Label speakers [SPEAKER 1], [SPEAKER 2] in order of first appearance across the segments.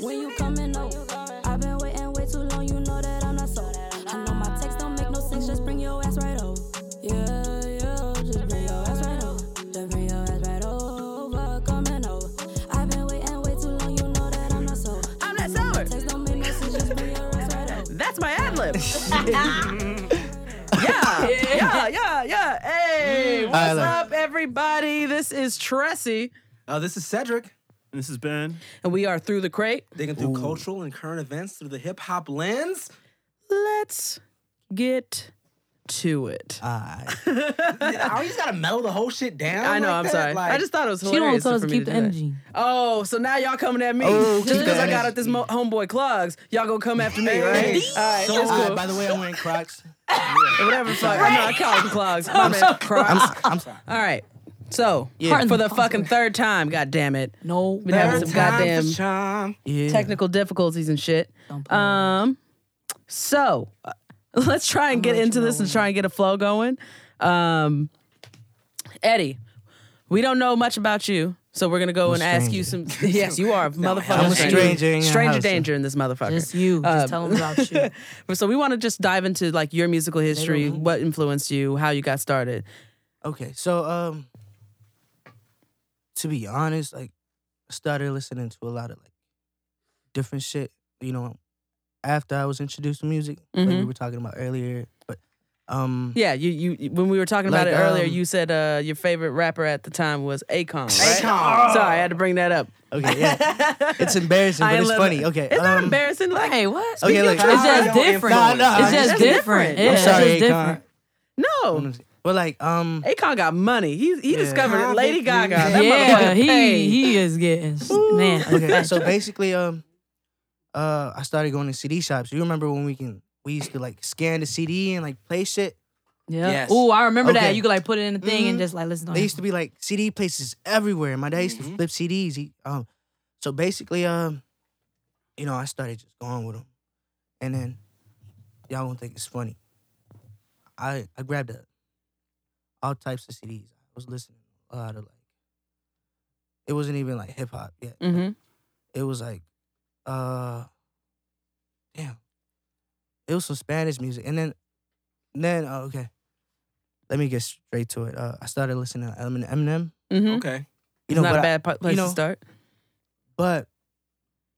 [SPEAKER 1] When you coming over? I've been waiting way too long, you know that I'm not sold. I know my text don't make no sense, just bring your ass right over. Yeah, yeah, just bring your ass right over. Just bring your ass right over, coming over. I've been waiting way too long, you know that I'm not sold.
[SPEAKER 2] I'm
[SPEAKER 1] I
[SPEAKER 2] not
[SPEAKER 1] know my
[SPEAKER 2] sober.
[SPEAKER 1] text don't make no sense, just bring your ass right over.
[SPEAKER 2] That's my ad lib. yeah, yeah, yeah, yeah.
[SPEAKER 1] Mm.
[SPEAKER 2] Hey, what's
[SPEAKER 3] I like-
[SPEAKER 2] up, everybody? This is Tressie,
[SPEAKER 4] Uh, this is Cedric,
[SPEAKER 5] And this has been
[SPEAKER 2] and we are through the crate.
[SPEAKER 4] digging through cultural and current events through the hip hop lens.
[SPEAKER 2] Let's get to it.
[SPEAKER 3] I
[SPEAKER 4] I just gotta mellow the whole shit down.
[SPEAKER 2] I know.
[SPEAKER 4] like
[SPEAKER 2] I'm
[SPEAKER 4] that?
[SPEAKER 2] sorry. I
[SPEAKER 4] Like,
[SPEAKER 2] just thought it was
[SPEAKER 6] She
[SPEAKER 2] hilarious.
[SPEAKER 6] won't tell us
[SPEAKER 2] for
[SPEAKER 6] to
[SPEAKER 2] me
[SPEAKER 6] keep
[SPEAKER 2] to
[SPEAKER 6] the
[SPEAKER 2] do that.
[SPEAKER 6] energy.
[SPEAKER 2] Oh, so now y'all coming at me
[SPEAKER 3] Oh,
[SPEAKER 2] just
[SPEAKER 3] keep
[SPEAKER 2] because
[SPEAKER 3] the
[SPEAKER 2] I got
[SPEAKER 3] energy.
[SPEAKER 2] out this mo- homeboy clogs. Y'all gonna come after me, right?
[SPEAKER 4] Hey,
[SPEAKER 2] All right,
[SPEAKER 4] so
[SPEAKER 2] it's
[SPEAKER 3] I-
[SPEAKER 2] cool.
[SPEAKER 3] by the way, I'm wearing Crocs.
[SPEAKER 2] Whatever. Fuck. I'm not calling them clogs. My man, Crocs.
[SPEAKER 3] I'm, I'm sorry.
[SPEAKER 2] All right. So
[SPEAKER 6] Heart in
[SPEAKER 2] for
[SPEAKER 6] the
[SPEAKER 2] the fucking third time, god damn it.
[SPEAKER 6] No,
[SPEAKER 2] Been having
[SPEAKER 4] third
[SPEAKER 2] some
[SPEAKER 4] time's a
[SPEAKER 2] goddamn
[SPEAKER 4] charm.
[SPEAKER 3] Yeah.
[SPEAKER 2] technical difficulties and shit.
[SPEAKER 6] Don't play with
[SPEAKER 2] Um, so uh, let's try and get into this and try and get a flow going. Um, Eddie, we don't know much about you, so we're gonna go and ask you some. Yes, you are, motherfucker.
[SPEAKER 3] I'm a stranger in your
[SPEAKER 2] stranger
[SPEAKER 3] house.
[SPEAKER 2] danger in this motherfucker.
[SPEAKER 6] Just you. Just
[SPEAKER 2] Um,
[SPEAKER 6] tell them about you.
[SPEAKER 2] So we want to just dive into like your musical history, what influenced you, how you got started.
[SPEAKER 3] Okay, so um, to be honest, like I started listening to a lot of like different shit. You know, after I was introduced to music, like we
[SPEAKER 2] Mhm.
[SPEAKER 3] were talking about earlier, but um,
[SPEAKER 2] Yeah, you you when we were talking about
[SPEAKER 3] Like,
[SPEAKER 2] it earlier,
[SPEAKER 3] um,
[SPEAKER 2] you said uh, your favorite rapper at the time was Akon. Right?
[SPEAKER 4] Akon.
[SPEAKER 2] Sorry, I had to bring that up.
[SPEAKER 3] okay, yeah, it's embarrassing,
[SPEAKER 2] I
[SPEAKER 3] but it's
[SPEAKER 2] love
[SPEAKER 3] funny.
[SPEAKER 2] it.
[SPEAKER 3] Okay,
[SPEAKER 2] It's not
[SPEAKER 3] um,
[SPEAKER 2] embarrassing. Like,
[SPEAKER 6] Hey, what?
[SPEAKER 3] Okay, look,
[SPEAKER 6] It's just different.
[SPEAKER 3] Nah,
[SPEAKER 4] Uh,
[SPEAKER 3] nah,
[SPEAKER 6] It's just
[SPEAKER 2] That's different.
[SPEAKER 6] different. Yeah,
[SPEAKER 3] I'm
[SPEAKER 6] it's
[SPEAKER 3] sorry,
[SPEAKER 6] just
[SPEAKER 3] Akon.
[SPEAKER 6] different.
[SPEAKER 2] no,
[SPEAKER 3] But like um,
[SPEAKER 2] Akon got money. He he discovered it. Lady Gaga. That
[SPEAKER 6] Yeah,
[SPEAKER 2] motherfucker
[SPEAKER 6] he
[SPEAKER 2] paid.
[SPEAKER 6] he is getting man.
[SPEAKER 3] okay, so basically um, uh, I started going to CD shops. You remember when we can we used to like scan the CD and like play shit.
[SPEAKER 6] Yeah.
[SPEAKER 4] Yes.
[SPEAKER 6] Ooh, I remember that.
[SPEAKER 3] Okay.
[SPEAKER 6] You could like put it in the thing and
[SPEAKER 3] Mhm.
[SPEAKER 6] just like listen. to
[SPEAKER 3] They
[SPEAKER 6] it.
[SPEAKER 3] used to be like CD places everywhere. My dad used to flip CDs. He, um, so basically, um, you know, I started just going with him, and then y'all won't think it's funny. I I grabbed a, all types of CDs. I was listening a lot of like. It wasn't even like hip hop yet.
[SPEAKER 2] Mhm.
[SPEAKER 3] It was like, uh, damn. It was some Spanish music, and then, then oh, okay. Let me get straight to it. Uh, I started listening to Emin- Eminem.
[SPEAKER 2] Mhm.
[SPEAKER 4] Okay.
[SPEAKER 2] It's
[SPEAKER 3] You
[SPEAKER 2] not a
[SPEAKER 3] but I-
[SPEAKER 2] bad pa- place
[SPEAKER 3] know,
[SPEAKER 2] to start.
[SPEAKER 3] but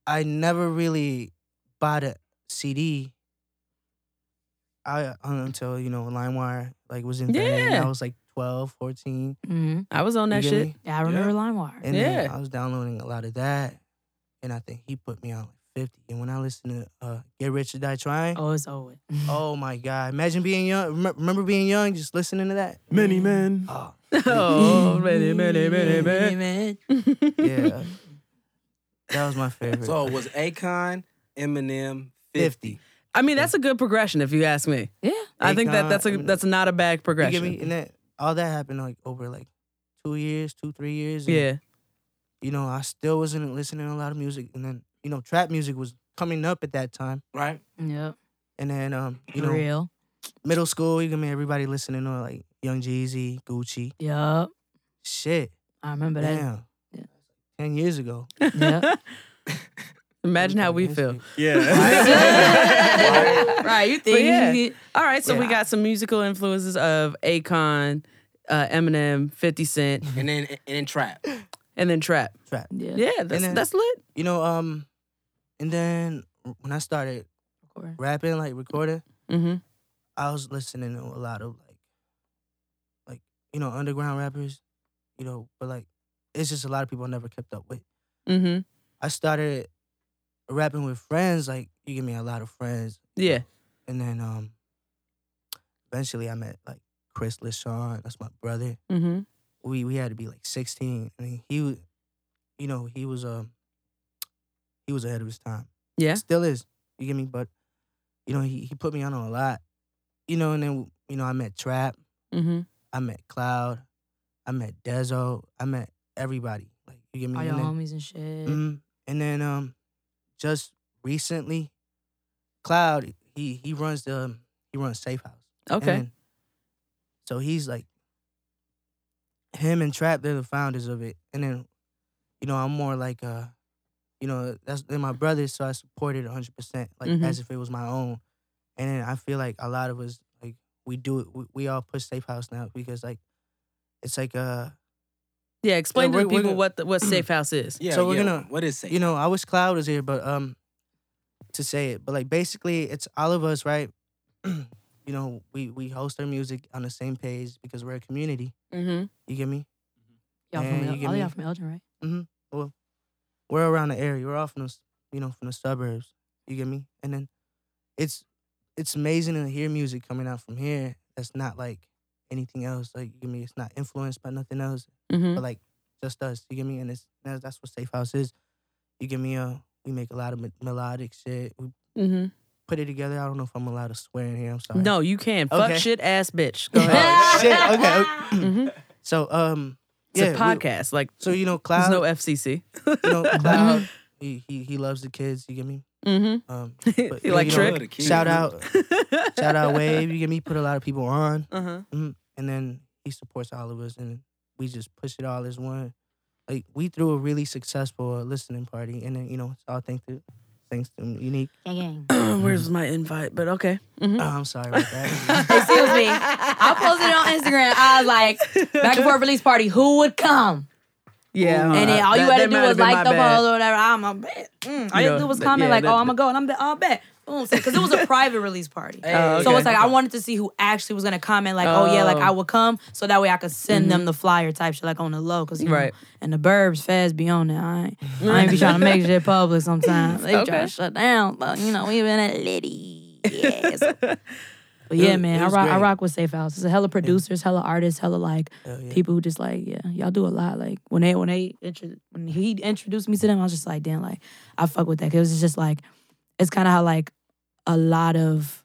[SPEAKER 3] I never really bought a CD. I until you know LimeWire like was in vain.
[SPEAKER 2] Yeah.
[SPEAKER 3] I was like 12, 14.
[SPEAKER 6] Mhm.
[SPEAKER 2] I was on
[SPEAKER 3] you
[SPEAKER 2] that
[SPEAKER 3] get
[SPEAKER 2] shit.
[SPEAKER 3] me?
[SPEAKER 6] Yeah, I remember
[SPEAKER 4] Yeah.
[SPEAKER 6] LimeWire.
[SPEAKER 3] And then
[SPEAKER 2] Yeah.
[SPEAKER 3] I was downloading a lot of that, and I think he put me on like fifty. And when I listened to uh, Get Rich or Die Trying, oh,
[SPEAKER 6] Oh, it's over.
[SPEAKER 3] my god! Imagine being young. Remem- Remember being young, just listening to that.
[SPEAKER 5] Many
[SPEAKER 4] Mm-hmm.
[SPEAKER 5] Men.
[SPEAKER 3] Oh
[SPEAKER 2] Oh, many, many, many, many.
[SPEAKER 6] man.
[SPEAKER 3] yeah, that was my favorite.
[SPEAKER 4] So it was Akon, Eminem, 50.
[SPEAKER 2] I mean, that's a good progression, if you ask me.
[SPEAKER 6] Yeah.
[SPEAKER 2] I think that
[SPEAKER 3] Akon,
[SPEAKER 2] that's a
[SPEAKER 3] Eminem.
[SPEAKER 2] that's not a bad
[SPEAKER 3] You get
[SPEAKER 2] progression.
[SPEAKER 3] me? And that all that happened like over like two years, two three years. and,
[SPEAKER 2] Yeah.
[SPEAKER 3] You know, I still wasn't listening to a lot of music, and then you know, trap music was coming up at that time.
[SPEAKER 4] Right?
[SPEAKER 6] Yep.
[SPEAKER 3] And then um, you know,
[SPEAKER 6] Real.
[SPEAKER 3] middle school, you get me? Everybody listening to like Young Jeezy, Gucci,
[SPEAKER 6] Yep.
[SPEAKER 3] shit.
[SPEAKER 6] I remember that.
[SPEAKER 3] Damn.
[SPEAKER 6] yeah.
[SPEAKER 3] Ten years ago.
[SPEAKER 6] Yep.
[SPEAKER 2] Imagine how we
[SPEAKER 3] Yes,
[SPEAKER 2] feel.
[SPEAKER 3] dude.
[SPEAKER 2] Right?
[SPEAKER 6] right. You
[SPEAKER 2] But
[SPEAKER 6] think
[SPEAKER 2] yeah.
[SPEAKER 6] you get
[SPEAKER 2] All right, so we
[SPEAKER 3] Yeah.
[SPEAKER 2] got some musical influences of Akon, uh, Eminem, 50 Cent,
[SPEAKER 4] And then and then trap.
[SPEAKER 2] and then trap.
[SPEAKER 3] Trap.
[SPEAKER 6] yeah.
[SPEAKER 2] Yeah, that's
[SPEAKER 3] then-
[SPEAKER 2] that's lit.
[SPEAKER 3] You know, um, and then when I started
[SPEAKER 6] Or-
[SPEAKER 3] rapping, like recording,
[SPEAKER 2] hmm
[SPEAKER 3] I was listening to a lot of like, like you know, underground rappers, you know, but like, it's just a lot of people I never kept up with.
[SPEAKER 2] hmm
[SPEAKER 3] I started rapping with friends, like you give me a lot of friends,
[SPEAKER 2] Yeah.
[SPEAKER 3] and then um, eventually I met like Chris Lashon, that's my brother.
[SPEAKER 2] hmm
[SPEAKER 3] We we had to be like sixteen, and he, w- you know, he was um, he was ahead of his time.
[SPEAKER 2] Yeah.
[SPEAKER 3] Still is. You get me? But you know, he he put me on a lot. You know, and then you know, I met Trap,
[SPEAKER 2] hmm
[SPEAKER 3] I met Cloud, I met Dezo, I met everybody. Like you get me?
[SPEAKER 6] All
[SPEAKER 3] And
[SPEAKER 6] your
[SPEAKER 3] then-
[SPEAKER 6] homies and shit.
[SPEAKER 3] Mm, and then um, just recently, Cloud he he runs the um, he runs Safe House. And
[SPEAKER 2] Okay.
[SPEAKER 3] then- so he's like, him and Trap, they're the founders of it, and then, you know, I'm more like uh, you know, that's they're my brothers, so I support it 100%, like
[SPEAKER 2] Mhm.
[SPEAKER 3] as if it was my own. And then I feel like a lot of us, like, we do it, we, we all push Safe House now because, like, it's like, uh,
[SPEAKER 2] Yeah, explain
[SPEAKER 3] Yeah,
[SPEAKER 2] to
[SPEAKER 3] we're-
[SPEAKER 2] the
[SPEAKER 3] we're
[SPEAKER 2] people
[SPEAKER 3] gonna-
[SPEAKER 2] what the, what Safe House is.
[SPEAKER 4] Yeah.
[SPEAKER 3] So we're
[SPEAKER 4] yeah.
[SPEAKER 3] gonna-
[SPEAKER 4] What is safe?
[SPEAKER 3] you know, I wish Cloud was here, but um, to say it, but like basically, it's all of us, right? you know, we we host our music on the same page because we're a community.
[SPEAKER 2] Mm-hmm.
[SPEAKER 3] You get me?
[SPEAKER 6] Y'all
[SPEAKER 3] Man,
[SPEAKER 6] from
[SPEAKER 3] you
[SPEAKER 6] El-
[SPEAKER 3] give
[SPEAKER 6] all
[SPEAKER 3] me-
[SPEAKER 6] y'all from Elgin, right?
[SPEAKER 3] We're around the area. We're all from the, s- you know, from the suburbs. You get me? And then it's it's amazing to hear music coming out from here. That's not like anything else. Like you get me? It's not influenced by nothing else.
[SPEAKER 2] Mm-hmm.
[SPEAKER 3] but like just us. You get me? And it's that's, that's what Safe House is. You get me? Uh, we make a lot of me- melodic shit. We
[SPEAKER 2] Mm-hmm.
[SPEAKER 3] put it together. I don't know if I'm allowed to swear in here. I'm sorry.
[SPEAKER 2] No, you can.
[SPEAKER 3] Okay.
[SPEAKER 2] Fuck shit, ass bitch. Go ahead.
[SPEAKER 3] Oh, shit. Okay. okay.
[SPEAKER 2] hmm
[SPEAKER 3] So um,
[SPEAKER 2] It's
[SPEAKER 3] yeah.
[SPEAKER 2] a
[SPEAKER 3] we-
[SPEAKER 2] podcast. like,
[SPEAKER 3] so you know,
[SPEAKER 2] there's
[SPEAKER 3] Cloud.
[SPEAKER 2] no Mm-hmm. FCC.
[SPEAKER 3] you know, Cloud. he, he he loves the kids. You get me?
[SPEAKER 2] Mm-hmm.
[SPEAKER 3] Um,
[SPEAKER 2] He
[SPEAKER 3] yeah,
[SPEAKER 2] like
[SPEAKER 3] you know,
[SPEAKER 2] trick.
[SPEAKER 4] Good, a kid.
[SPEAKER 3] shout out, shout out, Wave. You get me? Put a lot of people on,
[SPEAKER 2] Uh-huh.
[SPEAKER 3] and then he supports all of us, and we just push it all as one. Like we threw a really successful uh, listening party, and then you know it's all thanks to thanks to Unique.
[SPEAKER 6] Gang, gang.
[SPEAKER 2] Where's my invite? But okay. Mhm.
[SPEAKER 3] Oh, I'm sorry about that.
[SPEAKER 6] Excuse me. I posted it on Instagram. I was like, back and forth release party. Who would come?
[SPEAKER 2] Yeah.
[SPEAKER 6] And then
[SPEAKER 2] uh,
[SPEAKER 6] all you
[SPEAKER 2] that- that
[SPEAKER 6] had to do
[SPEAKER 2] might have
[SPEAKER 6] was
[SPEAKER 2] been my
[SPEAKER 6] like the
[SPEAKER 2] bad.
[SPEAKER 6] post or whatever. I'm a bet. Mm. All you had
[SPEAKER 2] Yeah,
[SPEAKER 6] to do was
[SPEAKER 2] that-
[SPEAKER 6] comment
[SPEAKER 2] yeah,
[SPEAKER 6] like,
[SPEAKER 2] that-
[SPEAKER 6] oh, I'm gonna go, and I'm the oh bet. Boom, because it was a private release party.
[SPEAKER 2] Oh,
[SPEAKER 6] So
[SPEAKER 2] okay.
[SPEAKER 6] it's like I wanted to see who actually was gonna comment like, oh, yeah, like
[SPEAKER 2] Oh. Mm-hmm.
[SPEAKER 6] I will come, so that way I could send them the flyer type shit like on the low, cause you know,
[SPEAKER 2] Right.
[SPEAKER 6] and the burbs feds be on it. I ain't, I ain't be trying to make shit public sometimes. They
[SPEAKER 2] Okay.
[SPEAKER 6] try to shut down, but you know we been at Liddy. Yeah. so- But yeah,
[SPEAKER 3] was-
[SPEAKER 6] man,
[SPEAKER 3] it
[SPEAKER 6] I
[SPEAKER 3] was
[SPEAKER 6] rock, I
[SPEAKER 3] great.
[SPEAKER 6] rock with Safe House. It's a hella producers, hella artists, hella like
[SPEAKER 3] Hell yeah.
[SPEAKER 6] people who just like yeah, y'all do a lot. Like when they when they intro, when he introduced me to them, I was just like, damn, like I fuck with that. Cause it's just like it's kind of how like a lot of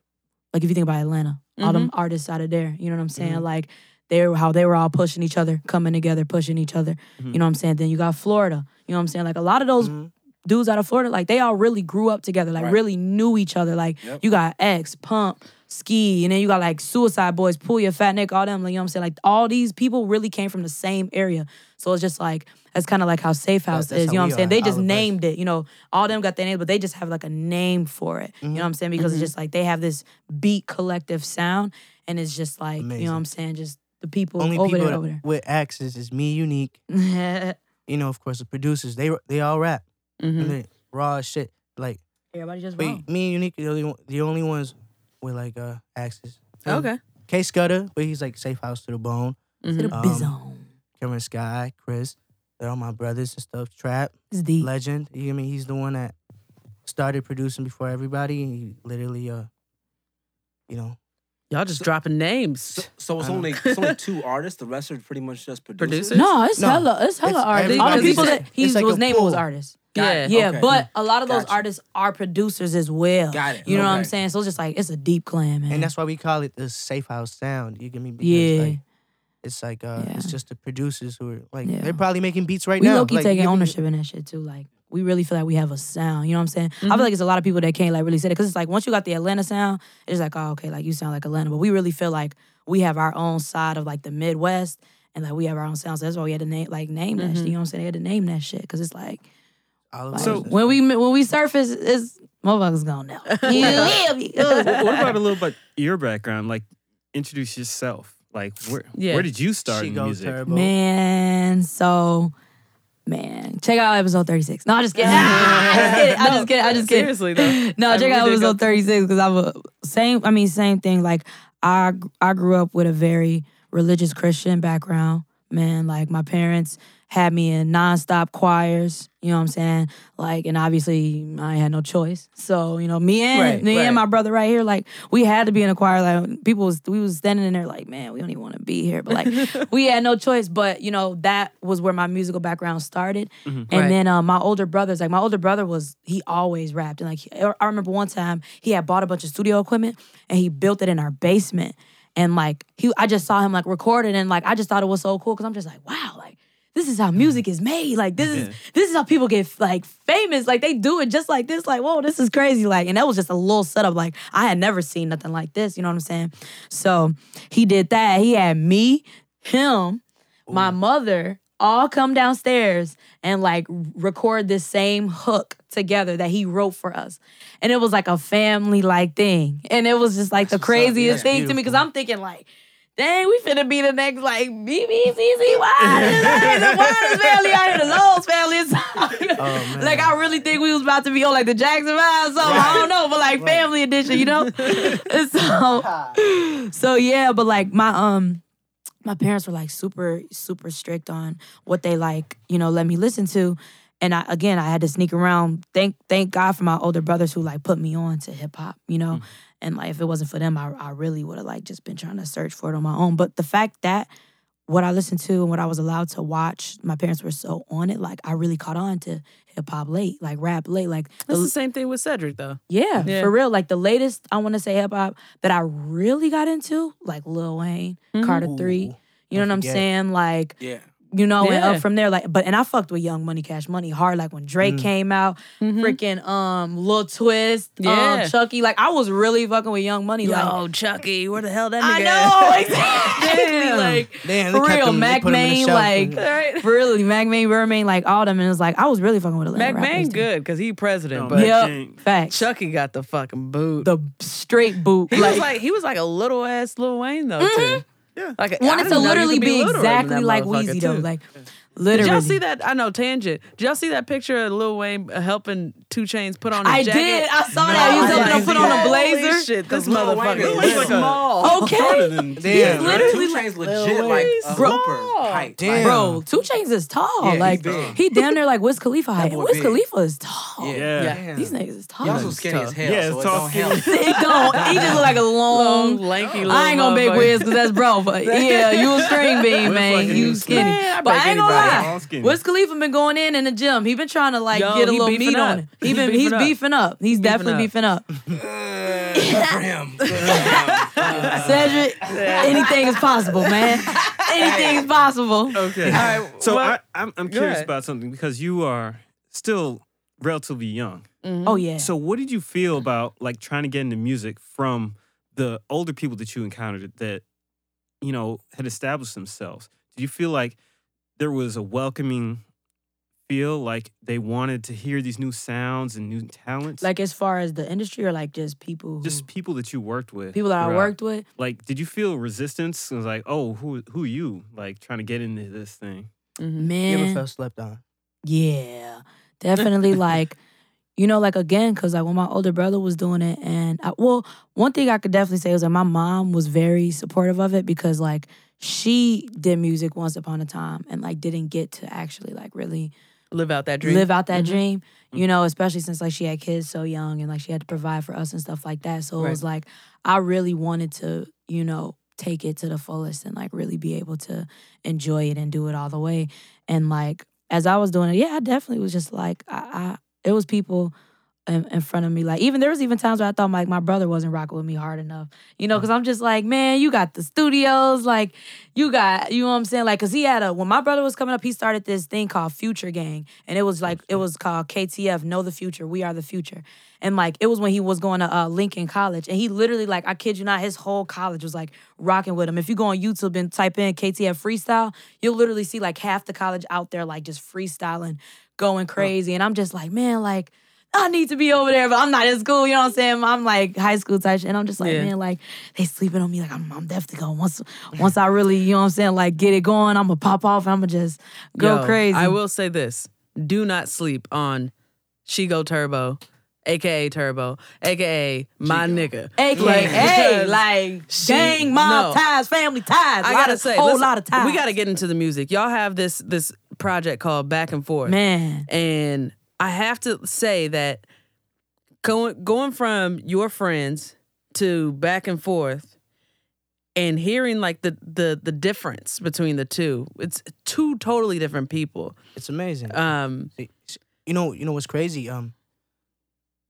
[SPEAKER 6] like if you think about Atlanta, all them
[SPEAKER 3] Mm-hmm.
[SPEAKER 6] artists out of there, you know what I'm saying? Like they were how they were all pushing each other, coming together, pushing each other.
[SPEAKER 3] Mm-hmm.
[SPEAKER 6] You know what I'm saying? Then you got Florida. You know what I'm saying? Like a lot of those dudes out of Florida, like they all really grew up together, like really knew each other. Like you got X, Pump, Ski, and then you got like Suicide Boys, Pull Your Fat Neck, all them. Like, you know what I'm saying? Like all these people really came from the same area. So it's just like that's kind of like how Safe House
[SPEAKER 3] that's
[SPEAKER 6] is. You know
[SPEAKER 3] how
[SPEAKER 6] what I'm
[SPEAKER 3] we
[SPEAKER 6] saying?
[SPEAKER 3] are,
[SPEAKER 6] They
[SPEAKER 3] all
[SPEAKER 6] just
[SPEAKER 3] of us.
[SPEAKER 6] named it. You know, all them got their names, but they just have like a name for it.
[SPEAKER 3] Mm-hmm.
[SPEAKER 6] You know what I'm saying? Because it's just like they have this beat collective sound, and it's just like you know
[SPEAKER 3] Amazing.
[SPEAKER 6] what I'm saying. Just the people
[SPEAKER 3] Only
[SPEAKER 6] over
[SPEAKER 3] people
[SPEAKER 6] there,
[SPEAKER 3] that-
[SPEAKER 6] over
[SPEAKER 3] with access is me, Unique.
[SPEAKER 6] there.
[SPEAKER 3] You know, of course, the producers. They they all rap.
[SPEAKER 2] Mhm.
[SPEAKER 6] Mm-hmm.
[SPEAKER 3] And they raw as shit. Like
[SPEAKER 6] Everybody just
[SPEAKER 3] we,
[SPEAKER 6] wrong.
[SPEAKER 3] me and Unique, are the only, one- the only ones with like uh access. Um,
[SPEAKER 2] Okay.
[SPEAKER 3] K Scudder, but he's like Safe House to the bone.
[SPEAKER 6] to the
[SPEAKER 2] Mhm.
[SPEAKER 3] um,
[SPEAKER 6] bizone.
[SPEAKER 3] Cameron Sky, Chris, they're all my brothers and stuff. Trap,
[SPEAKER 6] It's deep.
[SPEAKER 3] legend. You get me? He's the one that started producing before everybody. And he literally, uh, you know,
[SPEAKER 2] Y'all just dropping
[SPEAKER 4] So,
[SPEAKER 2] names.
[SPEAKER 4] so it's
[SPEAKER 3] I don't-
[SPEAKER 4] only it's only two artists. The rest are pretty much just producers.
[SPEAKER 2] Producers?
[SPEAKER 6] No, it's
[SPEAKER 3] No,
[SPEAKER 6] hella, it's hella
[SPEAKER 3] it's
[SPEAKER 6] artists. All the
[SPEAKER 2] everybody.
[SPEAKER 6] people that
[SPEAKER 3] It's-
[SPEAKER 6] he
[SPEAKER 3] it's like
[SPEAKER 6] was
[SPEAKER 3] a
[SPEAKER 6] naming was
[SPEAKER 3] pool.
[SPEAKER 6] artists.
[SPEAKER 4] Got
[SPEAKER 2] Yeah.
[SPEAKER 4] it.
[SPEAKER 6] Yeah,
[SPEAKER 4] Okay.
[SPEAKER 6] but a lot of those
[SPEAKER 4] Gotcha.
[SPEAKER 6] artists are producers as well.
[SPEAKER 4] Got it.
[SPEAKER 6] You know what I'm
[SPEAKER 4] Okay.
[SPEAKER 6] saying? So it's just like it's a deep clan, man.
[SPEAKER 3] and that's why we call it the Safe House sound. You get me? Because,
[SPEAKER 6] yeah.
[SPEAKER 3] Like, it's like uh, it's
[SPEAKER 6] Yeah.
[SPEAKER 3] just the producers who are like
[SPEAKER 6] Yeah.
[SPEAKER 3] they're probably making beats right
[SPEAKER 6] we
[SPEAKER 3] now.
[SPEAKER 6] low key
[SPEAKER 3] like,
[SPEAKER 6] taking
[SPEAKER 3] you get me?
[SPEAKER 6] ownership in that shit too. Like we really feel like we have a sound. You know what I'm saying? I feel Mm-hmm. like it's a lot of people that can't like really say that because it's like once you got the Atlanta sound, it's like oh okay, like you sound like Atlanta, but we really feel like we have our own side of like the Midwest and like we have our own sound. So that's why we had to name like name
[SPEAKER 3] Mm-hmm.
[SPEAKER 6] that. Shit, you know what I'm saying? They had to name that shit because it's like
[SPEAKER 3] All of
[SPEAKER 6] like,
[SPEAKER 3] us
[SPEAKER 6] so
[SPEAKER 3] is-
[SPEAKER 6] when we when we surface, it's motherfuckers gonna know. You live, you-
[SPEAKER 5] what, what about a little bit your background? Like, introduce yourself. Like, where
[SPEAKER 2] Yeah.
[SPEAKER 5] where did you start
[SPEAKER 3] she
[SPEAKER 5] in
[SPEAKER 3] goes
[SPEAKER 5] music?
[SPEAKER 3] turbo.
[SPEAKER 6] Man, so man, check out episode thirty six. No, I just kidding. I just kidding. I just kidding. I just
[SPEAKER 2] Seriously,
[SPEAKER 6] kidding.
[SPEAKER 2] though.
[SPEAKER 6] No,
[SPEAKER 2] I
[SPEAKER 6] check out
[SPEAKER 2] really did go-
[SPEAKER 6] episode thirty six because I'm a same. I mean, same thing. Like I, I grew up with a very religious Christian background. Man, like my parents had me in nonstop choirs. You know what I'm saying? Like, and obviously I had no choice. So you know, me and
[SPEAKER 2] Right,
[SPEAKER 6] me
[SPEAKER 2] right.
[SPEAKER 6] and my brother right here, like we had to be in a choir. Like people was we was standing in there, like man, we don't even want to be here, but like we had no choice. But you know, that was where my musical background started. And
[SPEAKER 2] Mm-hmm. Right.
[SPEAKER 6] then um, my older brothers, like my older brother was he always rapped, and like he- I remember one time he had bought a bunch of studio equipment and he built it in our basement. And like he, I just saw him like recording, and like I just thought it was so cool because I'm just like, wow, like this is how music is made. Like this is this is how people get like famous. Like they do it just like this. Like whoa, this is crazy. Like and that was just a little setup. Like I had never seen nothing like this. You know what I'm saying? So he did that. He had me, him, my mother, all come downstairs and like record this same hook together that he wrote for us. And it was like a family like thing. And it was just like the craziest thing to me because I'm thinking like, dang, we finna be the next like BBCC Wildest. Like, the Wildest family out here, the Lowell's family. It's-
[SPEAKER 3] man.
[SPEAKER 6] like I really think we was about to be on like the Jackson Five something. I don't know, but like family edition, you know? And so, so yeah, but like my um my parents were like super super strict on what they like you know let me listen to and I, again i had to sneak around thank thank god for my older brothers who like put me on to hip-hop you know and like if it wasn't for them i, I really would have like just been trying to search for it on my own but the fact that what i listened to and what i was allowed to watch my parents were so on it like i really caught on to hip-hop late like rap late like the-
[SPEAKER 2] That's the same thing with Cedric though.
[SPEAKER 6] yeah,
[SPEAKER 2] Yeah.
[SPEAKER 6] for real. Like the latest, I want to say hip hop that I really got into, like Lil Wayne, Carter Three. You know
[SPEAKER 3] don't
[SPEAKER 6] what I'm
[SPEAKER 3] forget.
[SPEAKER 6] saying? Like,
[SPEAKER 4] Yeah.
[SPEAKER 6] you know, and
[SPEAKER 2] Yeah.
[SPEAKER 6] up from there, like, but and I fucked with Young Money, Cash Money hard. Like when Drake
[SPEAKER 2] Mm.
[SPEAKER 6] came out, freaking um Lil Twist,
[SPEAKER 2] Mm-hmm. Yeah.
[SPEAKER 6] um Chucky. Like I was really fucking with Young Money. like
[SPEAKER 2] Chucky, where the hell that
[SPEAKER 6] I know exactly.
[SPEAKER 2] Damn.
[SPEAKER 6] Like
[SPEAKER 3] Damn, they
[SPEAKER 6] for
[SPEAKER 3] kept
[SPEAKER 6] real,
[SPEAKER 3] them- they
[SPEAKER 6] Mac
[SPEAKER 3] put them in
[SPEAKER 6] Main,
[SPEAKER 3] the shelf
[SPEAKER 6] like
[SPEAKER 3] and-
[SPEAKER 2] Right.
[SPEAKER 6] for really Mac Main, Bermain, like all them, and it's like I was really fucking with Atlanta.
[SPEAKER 2] Mac
[SPEAKER 6] rappers,
[SPEAKER 2] Bang
[SPEAKER 6] dude.
[SPEAKER 2] good because he president,
[SPEAKER 5] No,
[SPEAKER 2] but
[SPEAKER 5] Mac-
[SPEAKER 6] Yep,
[SPEAKER 5] Dang.
[SPEAKER 6] facts.
[SPEAKER 2] Chucky got the fucking boot.
[SPEAKER 6] the straight boot.
[SPEAKER 2] he was like he was like a little ass Lil Wayne though too. Yeah, like I
[SPEAKER 6] Mm-hmm. wanted
[SPEAKER 2] didn't
[SPEAKER 6] to
[SPEAKER 2] know you
[SPEAKER 6] literally
[SPEAKER 2] could
[SPEAKER 6] be,
[SPEAKER 2] Lil Wayne in that
[SPEAKER 6] exactly like
[SPEAKER 2] motherfucker,
[SPEAKER 6] Weezy though.
[SPEAKER 2] too.
[SPEAKER 6] Like
[SPEAKER 2] Did
[SPEAKER 6] literally.
[SPEAKER 2] y'all see that? I know tangent. Did y'all see that picture of Lil Wayne uh, helping Two Chains put on? a
[SPEAKER 6] I
[SPEAKER 2] jacket?
[SPEAKER 6] did. I saw that. You
[SPEAKER 2] was
[SPEAKER 6] told me
[SPEAKER 2] like,
[SPEAKER 6] to put on a
[SPEAKER 2] holy
[SPEAKER 6] blazer.
[SPEAKER 2] Shit, this
[SPEAKER 4] Lil Wayne
[SPEAKER 2] motherfucker
[SPEAKER 4] is
[SPEAKER 2] is
[SPEAKER 4] like a-
[SPEAKER 2] small.
[SPEAKER 6] Okay.
[SPEAKER 3] Damn.
[SPEAKER 6] He's literally
[SPEAKER 4] Two Chain's legit
[SPEAKER 2] Lil
[SPEAKER 4] like
[SPEAKER 2] Wayne
[SPEAKER 4] a
[SPEAKER 2] Bro.
[SPEAKER 4] hooper height.
[SPEAKER 3] Damn.
[SPEAKER 6] Bro, Two Chains is tall.
[SPEAKER 4] he
[SPEAKER 6] like
[SPEAKER 4] big.
[SPEAKER 6] he damn near like Wiz Khalifa height.
[SPEAKER 4] boy
[SPEAKER 6] Wiz
[SPEAKER 4] big.
[SPEAKER 6] Khalifa is tall.
[SPEAKER 4] Like, yeah.
[SPEAKER 5] Yeah.
[SPEAKER 2] Yeah.
[SPEAKER 4] Damn.
[SPEAKER 6] These niggas is tall.
[SPEAKER 4] Y'all so skinny as hell.
[SPEAKER 5] Yeah,
[SPEAKER 4] so
[SPEAKER 5] it's
[SPEAKER 4] it
[SPEAKER 5] all
[SPEAKER 4] don't help.
[SPEAKER 6] it don't. He just look like a
[SPEAKER 2] Long,
[SPEAKER 6] long.
[SPEAKER 2] lanky. Little
[SPEAKER 6] Oh. I ain't gonna bake
[SPEAKER 2] motherfucker.
[SPEAKER 6] Wiz because that's bro, but yeah, you a string bean,
[SPEAKER 5] Wiz
[SPEAKER 6] man.
[SPEAKER 5] like a
[SPEAKER 6] You
[SPEAKER 5] new
[SPEAKER 6] skinny.
[SPEAKER 2] Man, I
[SPEAKER 6] but
[SPEAKER 2] bake
[SPEAKER 6] I ain't gonna
[SPEAKER 2] anybody.
[SPEAKER 6] lie.
[SPEAKER 5] All skinny.
[SPEAKER 6] Wiz Khalifa been going in in the gym. He been trying to like
[SPEAKER 2] Yo,
[SPEAKER 6] get a
[SPEAKER 2] he
[SPEAKER 6] little
[SPEAKER 2] beefing
[SPEAKER 6] meat
[SPEAKER 2] up.
[SPEAKER 6] on it. He
[SPEAKER 2] He
[SPEAKER 6] been
[SPEAKER 2] beefing
[SPEAKER 6] he's
[SPEAKER 2] up.
[SPEAKER 6] beefing up. He's definitely
[SPEAKER 2] up.
[SPEAKER 6] beefing up.
[SPEAKER 4] for him. Good for him.
[SPEAKER 6] Cedric, anything is possible, man. Anything is possible.
[SPEAKER 5] Okay.
[SPEAKER 2] right,
[SPEAKER 5] so
[SPEAKER 2] well-
[SPEAKER 5] I, I'm, I'm curious
[SPEAKER 2] ahead.
[SPEAKER 5] about something because you are still relatively young.
[SPEAKER 2] Mm-hmm.
[SPEAKER 6] Oh yeah.
[SPEAKER 5] So what did you feel about like trying to get into music from the older people that you encountered that you know had established themselves? Did you feel like there was a welcoming feel like they wanted to hear these new sounds and new talents?
[SPEAKER 6] like as far as the industry or like just people who,
[SPEAKER 5] just people that you worked with.
[SPEAKER 6] Mm-hmm. people that I
[SPEAKER 5] throughout.
[SPEAKER 6] worked with.
[SPEAKER 5] Like did you feel resistance? It was like, "Oh, who who you?" like trying to get into this thing.
[SPEAKER 2] Mm-hmm.
[SPEAKER 3] You ever
[SPEAKER 6] Man.
[SPEAKER 3] felt slept on?
[SPEAKER 6] Yeah. Definitely like you know, like again, because like when my older brother was doing it, and I, well, one thing I could definitely say was that my mom was very supportive of it because like she did music once upon a time and like didn't get to actually like really
[SPEAKER 2] Live out that dream. Mm-hmm.
[SPEAKER 6] live out that dream. You know, especially since like she had kids so young and like she had to provide for us and stuff like that. So it was like I really wanted to, you know, take it to the fullest and like really be able to enjoy it and do it all the way. And like as I was doing it, yeah, I definitely was just like I, I it was people in, in front of me. Like even there was even times where I thought like my brother wasn't rocking with me hard enough. You
[SPEAKER 2] Mm.
[SPEAKER 6] know, because I'm just like, man, you got the studios, like you got, you know what I'm saying? Like, cause he had a when my brother was coming up, he started this thing called Future Gang, and it was like it was called KTF, Know the Future, We Are the Future, and like it was when he was going to uh, Lincoln College, and he literally like I kid you not, his whole college was like rocking with him. If you go on YouTube and type in KTF freestyle, you'll literally see like half the college out there like just freestyling, going crazy, and I'm just like, man, like. I need to be over there, but I'm not in school. You know what I'm saying? I'm like high school type, shit, and I'm just like,
[SPEAKER 2] Yeah.
[SPEAKER 6] man, like they sleeping on me. Like I'm, I'm definitely going once, once I really, you know what I'm saying, like get it going. I'm gonna pop off. I'm gonna just go
[SPEAKER 2] Yo,
[SPEAKER 6] crazy.
[SPEAKER 2] I will say this: do not sleep on She Go Turbo, aka Turbo, aka my nigga.
[SPEAKER 6] AKA,
[SPEAKER 2] Like, because
[SPEAKER 6] like
[SPEAKER 2] she-
[SPEAKER 6] dang, mom
[SPEAKER 2] no.
[SPEAKER 6] ties, family ties.
[SPEAKER 2] I
[SPEAKER 6] lot
[SPEAKER 2] gotta
[SPEAKER 6] of-
[SPEAKER 2] say,
[SPEAKER 6] whole
[SPEAKER 2] listen,
[SPEAKER 6] lot of ties.
[SPEAKER 2] We gotta get into the music. Y'all have this this project called Back and Forth,
[SPEAKER 6] man.
[SPEAKER 2] and I have to say that going going from your friends to back and forth and hearing like the the the difference between the two it's two totally different people
[SPEAKER 3] It's amazing.
[SPEAKER 2] um
[SPEAKER 3] See, s- you know, you know what's crazy? Um,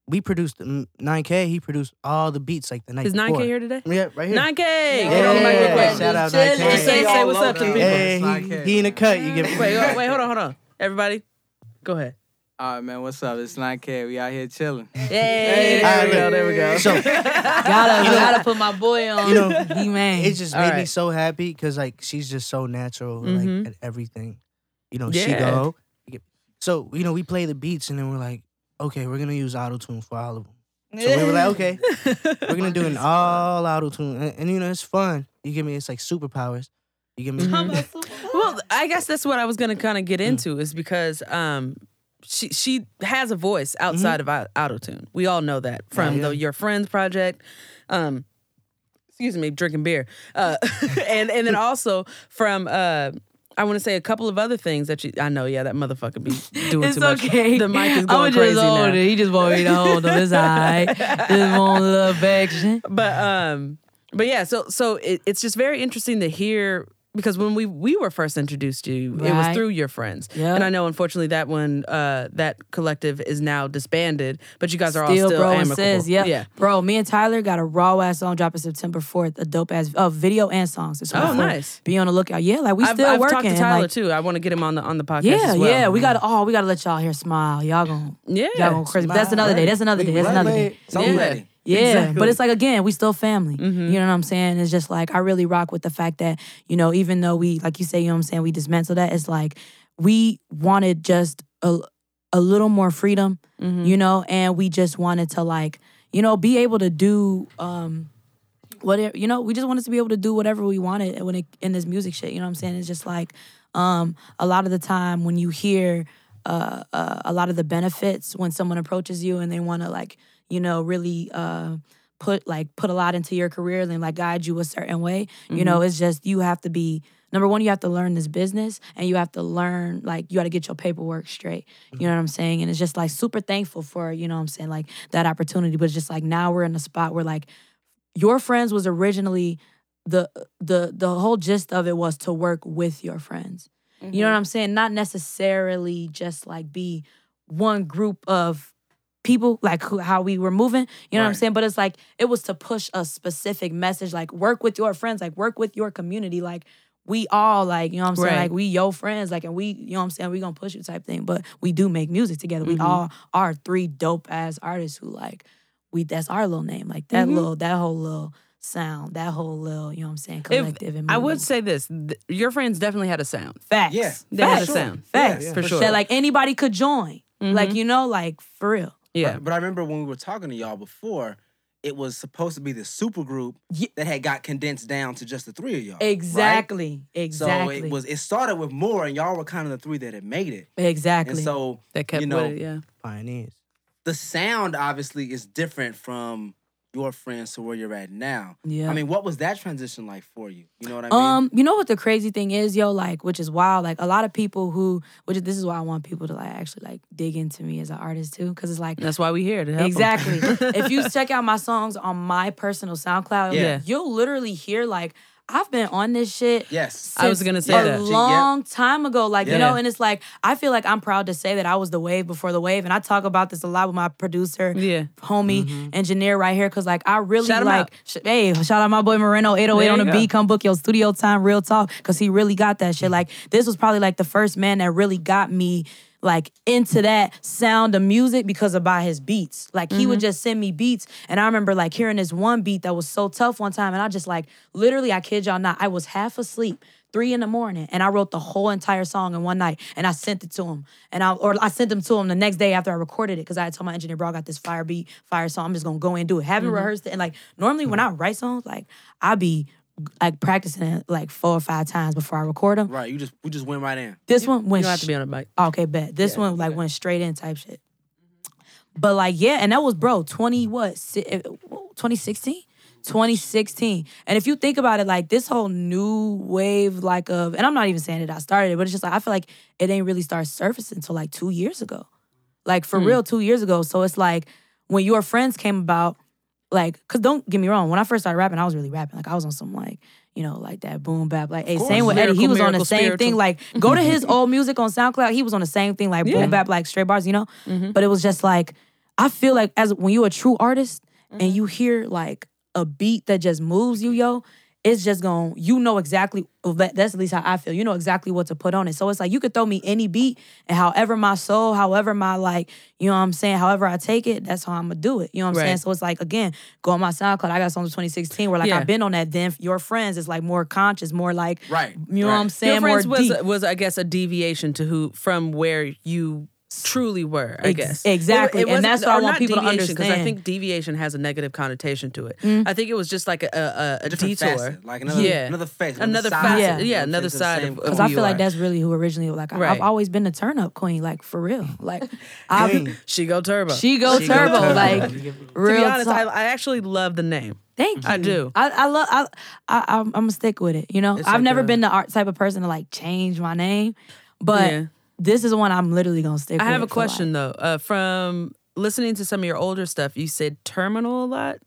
[SPEAKER 3] we produced mm, 9K. He produced all the beats like the night
[SPEAKER 2] is
[SPEAKER 3] before.
[SPEAKER 2] 9k here today
[SPEAKER 3] Yeah, right here.
[SPEAKER 2] 9k
[SPEAKER 3] Yeah,
[SPEAKER 2] Hold on, mic real quick.
[SPEAKER 3] shout out
[SPEAKER 6] Chillin'.
[SPEAKER 3] 9K.
[SPEAKER 2] Just say, say what's up to the people
[SPEAKER 3] Hey, he,
[SPEAKER 4] 9K.
[SPEAKER 3] he in the cut. You get
[SPEAKER 2] wait wait, wait hold on hold on everybody go ahead
[SPEAKER 7] All right, man. What's up? It's 9K. We out here chilling.
[SPEAKER 2] Hey, there we go, there we go.
[SPEAKER 3] So
[SPEAKER 6] Gotta, gotta put my boy on.
[SPEAKER 3] You know,
[SPEAKER 6] he man.
[SPEAKER 3] it just made me
[SPEAKER 2] Alright.
[SPEAKER 3] so happy because like she's just so natural,
[SPEAKER 2] Mhm.
[SPEAKER 3] like at everything. You know, she
[SPEAKER 2] Yeah.
[SPEAKER 3] go. So you know, we play the beats, and then we're like, okay, we're gonna use auto tune for all of them. So we were like, okay, we're gonna do an all auto tune, and, and, you know, it's fun. You give me, it's like superpowers. You give me,
[SPEAKER 2] Well, I guess that's what I was gonna kind of
[SPEAKER 6] Mm.
[SPEAKER 2] get into is because um, she she has a voice outside
[SPEAKER 6] Mm-hmm.
[SPEAKER 2] of au- autotune. We all know that from
[SPEAKER 3] yeah.
[SPEAKER 2] the Your Friends project. Um, excuse me, drinking beer, uh, and and then also from. Uh, I want to say a couple of other things that you. I know, yeah, that motherfucker be doing
[SPEAKER 6] It's
[SPEAKER 2] too much.
[SPEAKER 6] okay.
[SPEAKER 2] The mic is going
[SPEAKER 6] I'm
[SPEAKER 2] crazy
[SPEAKER 6] just
[SPEAKER 2] now.
[SPEAKER 6] older. He just want me to hold him. It's all right. Just want a little affection.
[SPEAKER 2] but um but yeah so so it, it's just very interesting to hear because when we we were first introduced to you it was
[SPEAKER 6] Right.
[SPEAKER 2] through your friends
[SPEAKER 6] Yep.
[SPEAKER 2] and i know unfortunately that one uh that collective is now disbanded but you guys are all
[SPEAKER 6] Still,
[SPEAKER 2] still
[SPEAKER 6] bro, and
[SPEAKER 2] amicable
[SPEAKER 6] says, yeah.
[SPEAKER 2] yeah
[SPEAKER 6] Bro, me and Tyler got a raw ass song dropping September 4th. A dope ass uh, video and songs. September
[SPEAKER 2] Oh,
[SPEAKER 6] 4th.
[SPEAKER 2] nice.
[SPEAKER 6] Be on the lookout. Yeah, like we
[SPEAKER 2] I've,
[SPEAKER 6] still
[SPEAKER 2] I've
[SPEAKER 6] working.
[SPEAKER 2] talked to Tyler
[SPEAKER 6] like,
[SPEAKER 2] too. I want to get him on the on the podcast.
[SPEAKER 6] Yeah,
[SPEAKER 2] as well.
[SPEAKER 6] yeah. We gotta oh, we gotta let y'all hear smile. Y'all gonna
[SPEAKER 2] yeah.
[SPEAKER 6] y'all gonna crazy. But that's another day. That's another day. That's another day.
[SPEAKER 4] So
[SPEAKER 2] Yeah.
[SPEAKER 4] I'm ready.
[SPEAKER 6] Yeah, but it's like again, we still family. You know what I'm saying? It's just like I really rock with the fact that you know, even though we, like you say, you know what I'm saying, we dismantle that. It's like we wanted just a a little more freedom, you know, and we just wanted to like you know be able to do um whatever you know. We just wanted to be able to do whatever we wanted when it in this music shit. You know what I'm saying? It's just like um a lot of the time when you hear uh, uh, a lot of the benefits when someone approaches you and they want to like you know really uh, put like put a lot into your career and like guide you a certain way you know it's just you have to be number one you have to learn this business and you have to learn like you got to get your paperwork straight you know what i'm saying and it's just like super thankful for you know what i'm saying like that opportunity but it's just like now we're in a spot where like your friends was originally the the the whole gist of it was to work with your friends.
[SPEAKER 4] Mm-hmm.
[SPEAKER 6] You
[SPEAKER 2] Mm-hmm.
[SPEAKER 6] know what I'm saying? Not necessarily just like be one group of people like who, how we were moving. You know what I'm
[SPEAKER 4] Right.
[SPEAKER 6] saying? But it's like it was to push a specific message like work with your friends, like work with your community, like we all like, you know what I'm saying?
[SPEAKER 2] Right.
[SPEAKER 6] Like we your friends, like and we, you know what I'm saying, we gonna push you type thing. But we do make music together.
[SPEAKER 2] Mm-hmm.
[SPEAKER 6] We all are three dope ass artists who like we that's our little name. Like
[SPEAKER 2] Mm-hmm.
[SPEAKER 6] that little that whole little sound, that whole little, you know what I'm saying,
[SPEAKER 2] If-
[SPEAKER 6] collective and
[SPEAKER 2] I would
[SPEAKER 6] movement.
[SPEAKER 2] say this: th- your friends definitely had a sound.
[SPEAKER 6] facts.
[SPEAKER 4] Yeah.
[SPEAKER 2] They
[SPEAKER 6] facts.
[SPEAKER 2] had a sound.
[SPEAKER 6] Facts.
[SPEAKER 2] for sure. Mm-hmm.
[SPEAKER 6] That like anybody could join. Like,
[SPEAKER 4] Mm-hmm.
[SPEAKER 6] you know, like for real.
[SPEAKER 2] yeah,
[SPEAKER 4] But I remember when we were talking to y'all before, it was supposed to be the super group
[SPEAKER 6] Ye-
[SPEAKER 4] that had got condensed down to just the three of y'all. right?
[SPEAKER 6] Exactly. Exactly.
[SPEAKER 4] So it was it started with more and y'all were kind of the three that had made it.
[SPEAKER 6] exactly.
[SPEAKER 4] And so
[SPEAKER 2] that kept
[SPEAKER 4] you know,
[SPEAKER 2] with it. Yeah,
[SPEAKER 3] pioneers.
[SPEAKER 4] the sound obviously is different from your friends to where you're at now.
[SPEAKER 6] Yeah.
[SPEAKER 4] I mean, what was that transition like for you? You know what I mean?
[SPEAKER 6] Um, you know what the crazy thing is, yo, like, which is wild. Like a lot of people who, which is, this is why I want people to like actually like dig into me as an artist too, because it's like
[SPEAKER 2] that's why we here to help 'em.
[SPEAKER 6] exactly. if you check out my songs on my personal SoundCloud,
[SPEAKER 4] Yeah.
[SPEAKER 6] you'll literally hear like I've been on this shit.
[SPEAKER 4] yes.
[SPEAKER 2] I was
[SPEAKER 6] since
[SPEAKER 2] gonna say
[SPEAKER 6] a
[SPEAKER 2] that.
[SPEAKER 6] long time ago, like you
[SPEAKER 2] Yeah.
[SPEAKER 6] know, and it's like I feel like I'm proud to say that I was the wave before the wave, and I talk about this a lot with my producer,
[SPEAKER 2] Yeah.
[SPEAKER 6] homie,
[SPEAKER 2] Mm-hmm.
[SPEAKER 6] engineer right here, because like I really
[SPEAKER 2] Shout him
[SPEAKER 6] like,
[SPEAKER 2] out.
[SPEAKER 6] sh- hey, shout out my boy Moreno 808
[SPEAKER 2] There
[SPEAKER 6] on
[SPEAKER 2] you
[SPEAKER 6] the
[SPEAKER 2] go.
[SPEAKER 6] beat, come book your studio time, real talk, because he really got that shit. Like this was probably like the first man that really got me. Like into that sound of music because of by his beats. Like he would just send me beats, and I remember like hearing this one beat that was so tough one time, and I just like literally, I kid y'all not, I was half asleep three in the morning and I wrote the whole entire song in one night and I sent it to him and I or I sent them to him the next day after I recorded it because I had told my engineer bro I got this fire beat fire song I'm just gonna go and do it haven't rehearsed it and like normally when I write songs like I be like practicing it like four or five times before I record them
[SPEAKER 4] Right. You just we just went right in.
[SPEAKER 6] this one
[SPEAKER 2] You
[SPEAKER 6] went
[SPEAKER 2] don't have to
[SPEAKER 6] sh-
[SPEAKER 2] be on a mic.
[SPEAKER 6] Okay, bet. This one like went straight in type shit. But like yeah, and that was bro, 20 what? si- eh, 2016? 2016. And if you think about it like this whole new wave like of and I'm not even saying that I started it, but it's just like I feel like it ain't really start surfacing until like 2 years ago. Like
[SPEAKER 2] Hmm.
[SPEAKER 6] for real 2 years ago. So it's like when your friends came about like cuz don't get me wrong, when I first started rapping, I was really rapping. Like I was on some like you know, like that boom bap, like hey, same with Eddie. He
[SPEAKER 2] Lyrical,
[SPEAKER 6] was on the
[SPEAKER 2] miracle,
[SPEAKER 6] same thing.
[SPEAKER 2] spiritual.
[SPEAKER 6] Like, go to his old music on SoundCloud. He was on the same thing, like boom bap, like straight bars, you know. But it was just like I feel like as when you're a true artist and you hear like a beat that just moves you, yo, it's just going to you know exactly oh, that- that's at least how I feel. You know exactly what to put on it. So it's like you could throw me any beat and however my soul, however my like, you know what I'm saying, however I take it, that's how I'm gonna do it. You know what I'm saying?
[SPEAKER 2] Right.
[SPEAKER 6] So it's like again, go on my SoundCloud. I got songs in 2016 where like
[SPEAKER 2] Yeah.
[SPEAKER 6] I've been on that. Then your friends is like more conscious, more like
[SPEAKER 4] Right,
[SPEAKER 6] You know what I'm
[SPEAKER 4] right.
[SPEAKER 6] saying?
[SPEAKER 2] Your friends
[SPEAKER 6] more
[SPEAKER 2] was
[SPEAKER 6] deep.
[SPEAKER 2] was I guess a deviation to who from where you truly were. I
[SPEAKER 6] Ex-
[SPEAKER 2] guess
[SPEAKER 6] exactly. And
[SPEAKER 2] wasn't-
[SPEAKER 6] that's what I
[SPEAKER 2] or
[SPEAKER 6] want
[SPEAKER 2] not
[SPEAKER 6] people to
[SPEAKER 2] deviation, 'cause I
[SPEAKER 6] understand. Mm-hmm.
[SPEAKER 2] think deviation has a negative connotation to it. I think it was just like a a, a, a
[SPEAKER 4] different
[SPEAKER 2] detour,
[SPEAKER 4] facet, like another- another face, another
[SPEAKER 2] another
[SPEAKER 4] side,
[SPEAKER 2] facet,
[SPEAKER 6] you know
[SPEAKER 2] yeah,
[SPEAKER 6] what I'm
[SPEAKER 2] yeah
[SPEAKER 4] saying,
[SPEAKER 2] another
[SPEAKER 4] to the
[SPEAKER 2] side
[SPEAKER 4] same
[SPEAKER 2] of, of
[SPEAKER 4] coin.
[SPEAKER 6] Because
[SPEAKER 2] who
[SPEAKER 6] I
[SPEAKER 2] you
[SPEAKER 6] feel like
[SPEAKER 2] are.
[SPEAKER 6] that's really who originally like I,
[SPEAKER 2] Right.
[SPEAKER 6] I've always been the turn up queen, like for real. Like I
[SPEAKER 2] she go turbo.
[SPEAKER 6] she go
[SPEAKER 2] She go
[SPEAKER 6] turbo,
[SPEAKER 2] turbo.
[SPEAKER 6] like
[SPEAKER 2] to
[SPEAKER 6] real.
[SPEAKER 2] be honest, I,
[SPEAKER 6] talk.
[SPEAKER 2] I actually love the name.
[SPEAKER 6] Thank you.
[SPEAKER 2] I do.
[SPEAKER 6] I, I love. I, I I'm, I'm gonna stick with it. You know, I've
[SPEAKER 2] like
[SPEAKER 6] never
[SPEAKER 2] a-
[SPEAKER 6] been the art type of person to like change my name, but
[SPEAKER 2] Yeah.
[SPEAKER 6] this is the one I'm literally gonna stick.
[SPEAKER 2] I
[SPEAKER 6] with
[SPEAKER 2] have a
[SPEAKER 6] for life.
[SPEAKER 2] question though. Uh, from listening to some of your older stuff, you said terminal a lot.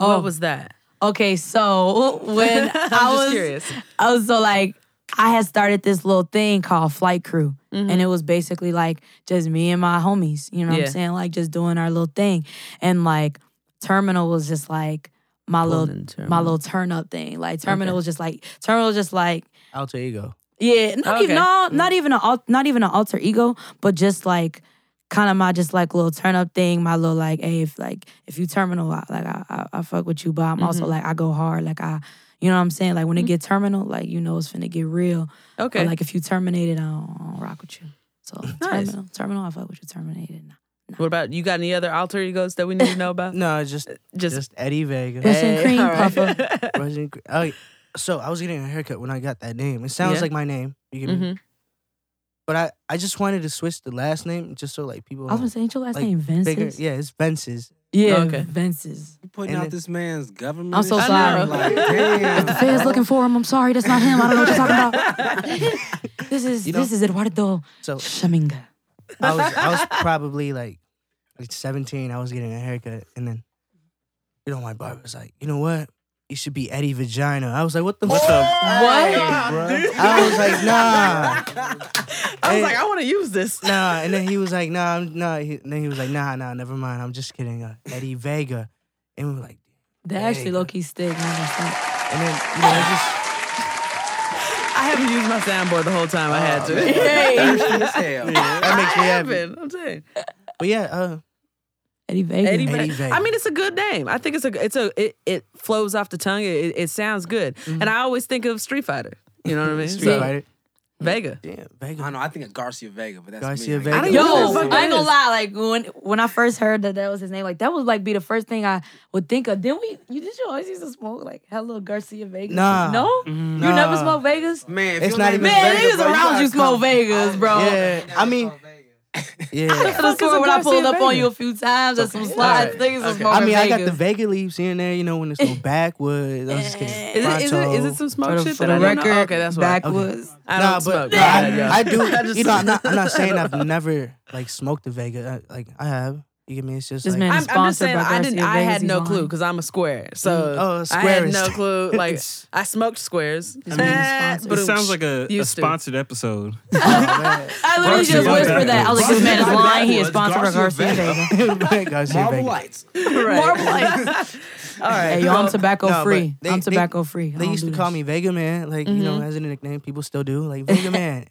[SPEAKER 6] Oh.
[SPEAKER 2] What was that?
[SPEAKER 6] Okay, so when
[SPEAKER 2] I'm
[SPEAKER 6] I
[SPEAKER 2] just
[SPEAKER 6] was
[SPEAKER 2] curious.
[SPEAKER 6] I was so like I had started this little thing called Flight Crew. And it was basically like just me and my homies, you know what
[SPEAKER 2] Mm-hmm. Yeah.
[SPEAKER 6] I'm saying? Like just doing our little thing. And like Terminal was just like my
[SPEAKER 2] in
[SPEAKER 6] little my
[SPEAKER 2] Terminal.
[SPEAKER 6] little turn up thing. Like Terminal was just like Terminal was just like
[SPEAKER 3] Alter ego.
[SPEAKER 6] yeah, not
[SPEAKER 2] Okay.
[SPEAKER 6] even no, not even an al- not even an alter ego, but just like kind of my just like little turn up thing, my little like, hey, if like if you terminal, I, like I, I I fuck with you, but I'm also like I go hard, like I, you know what I'm saying, like when it get terminal, like you know it's finna get real. But,
[SPEAKER 2] Okay.
[SPEAKER 6] like if you terminated, I don't, I don't rock with you. So
[SPEAKER 2] Nice.
[SPEAKER 6] terminal, terminal, I fuck with you. Terminated. Nah.
[SPEAKER 2] What about you? Got any other alter egos that we need to know about?
[SPEAKER 3] No, it's just
[SPEAKER 2] just-
[SPEAKER 3] just, Eddie Vega.
[SPEAKER 6] Russian cream puffer.
[SPEAKER 3] Russian Cre- oh, so I was getting a haircut when I got that name. It sounds
[SPEAKER 2] Yeah.
[SPEAKER 3] like my name. You get me?
[SPEAKER 2] hmm
[SPEAKER 3] But I, I just wanted to switch the last name just so like people
[SPEAKER 6] I was gonna say, ain't your last
[SPEAKER 3] Like,
[SPEAKER 6] name
[SPEAKER 3] bigger.
[SPEAKER 6] Vince's?
[SPEAKER 3] Yeah, it's Vences.
[SPEAKER 6] yeah,
[SPEAKER 2] Oh, Okay.
[SPEAKER 6] Vince's.
[SPEAKER 4] You putting
[SPEAKER 3] And
[SPEAKER 4] out
[SPEAKER 3] it-
[SPEAKER 4] this man's government.
[SPEAKER 6] I'm so
[SPEAKER 4] shit?
[SPEAKER 6] sorry.
[SPEAKER 2] I know.
[SPEAKER 4] Like, damn.
[SPEAKER 6] If the fans looking for him, I'm sorry, that's not him. I don't know what you're talking about. this is
[SPEAKER 3] You know- Oh.
[SPEAKER 6] this is Eduardo
[SPEAKER 3] So
[SPEAKER 6] Shaminga.
[SPEAKER 3] I was I was probably like like 17. I was getting a haircut, and then you know my barber was like, you know what? You should be Eddie Vagina. I was like, what the? What? I was like, nah,
[SPEAKER 2] I was
[SPEAKER 3] Hey.
[SPEAKER 2] like, I want to use this.
[SPEAKER 3] nah. And then he was like, nah, I'm, nah. He, and then he was like, nah, nah, never mind. I'm just kidding. Uh, Eddie Vega. And we were like,
[SPEAKER 6] That actually low key stick.
[SPEAKER 3] and then you know, it just.
[SPEAKER 2] I haven't used my soundboard the whole time. I had
[SPEAKER 3] Oh,
[SPEAKER 2] to.
[SPEAKER 4] Thirsty as hell.
[SPEAKER 3] That makes me
[SPEAKER 2] I
[SPEAKER 3] happy.
[SPEAKER 2] haven't. I'm saying.
[SPEAKER 3] But yeah, uh,
[SPEAKER 6] Eddie Vega.
[SPEAKER 2] Eddie
[SPEAKER 3] Eddie
[SPEAKER 2] Van-
[SPEAKER 3] Van.
[SPEAKER 2] I mean, it's a good name. I think it's a it's a it, it flows off the tongue. It, it sounds good,
[SPEAKER 3] Mm-hmm.
[SPEAKER 2] and I always think of Street Fighter. You know what I mean?
[SPEAKER 3] Street Fighter.
[SPEAKER 2] Vega.
[SPEAKER 3] Damn,
[SPEAKER 4] I
[SPEAKER 3] Vega.
[SPEAKER 4] don't know. I think of Garcia Vega, but that's
[SPEAKER 3] Garcia
[SPEAKER 4] me.
[SPEAKER 3] Vega.
[SPEAKER 2] I
[SPEAKER 6] Yo,
[SPEAKER 2] don't know
[SPEAKER 6] I
[SPEAKER 2] who the
[SPEAKER 6] ain't
[SPEAKER 2] fuck that
[SPEAKER 6] gonna
[SPEAKER 2] is.
[SPEAKER 6] lie. Like when when I first heard that that was his name, like that would like be the first thing I would think of. Then we you did you always used to smoke like hello Garcia Vegas?
[SPEAKER 3] Nah.
[SPEAKER 6] No? You never
[SPEAKER 3] Nah.
[SPEAKER 6] smoke Vegas?
[SPEAKER 4] Man, if
[SPEAKER 3] It's
[SPEAKER 4] your
[SPEAKER 3] not
[SPEAKER 4] name
[SPEAKER 3] even
[SPEAKER 4] is
[SPEAKER 6] Man,
[SPEAKER 4] Vega,
[SPEAKER 6] niggas
[SPEAKER 4] bro,
[SPEAKER 6] around
[SPEAKER 4] gotta
[SPEAKER 6] you smoke
[SPEAKER 4] come-
[SPEAKER 6] Vegas, bro.
[SPEAKER 3] Yeah, I mean, yeah.
[SPEAKER 6] I could have
[SPEAKER 2] is a
[SPEAKER 6] sworn when I
[SPEAKER 2] Garcia
[SPEAKER 6] pulled up on
[SPEAKER 2] Vega?
[SPEAKER 6] you a few times at some slides, niggas was smoking
[SPEAKER 3] I mean, I
[SPEAKER 6] Vegas.
[SPEAKER 3] got the Vega leaves here and there. You know, when it's no backwoods. I'm just kidding.
[SPEAKER 2] Is it, is, it, is it
[SPEAKER 3] Pronto.
[SPEAKER 2] some
[SPEAKER 6] For
[SPEAKER 2] smoke
[SPEAKER 6] the,
[SPEAKER 2] shit
[SPEAKER 6] for
[SPEAKER 2] that
[SPEAKER 6] the
[SPEAKER 2] I don't
[SPEAKER 6] record,
[SPEAKER 2] know? Okay, that's why.
[SPEAKER 6] backwards.
[SPEAKER 2] I don't
[SPEAKER 3] nah,
[SPEAKER 2] smoke.
[SPEAKER 3] but
[SPEAKER 2] Go
[SPEAKER 3] nah,
[SPEAKER 2] ahead, yo.
[SPEAKER 3] I, I do.
[SPEAKER 2] just-
[SPEAKER 3] you know, I'm not, I'm not saying I've never like smoked a Vega. I, like I have. You get me? It's just
[SPEAKER 6] This
[SPEAKER 3] like
[SPEAKER 6] man-
[SPEAKER 2] I'm, I'm just
[SPEAKER 6] sponsored
[SPEAKER 2] saying,
[SPEAKER 6] by
[SPEAKER 2] I didn't.
[SPEAKER 6] Garcia
[SPEAKER 2] I
[SPEAKER 6] Vegas,
[SPEAKER 2] had
[SPEAKER 6] he's
[SPEAKER 2] no
[SPEAKER 6] on.
[SPEAKER 2] clue because I'm a square. So
[SPEAKER 3] Mm, oh,
[SPEAKER 2] I had
[SPEAKER 3] squarist.
[SPEAKER 2] no clue. Like
[SPEAKER 3] It's-
[SPEAKER 2] I smoked squares.
[SPEAKER 6] He's being sponsored.
[SPEAKER 5] It sounds like a, a
[SPEAKER 2] Used to.
[SPEAKER 5] sponsored episode.
[SPEAKER 6] I literally
[SPEAKER 5] Garcia
[SPEAKER 6] just whispered that. I was like, this
[SPEAKER 4] Garcia
[SPEAKER 6] man is
[SPEAKER 4] Vega.
[SPEAKER 6] lying. He is
[SPEAKER 4] Garcia
[SPEAKER 6] sponsored by Garcia
[SPEAKER 4] Vega.
[SPEAKER 6] Vega.
[SPEAKER 3] Garcia
[SPEAKER 4] Marble
[SPEAKER 3] Vega.
[SPEAKER 4] lights.
[SPEAKER 6] Marble lights.
[SPEAKER 2] All right,
[SPEAKER 6] Hey, yo, I'm tobacco
[SPEAKER 3] No, but
[SPEAKER 6] free.
[SPEAKER 3] they-
[SPEAKER 6] I'm
[SPEAKER 3] they-
[SPEAKER 6] tobacco free. I
[SPEAKER 3] They
[SPEAKER 6] don't
[SPEAKER 3] used to
[SPEAKER 6] do
[SPEAKER 3] call
[SPEAKER 6] this.
[SPEAKER 3] me Vega Man, like you know, as a nickname. People still do, like Vega Man.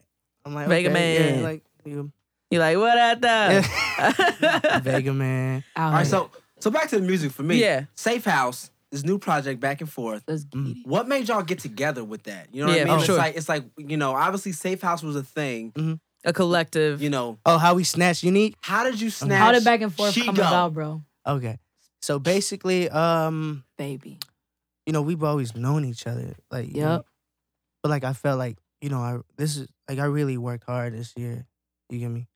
[SPEAKER 3] I'm like
[SPEAKER 2] Mm-hmm. Vega
[SPEAKER 3] okay,
[SPEAKER 2] Man. Oh.
[SPEAKER 3] yeah, like you,
[SPEAKER 2] you like what at the?
[SPEAKER 3] Vega Man.
[SPEAKER 6] Out
[SPEAKER 4] All right,
[SPEAKER 6] here.
[SPEAKER 4] so so back to the music for me.
[SPEAKER 2] Yeah.
[SPEAKER 4] Safe House, this new project, back and forth.
[SPEAKER 6] Let's
[SPEAKER 3] Mm.
[SPEAKER 6] get it.
[SPEAKER 4] What made y'all get together with that? You know what
[SPEAKER 2] Yeah,
[SPEAKER 4] I
[SPEAKER 2] for
[SPEAKER 4] mean? It's
[SPEAKER 2] sure.
[SPEAKER 4] like it's like you know, obviously Safe House was a thing.
[SPEAKER 2] A collective.
[SPEAKER 4] You know,
[SPEAKER 3] Oh, how we snatched unique?
[SPEAKER 4] how did you snatch?
[SPEAKER 6] How did back and forth
[SPEAKER 4] She
[SPEAKER 6] come
[SPEAKER 4] Go?
[SPEAKER 6] about, bro?
[SPEAKER 3] Okay. So basically, um,
[SPEAKER 6] Baby.
[SPEAKER 3] you know, we've always known each other. Like, you know,
[SPEAKER 6] Yep.
[SPEAKER 3] but like I felt like, you know, I this is like I really worked hard this year. You get me?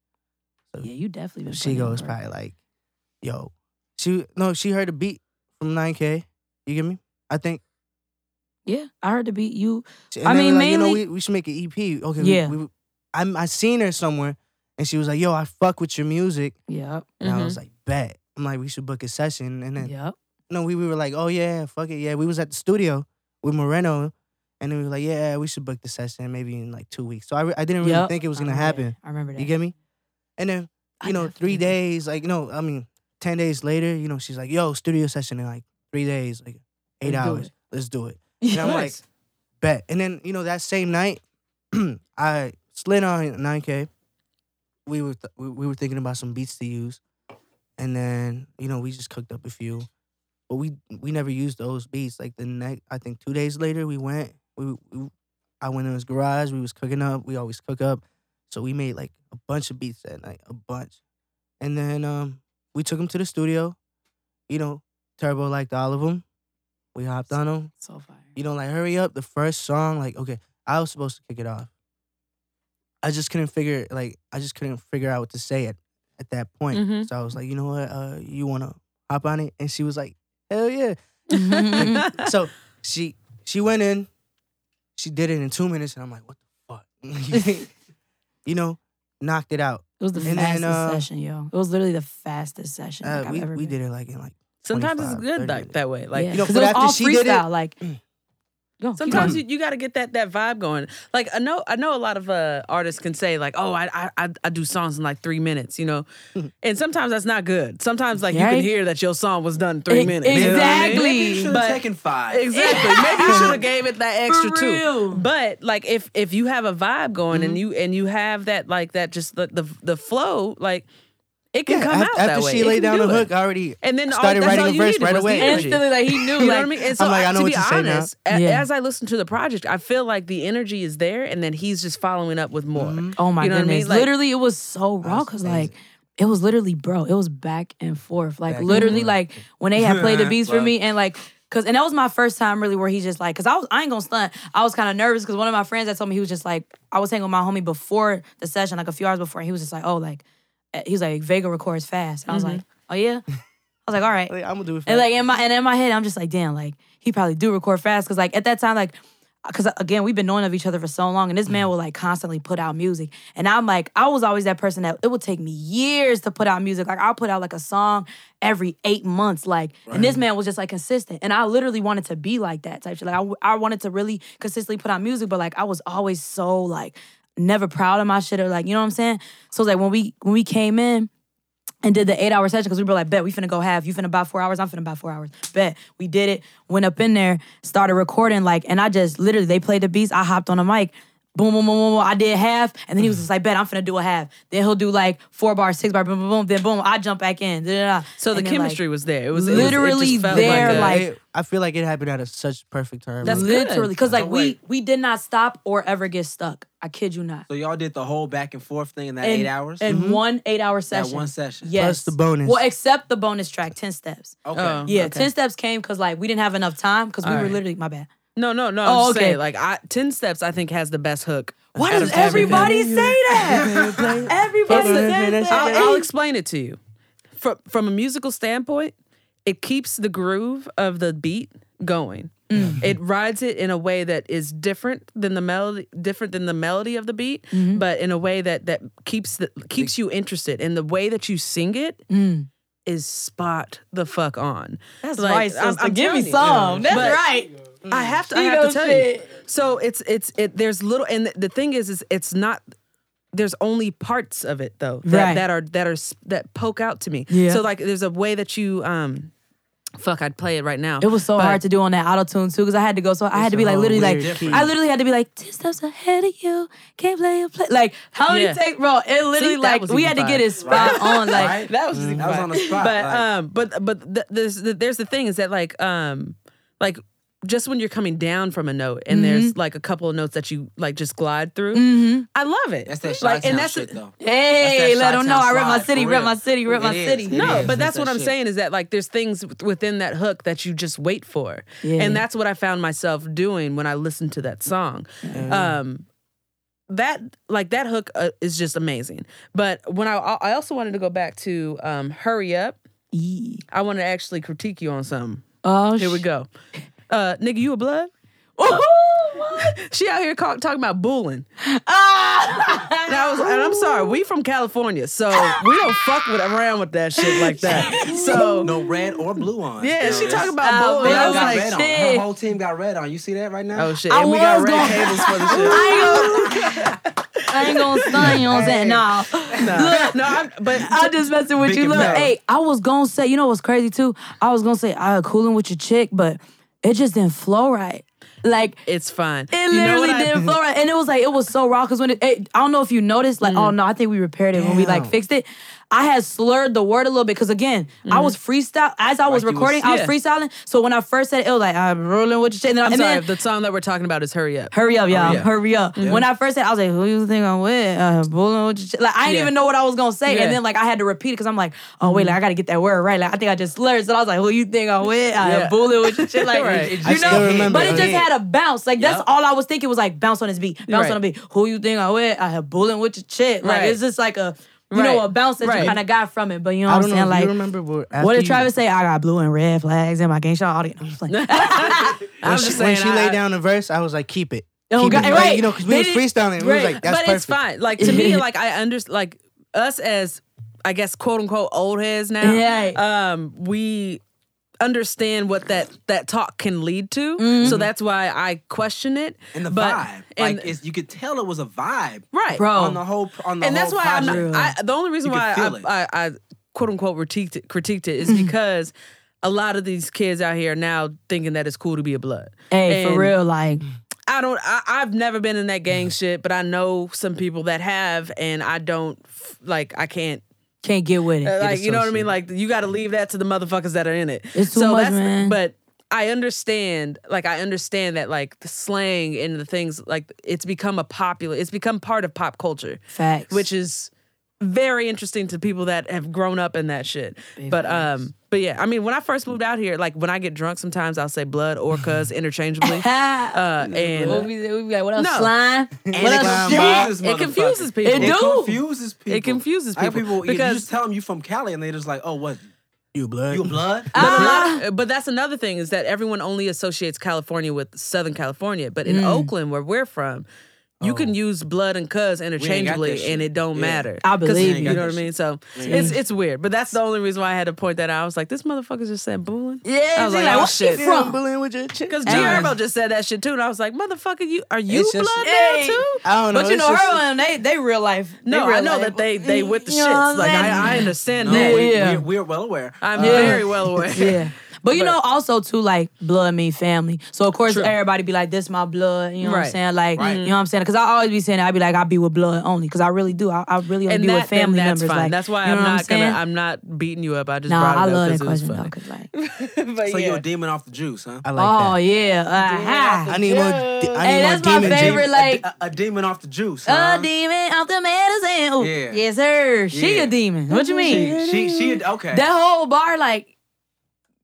[SPEAKER 6] Yeah, you definitely been.
[SPEAKER 3] She goes probably like, yo. She no, she heard a beat from 9K. You get me? I think.
[SPEAKER 6] Yeah, I heard the beat. You
[SPEAKER 3] She- and
[SPEAKER 6] I mean,
[SPEAKER 3] then we're like, you
[SPEAKER 6] mainly-
[SPEAKER 3] know, we, we should make an EP. Okay,
[SPEAKER 6] Yeah.
[SPEAKER 3] yeah. We, we, I'm, I seen her somewhere, and she was like, "Yo, I fuck with your music,"
[SPEAKER 6] Yep.
[SPEAKER 3] and I was
[SPEAKER 6] Mm-hmm.
[SPEAKER 3] like, "Bet." I'm like, "We should book a session," and then
[SPEAKER 6] Yep.
[SPEAKER 3] no, we, we were like, oh yeah, fuck it, yeah. We was at the studio with Moreno, and then we were like, yeah, we should book the session maybe in like two weeks. So I, re- I didn't really
[SPEAKER 6] Yep.
[SPEAKER 3] think it was
[SPEAKER 6] I
[SPEAKER 3] gonna
[SPEAKER 6] remember that.
[SPEAKER 3] happen.
[SPEAKER 6] I remember that.
[SPEAKER 3] You get me? And then
[SPEAKER 6] I
[SPEAKER 3] you know,
[SPEAKER 6] definitely-
[SPEAKER 3] three days, like no, I mean, ten days later, you know, she's like, yo, studio session in like three days, like 8
[SPEAKER 6] Let's do
[SPEAKER 3] hours,
[SPEAKER 6] it.
[SPEAKER 3] let's do it. And I'm like, bet. And then, you know, that same night, I slid on 9K. We were th- we, we were thinking about some beats to use. And then, you know, we just cooked up a few. But we we never used those beats. Like the next I think 2 days later we went we, we I went in his garage, we was cooking up. We always cook up. So we made like a bunch of beats that night, a bunch. And then um we took them to the studio. You know, Turbo liked all of them. We hopped on them
[SPEAKER 6] so fire.
[SPEAKER 3] you know, like hurry up. The first song, like okay, I was supposed to kick it off. I just couldn't figure, like I just couldn't figure out what to say at, at that point.
[SPEAKER 2] Mhm.
[SPEAKER 3] So I was like, you know what, uh, you wanna hop on it? And she was like, hell yeah.
[SPEAKER 6] Mm-hmm.
[SPEAKER 3] so she she went in, she did it in two minutes, and I'm like, what the fuck, you know, knocked it out.
[SPEAKER 6] It was the
[SPEAKER 3] And then,
[SPEAKER 6] fastest
[SPEAKER 3] uh,
[SPEAKER 6] session, yo. It was literally the fastest session
[SPEAKER 3] Uh,
[SPEAKER 6] like, I've
[SPEAKER 3] we
[SPEAKER 6] ever
[SPEAKER 3] we
[SPEAKER 6] been.
[SPEAKER 3] did it like in like
[SPEAKER 2] Sometimes it's
[SPEAKER 3] 25,
[SPEAKER 2] good
[SPEAKER 3] 30
[SPEAKER 2] like that way. Like
[SPEAKER 6] yeah.
[SPEAKER 3] you know,
[SPEAKER 6] 'Cause
[SPEAKER 3] but
[SPEAKER 6] it was
[SPEAKER 3] after
[SPEAKER 6] all
[SPEAKER 3] she did it- Mm.
[SPEAKER 6] freestyle, like Go, keep
[SPEAKER 2] Sometimes
[SPEAKER 6] going.
[SPEAKER 2] you, you got to get that that vibe going. Like I know I know a lot of uh, artists can say like, oh, I, I I- I do songs in like three minutes, you know,
[SPEAKER 3] Mm-hmm.
[SPEAKER 2] and sometimes that's not good. Sometimes like you
[SPEAKER 6] Right.
[SPEAKER 2] can hear that your song was done in three
[SPEAKER 6] E-
[SPEAKER 2] minutes. you know what I mean?
[SPEAKER 6] exactly.
[SPEAKER 4] Maybe you should
[SPEAKER 2] But-
[SPEAKER 4] have taken five.
[SPEAKER 2] Exactly. Maybe you should have gave it that extra
[SPEAKER 6] For
[SPEAKER 2] two.
[SPEAKER 6] real.
[SPEAKER 2] But like if if you have a vibe going
[SPEAKER 3] Mm-hmm.
[SPEAKER 2] and you and you have that like that just the the, the flow like it can
[SPEAKER 3] Yeah,
[SPEAKER 2] come
[SPEAKER 3] af-
[SPEAKER 2] out
[SPEAKER 3] after
[SPEAKER 2] that way.
[SPEAKER 3] she
[SPEAKER 2] It
[SPEAKER 3] laid
[SPEAKER 2] can
[SPEAKER 3] down
[SPEAKER 2] do
[SPEAKER 3] the
[SPEAKER 2] it.
[SPEAKER 3] hook, I already
[SPEAKER 2] And then all-
[SPEAKER 3] started
[SPEAKER 2] that's
[SPEAKER 3] writing
[SPEAKER 2] all
[SPEAKER 3] a
[SPEAKER 2] you
[SPEAKER 3] verse
[SPEAKER 2] needed
[SPEAKER 3] right
[SPEAKER 2] was the
[SPEAKER 3] away.
[SPEAKER 2] energy.
[SPEAKER 6] instantly like he knew
[SPEAKER 2] You know
[SPEAKER 6] like
[SPEAKER 2] what I mean? And so,
[SPEAKER 3] I'm like, I know
[SPEAKER 2] to
[SPEAKER 3] what
[SPEAKER 2] be
[SPEAKER 3] to say now.
[SPEAKER 2] honest, a-
[SPEAKER 6] Yeah.
[SPEAKER 2] as I listen to the project, I feel like the energy is there, and then he's just following up with more.
[SPEAKER 3] Mm-hmm.
[SPEAKER 6] Oh my
[SPEAKER 2] You know what I mean?
[SPEAKER 6] goodness.
[SPEAKER 2] Like-
[SPEAKER 6] literally, it was so raw because like it was literally, bro, it was back and forth. Like literally, like when they had played the beats for me and like cause and that was my first time really where he just like, cause I was I ain't gonna stunt. I was kind of nervous because one of my friends that told me he was just like, I was hanging with my homie before the session, like a few hours before, and he was just like, oh, like eh, he was like, Vega records fast. And I was
[SPEAKER 2] Mm-hmm.
[SPEAKER 6] like, oh yeah? I was like, all right.
[SPEAKER 3] I'm gonna do it.
[SPEAKER 6] And like in my and in my head, I'm just like, damn, like he probably do record fast because like at that time, like because again, we've been knowing of each other for so long, and this man will like constantly put out music, and I'm like, I was always that person that it would take me years to put out music. Like I'll put out like a song every eight months, like, and this man was just like consistent, and I literally wanted to be like that type shit. Like I, w- I wanted to really consistently put out music, but like I was always so like never proud of my shit or like you know what I'm saying. So it's like when we when we came in and did the eight hour session because we were like, bet we finna go half. You finna buy four hours. I'm finna buy four hours. Bet we did it. Went up in there, started recording like, and I just literally they played the beats. I hopped on the mic. Boom, boom, boom, boom, boom. I did half, and then he was just like, "Bet I'm finna do a half." Then he'll do like four bars, six bar, boom, boom, boom. Then boom, I jump back in. Da, da, da.
[SPEAKER 2] So the
[SPEAKER 6] And then, like,
[SPEAKER 2] chemistry was there. It was
[SPEAKER 6] literally
[SPEAKER 2] it was, it just felt
[SPEAKER 6] there,
[SPEAKER 2] a-
[SPEAKER 6] like-
[SPEAKER 3] It- I feel like it happened at a such perfect time.
[SPEAKER 2] That's
[SPEAKER 3] Like,
[SPEAKER 2] good.
[SPEAKER 6] literally, because like
[SPEAKER 4] So
[SPEAKER 6] we
[SPEAKER 4] wait.
[SPEAKER 6] we did not stop or ever get stuck. I kid you not.
[SPEAKER 4] So y'all did the whole back and forth thing in that
[SPEAKER 6] And-
[SPEAKER 4] eight hours?
[SPEAKER 6] and one eight hour
[SPEAKER 4] that
[SPEAKER 6] session.
[SPEAKER 4] one session.
[SPEAKER 6] Yes.
[SPEAKER 3] Plus the bonus.
[SPEAKER 6] Well, except the bonus track, ten steps.
[SPEAKER 4] Okay.
[SPEAKER 2] Oh.
[SPEAKER 6] Yeah,
[SPEAKER 2] Okay.
[SPEAKER 6] ten steps came because like we didn't have enough time because we were
[SPEAKER 2] Alright.
[SPEAKER 6] literally my bad.
[SPEAKER 2] no, no, no.
[SPEAKER 6] Oh,
[SPEAKER 2] I'm just
[SPEAKER 6] okay.
[SPEAKER 2] saying, like I, ten steps, I think has the best hook.
[SPEAKER 6] Why
[SPEAKER 2] out
[SPEAKER 6] does
[SPEAKER 2] of everything.
[SPEAKER 6] everybody say that? everybody says
[SPEAKER 2] I'll, I'll
[SPEAKER 6] that.
[SPEAKER 2] explain it to you. From from a musical standpoint, it keeps the groove of the beat going.
[SPEAKER 6] Mm-hmm.
[SPEAKER 2] It rides it in a way that is different than the melody, different than the melody of the beat,
[SPEAKER 6] Mm-hmm.
[SPEAKER 2] but in a way that that keeps the, keeps you interested. And the way that you sing it is spot the fuck on.
[SPEAKER 6] Mm. That's
[SPEAKER 2] Like,
[SPEAKER 6] right,
[SPEAKER 2] I'm-
[SPEAKER 6] sister.
[SPEAKER 2] I'm
[SPEAKER 6] Give me
[SPEAKER 2] telling you.
[SPEAKER 6] some. That's
[SPEAKER 2] But-
[SPEAKER 6] right.
[SPEAKER 2] I have to. I
[SPEAKER 6] She
[SPEAKER 2] have to
[SPEAKER 6] knows
[SPEAKER 2] tell
[SPEAKER 6] shit.
[SPEAKER 2] you. So it's it's it. There's little, and the, the thing is, is it's not. There's only parts of it though that,
[SPEAKER 6] Right.
[SPEAKER 2] that are that are s- that poke out to me.
[SPEAKER 6] Yeah.
[SPEAKER 2] So like, there's a way that you um, fuck, I'd play it right now.
[SPEAKER 6] It was so
[SPEAKER 2] But-
[SPEAKER 6] hard to do on that auto tune too, because I had to go. So I had to be like
[SPEAKER 3] whole
[SPEAKER 6] literally like
[SPEAKER 3] weird key.
[SPEAKER 6] I literally had to be like ten steps ahead of you. Can't play a play. Like how many
[SPEAKER 2] Yeah.
[SPEAKER 6] take, bro? It literally
[SPEAKER 2] that
[SPEAKER 6] like
[SPEAKER 2] was
[SPEAKER 6] we
[SPEAKER 2] even
[SPEAKER 6] had to get
[SPEAKER 2] fine.
[SPEAKER 6] it spot on. Like
[SPEAKER 4] Right? Mm-hmm.
[SPEAKER 2] That was
[SPEAKER 4] That was on the spot.
[SPEAKER 2] but
[SPEAKER 4] like,
[SPEAKER 2] um but but th- there's there's the thing is that like um like just when you're coming down from a note and
[SPEAKER 6] Mm-hmm.
[SPEAKER 2] there's like a couple of notes that you like just glide through
[SPEAKER 6] Mm.
[SPEAKER 2] i love it
[SPEAKER 4] that's
[SPEAKER 2] like
[SPEAKER 4] that like,
[SPEAKER 2] and
[SPEAKER 4] that's
[SPEAKER 2] that's
[SPEAKER 4] shit, though.
[SPEAKER 6] hey,
[SPEAKER 4] That's that
[SPEAKER 6] let them know I
[SPEAKER 4] Chi-Town
[SPEAKER 6] rep my
[SPEAKER 4] slide,
[SPEAKER 6] city,
[SPEAKER 4] for
[SPEAKER 6] rip
[SPEAKER 4] real.
[SPEAKER 6] my city, rip
[SPEAKER 4] It
[SPEAKER 6] my
[SPEAKER 4] is,
[SPEAKER 6] city.
[SPEAKER 4] it
[SPEAKER 6] No,
[SPEAKER 2] No,
[SPEAKER 4] is.
[SPEAKER 2] but
[SPEAKER 4] It's
[SPEAKER 2] that's
[SPEAKER 4] that
[SPEAKER 2] what I'm
[SPEAKER 4] shit.
[SPEAKER 2] saying is that like there's things with- within that hook that you just wait for,
[SPEAKER 6] Yeah.
[SPEAKER 2] and that's what I found myself doing when I listened to that song. Um, that like that hook uh, is just amazing. But when I I also wanted to go back to um, "Hurry Up,"
[SPEAKER 6] E.
[SPEAKER 2] I want to actually critique you on something.
[SPEAKER 6] Oh,
[SPEAKER 2] Here we go, uh, nigga. You a blood? She out here call, talking about bullying.
[SPEAKER 6] Ah!
[SPEAKER 2] And I was, and I'm sorry, we from California, so we don't fuck with around with that shit like that. So
[SPEAKER 4] No red or blue on.
[SPEAKER 2] Oh. yeah,
[SPEAKER 4] Yo,
[SPEAKER 2] she
[SPEAKER 4] it's-
[SPEAKER 2] talking about
[SPEAKER 6] Oh,
[SPEAKER 2] bowling.
[SPEAKER 4] They
[SPEAKER 6] man,
[SPEAKER 2] I
[SPEAKER 4] all
[SPEAKER 2] was
[SPEAKER 6] I
[SPEAKER 4] got
[SPEAKER 2] like,
[SPEAKER 4] red on.
[SPEAKER 6] shit.
[SPEAKER 4] Her whole team got red on. You see that right now?
[SPEAKER 2] oh shit.
[SPEAKER 6] I
[SPEAKER 2] and we got
[SPEAKER 6] was
[SPEAKER 2] red
[SPEAKER 6] gonna-
[SPEAKER 2] cables for the shit.
[SPEAKER 6] I ain't gonna, I ain't gonna stun, you know what I'm saying? Nah. Look,
[SPEAKER 2] No, I'm, but
[SPEAKER 6] I'm just messing with you. Look, hey, I was gonna say, you know what's crazy too? I was gonna say I cooling with your chick, but it just didn't flow right. Like
[SPEAKER 2] It's fine.
[SPEAKER 6] it
[SPEAKER 2] You know
[SPEAKER 6] literally
[SPEAKER 2] what I-
[SPEAKER 6] did floor and it was like it was so raw because when it, it- I don't know if you noticed like
[SPEAKER 2] Mm.
[SPEAKER 6] oh no I think we repaired it when we like
[SPEAKER 3] Damn.
[SPEAKER 6] fixed it I had slurred the word a little bit because again
[SPEAKER 2] Mm-hmm.
[SPEAKER 6] I was freestyle as I was
[SPEAKER 4] Like you was-
[SPEAKER 6] recording I was
[SPEAKER 2] Yeah.
[SPEAKER 6] freestyling so when I first said it, it was like I'm rolling with your shit and then
[SPEAKER 2] I'm
[SPEAKER 6] and
[SPEAKER 2] sorry.
[SPEAKER 6] then-
[SPEAKER 2] the song that we're talking about is "Hurry Up."
[SPEAKER 6] Hurry up, y'all.
[SPEAKER 2] Hurry up.
[SPEAKER 6] Hurry up. When I first said, I was like, who you think I'm with? Uh, bullying with your ch-" Like, I didn't
[SPEAKER 2] Yeah.
[SPEAKER 6] even know what I was going to say.
[SPEAKER 2] Yeah. Mm-hmm.
[SPEAKER 6] And then, like, I had to repeat it because I'm like, oh, wait, like, I got to get that word right. Like, I think I just slurred. So I was like, who you think I'm with? Uh,
[SPEAKER 2] Yeah.
[SPEAKER 6] Bullying with your shit. Like,
[SPEAKER 2] Right.
[SPEAKER 6] you
[SPEAKER 2] I
[SPEAKER 6] know?
[SPEAKER 3] still remember
[SPEAKER 6] but it
[SPEAKER 3] it.
[SPEAKER 6] just had a bounce. Like, that's
[SPEAKER 2] Yup.
[SPEAKER 6] all I was thinking was like, bounce on his beat. Bounce
[SPEAKER 2] Right.
[SPEAKER 6] on a beat. Who you think I'm with? Uh, I have bullying with your shit. Like,
[SPEAKER 2] Right.
[SPEAKER 6] it's just like a, you know,
[SPEAKER 2] Right.
[SPEAKER 6] a bounce that
[SPEAKER 2] Right.
[SPEAKER 6] you kind of got from it. But you know
[SPEAKER 3] I
[SPEAKER 6] what I'm
[SPEAKER 3] don't know
[SPEAKER 6] saying?
[SPEAKER 3] if
[SPEAKER 6] Like,
[SPEAKER 3] you remember what,
[SPEAKER 6] what
[SPEAKER 3] after
[SPEAKER 6] did
[SPEAKER 3] you-
[SPEAKER 6] Travis say? I got blue and red flags in my game show. I'm just playing.
[SPEAKER 3] When
[SPEAKER 2] I'm
[SPEAKER 3] she,
[SPEAKER 2] just saying,
[SPEAKER 3] when she
[SPEAKER 2] I-
[SPEAKER 3] laid down the verse, I was like, keep it.
[SPEAKER 6] Oh,
[SPEAKER 3] Keep
[SPEAKER 6] God,
[SPEAKER 3] it. Like,
[SPEAKER 6] right.
[SPEAKER 3] you know, because we
[SPEAKER 6] They
[SPEAKER 3] was
[SPEAKER 6] didn't-
[SPEAKER 3] freestyling. And We was like, that's
[SPEAKER 2] but
[SPEAKER 3] perfect.
[SPEAKER 2] it's fine. Like to me, like I understand. Like us as I guess quote unquote old heads now.
[SPEAKER 6] Right.
[SPEAKER 2] Um, we understand what that that talk can lead to.
[SPEAKER 3] Mm-hmm.
[SPEAKER 2] So that's why I question it.
[SPEAKER 4] And the
[SPEAKER 2] but,
[SPEAKER 4] vibe,
[SPEAKER 2] and-
[SPEAKER 4] like it's, you could tell it was a vibe
[SPEAKER 2] right,
[SPEAKER 6] Bro.
[SPEAKER 4] on the whole on the
[SPEAKER 2] and that's
[SPEAKER 4] whole
[SPEAKER 2] why I'm
[SPEAKER 4] project.
[SPEAKER 2] not, I, the only reason
[SPEAKER 4] You
[SPEAKER 2] why
[SPEAKER 4] can feel it.
[SPEAKER 2] I, I, I quote unquote critiqued it, critiqued it is because a lot of these kids out here are now thinking that it's cool to be a blood.
[SPEAKER 6] Hey, for
[SPEAKER 2] And
[SPEAKER 6] real, like,
[SPEAKER 2] I don't. I, I've never been in that gang shit, but I know some people that have, and I don't f- like. I can't.
[SPEAKER 6] can't get with it.
[SPEAKER 2] uh, like you know what I mean? Like you got to leave that to the motherfuckers that are in it.
[SPEAKER 6] It's too much, man.
[SPEAKER 2] But I understand. Like I understand that. Like the slang and the things. Like it's become a popular. It's become part of pop culture
[SPEAKER 6] Facts.
[SPEAKER 2] which is very interesting to people that have grown up in that shit. but um, but yeah, I mean, when I first moved out here, like when I get drunk, sometimes I'll say blood or cuz interchangeably.
[SPEAKER 6] Ha!
[SPEAKER 2] Uh,
[SPEAKER 6] What
[SPEAKER 2] and
[SPEAKER 6] we, what we got? What else?
[SPEAKER 2] No.
[SPEAKER 6] Slime? What else?
[SPEAKER 3] slime
[SPEAKER 6] Shit?
[SPEAKER 4] This
[SPEAKER 2] it confuses
[SPEAKER 4] motherfucker.
[SPEAKER 2] people.
[SPEAKER 6] It
[SPEAKER 4] It
[SPEAKER 6] do.
[SPEAKER 4] confuses people.
[SPEAKER 2] It confuses
[SPEAKER 4] I have
[SPEAKER 2] people,
[SPEAKER 4] people because
[SPEAKER 2] because-
[SPEAKER 4] you just tell them you from Cali and they're just like, oh, what?
[SPEAKER 3] You blood.
[SPEAKER 4] You a blood?
[SPEAKER 2] But, a lot of- but that's another thing is that everyone only associates California with Southern California, but in Oakland, where we're from, you can use blood and cuz interchangeably,
[SPEAKER 4] shit.
[SPEAKER 2] and it don't
[SPEAKER 4] Yeah.
[SPEAKER 2] matter.
[SPEAKER 6] I
[SPEAKER 2] 'Cause
[SPEAKER 6] believe
[SPEAKER 2] you.
[SPEAKER 6] you.
[SPEAKER 2] know what I mean? So it's it's weird, but that's the only reason why I had to point that out. I was like, this motherfucker just said booing.
[SPEAKER 6] Yeah,
[SPEAKER 2] I was
[SPEAKER 6] she
[SPEAKER 2] like,
[SPEAKER 6] like,
[SPEAKER 2] oh,
[SPEAKER 6] what she
[SPEAKER 2] shit.
[SPEAKER 3] I'm
[SPEAKER 6] from?
[SPEAKER 3] bullying with your chick.
[SPEAKER 2] Because G. Herbo just said that shit too, and I was like, "Motherfucker, you are you
[SPEAKER 3] It's just-
[SPEAKER 2] blood
[SPEAKER 6] Hey.
[SPEAKER 2] now too?"
[SPEAKER 3] I don't know.
[SPEAKER 6] But you
[SPEAKER 3] it's
[SPEAKER 6] know,
[SPEAKER 3] just-
[SPEAKER 6] her and they, they real life. They
[SPEAKER 2] No, I
[SPEAKER 6] real
[SPEAKER 2] know
[SPEAKER 6] life.
[SPEAKER 2] that they they with the
[SPEAKER 6] You know what I'm
[SPEAKER 2] shits. Like
[SPEAKER 6] saying?
[SPEAKER 2] I, I understand
[SPEAKER 4] No,
[SPEAKER 2] that.
[SPEAKER 4] we,
[SPEAKER 6] yeah.
[SPEAKER 4] We're, we're well aware.
[SPEAKER 2] I'm
[SPEAKER 4] Uh,
[SPEAKER 2] very well aware.
[SPEAKER 6] Yeah. But you know, also too, like blood mean family. So of course,
[SPEAKER 2] True.
[SPEAKER 6] everybody be like, "This my blood." You know what
[SPEAKER 2] Right.
[SPEAKER 6] I'm saying? Like,
[SPEAKER 4] Right.
[SPEAKER 6] you know what I'm saying? Because I always be saying, that. I be like, "I be with blood only," because I really do. I, I really only
[SPEAKER 2] And
[SPEAKER 6] be
[SPEAKER 2] that,
[SPEAKER 6] with family
[SPEAKER 2] then that's
[SPEAKER 6] members.
[SPEAKER 2] fine.
[SPEAKER 6] Like,
[SPEAKER 2] that's why
[SPEAKER 6] you know
[SPEAKER 2] I'm
[SPEAKER 6] what
[SPEAKER 2] not gonna.
[SPEAKER 6] saying?
[SPEAKER 2] I'm not beating you up. I just
[SPEAKER 6] Nah, I
[SPEAKER 2] brought it
[SPEAKER 6] love
[SPEAKER 2] up
[SPEAKER 6] that
[SPEAKER 2] because
[SPEAKER 6] question
[SPEAKER 2] it
[SPEAKER 6] though,
[SPEAKER 2] was funny.
[SPEAKER 6] 'cause, like,
[SPEAKER 2] but
[SPEAKER 4] so
[SPEAKER 2] yeah.
[SPEAKER 4] you're a demon off the juice, huh?
[SPEAKER 3] I like
[SPEAKER 6] oh
[SPEAKER 3] that.
[SPEAKER 6] yeah, aha.
[SPEAKER 3] I need more. de- I need
[SPEAKER 6] Hey,
[SPEAKER 3] more
[SPEAKER 6] that's my
[SPEAKER 3] demon
[SPEAKER 6] favorite,
[SPEAKER 3] juice.
[SPEAKER 4] A-
[SPEAKER 6] like-
[SPEAKER 4] a, a demon off the juice.
[SPEAKER 6] A
[SPEAKER 4] Huh?
[SPEAKER 6] demon off the medicine. Ooh,
[SPEAKER 4] Yeah.
[SPEAKER 6] oh, Yes, sir. She
[SPEAKER 4] Yeah.
[SPEAKER 6] a demon. What you mean?
[SPEAKER 4] She, she, she, okay.
[SPEAKER 6] That whole bar, like,